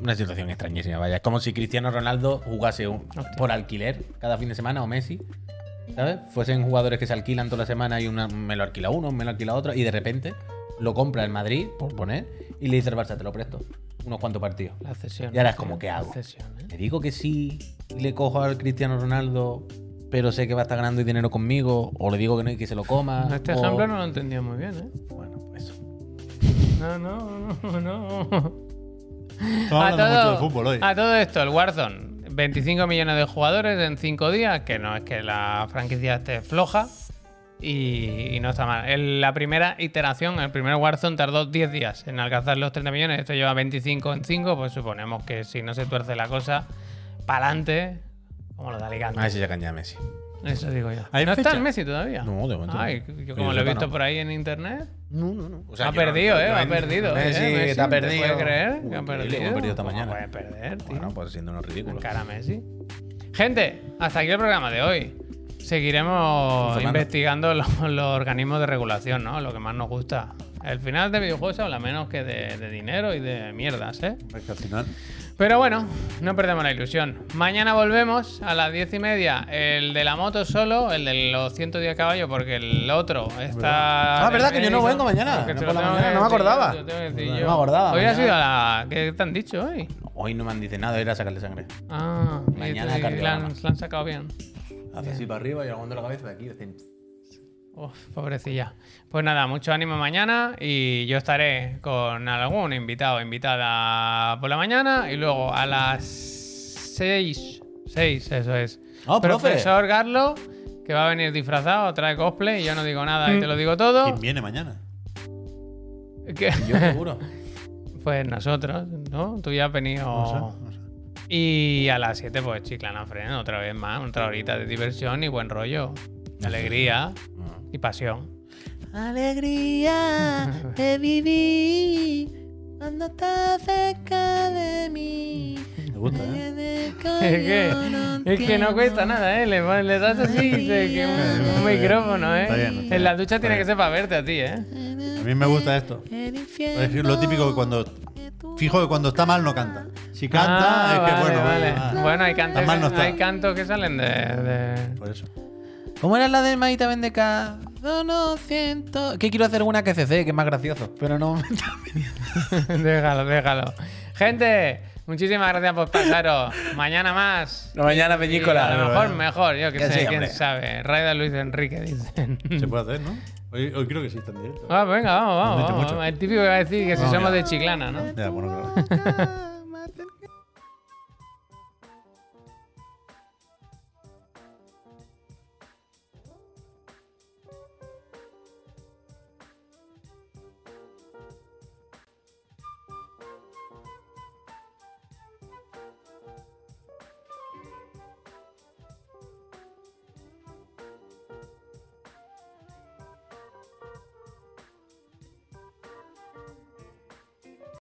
[SPEAKER 3] una situación extrañísima, vaya. Es como si Cristiano Ronaldo jugase un-
[SPEAKER 2] Hostia.
[SPEAKER 3] por alquiler cada fin de semana o Messi, ¿sabes? Fuesen jugadores que se alquilan toda la semana y una, me lo alquila uno, me lo alquila otro y de repente lo compra el Madrid, por poner, y le dice al Barça, te lo presto, unos cuantos partidos.
[SPEAKER 2] La cesión.
[SPEAKER 3] Y ahora es como, ¿qué hago?
[SPEAKER 2] La cesión, ¿eh?
[SPEAKER 3] Le digo que sí, y le cojo al Cristiano Ronaldo, pero sé que va a estar ganando dinero conmigo, o le digo que no y que se lo coma.
[SPEAKER 2] Este
[SPEAKER 3] o-
[SPEAKER 2] ejemplo no lo entendía muy bien, ¿eh?
[SPEAKER 3] Bueno, pues eso.
[SPEAKER 2] No, no, no, [LAUGHS] no.
[SPEAKER 1] Estamos hablando mucho de fútbol hoy.
[SPEAKER 2] a todo esto, el Warzone. 25 millones de jugadores en 5 días, que no es que la franquicia esté floja y, y no está mal. En la primera iteración, el primer Warzone tardó 10 días en alcanzar los 30 millones, esto lleva 25 en 5, pues suponemos que si no se tuerce la cosa, para adelante, como lo de Alicante.
[SPEAKER 3] A ver si ya caña a Messi.
[SPEAKER 2] Eso digo yo.
[SPEAKER 1] ¿Hay
[SPEAKER 2] ¿No está
[SPEAKER 1] fecha?
[SPEAKER 2] el Messi todavía?
[SPEAKER 3] No, de momento no.
[SPEAKER 2] Ay,
[SPEAKER 3] Que
[SPEAKER 2] yo
[SPEAKER 3] yo
[SPEAKER 2] como lo he
[SPEAKER 3] sepa,
[SPEAKER 2] visto
[SPEAKER 3] no.
[SPEAKER 2] por ahí en internet.
[SPEAKER 3] No, no, no. O
[SPEAKER 2] ha perdido,
[SPEAKER 3] yo-
[SPEAKER 2] ¿eh?
[SPEAKER 3] yo
[SPEAKER 2] Ha
[SPEAKER 3] en-
[SPEAKER 2] perdido.
[SPEAKER 3] Messi,
[SPEAKER 2] ¿eh?
[SPEAKER 3] te ha
[SPEAKER 2] ¿te
[SPEAKER 3] perdido.
[SPEAKER 2] puedes creer? que ha
[SPEAKER 3] Increíble
[SPEAKER 2] perdido.
[SPEAKER 3] cómo ha perdido esta
[SPEAKER 2] ¿Cómo
[SPEAKER 3] mañana.
[SPEAKER 2] puede perder, tío?
[SPEAKER 3] Bueno, pues siendo unos
[SPEAKER 2] En
[SPEAKER 3] ridículos.
[SPEAKER 2] cara a Messi. Gente, hasta aquí el programa de hoy. Seguiremos
[SPEAKER 3] Fernando.
[SPEAKER 2] investigando lo- [LAUGHS] los, organismos de regulación, ¿no? Lo que más nos gusta. El final de videojuegos se habla menos que de, de dinero y de mierdas, ¿eh?
[SPEAKER 1] Es que al final,
[SPEAKER 2] Pero bueno, no perdemos la ilusión. Mañana volvemos a las diez y media. El de la moto solo, el de los 110 caballos, porque el otro está.
[SPEAKER 3] Ah, ¿verdad? Que yo no vengo mañana.
[SPEAKER 2] Porque
[SPEAKER 3] No
[SPEAKER 2] te
[SPEAKER 3] por
[SPEAKER 2] lo
[SPEAKER 3] la
[SPEAKER 2] tengo
[SPEAKER 3] mañana,
[SPEAKER 2] que decir
[SPEAKER 3] no me
[SPEAKER 2] yo,
[SPEAKER 3] acordaba.
[SPEAKER 2] te lo tengo que decir
[SPEAKER 3] No me
[SPEAKER 2] yo.
[SPEAKER 3] acordaba,
[SPEAKER 2] Hoy has
[SPEAKER 3] mañana.
[SPEAKER 2] ido a la. ¿Qué te han dicho hoy?
[SPEAKER 3] Hoy no me han dicho nada, era sacarle sangre.
[SPEAKER 2] Ah, y
[SPEAKER 3] Mañana
[SPEAKER 2] te- y la han-
[SPEAKER 3] cardiograma.
[SPEAKER 2] la han sacado bien.
[SPEAKER 3] Hace así para arriba y aguando la cabeza de este aquí. [LAUGHS]
[SPEAKER 2] Uf, pobrecilla. Pues nada, mucho ánimo mañana y yo estaré con algún invitado, invitada por la mañana y luego a las 6, 6 eso es.
[SPEAKER 3] Ah, profe.
[SPEAKER 2] Profesor Garlo, que va a venir disfrazado, trae cosplay y yo no digo nada y te lo digo todo.
[SPEAKER 1] ¿quién viene mañana? Mm.
[SPEAKER 2] Que- [LAUGHS]
[SPEAKER 3] Yo seguro.
[SPEAKER 2] Pues nosotros, ¿no? Tú ya has venido...
[SPEAKER 1] No sé, no sé.
[SPEAKER 2] Y a las 7 pues Chiclana Fren, otra vez más, otra horita de diversión y buen rollo, alegría y pasión.
[SPEAKER 5] Alegría de vivir cuando estás cerca de mí.
[SPEAKER 1] Me gusta, ¿eh?
[SPEAKER 2] [LAUGHS] [LAUGHS] Es que, es que no cuesta nada, ¿eh? Le, pon- le das así de que un, un micrófono, ¿eh?
[SPEAKER 1] Está bien, está bien.
[SPEAKER 2] en la ducha tiene
[SPEAKER 1] Está
[SPEAKER 2] que ser para verte a ti, ¿eh?
[SPEAKER 1] A mí me gusta esto. Es lo típico que cuando. Fijo que cuando está mal no canta. Si canta,
[SPEAKER 2] Ah,
[SPEAKER 1] es que
[SPEAKER 2] vale,
[SPEAKER 1] bueno.
[SPEAKER 2] vale.
[SPEAKER 1] ah,
[SPEAKER 2] Bueno, hay
[SPEAKER 1] Tan mal no
[SPEAKER 2] cantos,
[SPEAKER 1] está.
[SPEAKER 2] hay cantos que salen de... de-
[SPEAKER 1] Por eso.
[SPEAKER 3] ¿Cómo era la de Maita Vendeca? No, no, siento. Que quiero hacer una que CC, que es más gracioso. Pero [LAUGHS] no.
[SPEAKER 2] [LAUGHS] déjalo, déjalo. Gente, muchísimas gracias por pasaros. Mañana más.
[SPEAKER 3] mañana,
[SPEAKER 2] Y a lo mejor,
[SPEAKER 1] ¿verdad?
[SPEAKER 2] mejor, yo que
[SPEAKER 3] Ya
[SPEAKER 2] sé,
[SPEAKER 3] sí,
[SPEAKER 2] quién
[SPEAKER 3] hombre.
[SPEAKER 2] sabe. Raida Luis Enrique, dicen. [LAUGHS]
[SPEAKER 1] Se puede hacer, ¿no? Hoy, hoy creo que sí está en directo.
[SPEAKER 2] Ah, venga, vamos,
[SPEAKER 1] Lo han
[SPEAKER 2] vamos.
[SPEAKER 1] dicho
[SPEAKER 2] vamos.
[SPEAKER 1] mucho.
[SPEAKER 2] El típico que va a decir que si
[SPEAKER 1] No,
[SPEAKER 2] somos
[SPEAKER 1] mira.
[SPEAKER 2] de Chiclana, ¿no? [LAUGHS]
[SPEAKER 1] Ya, bueno, claro.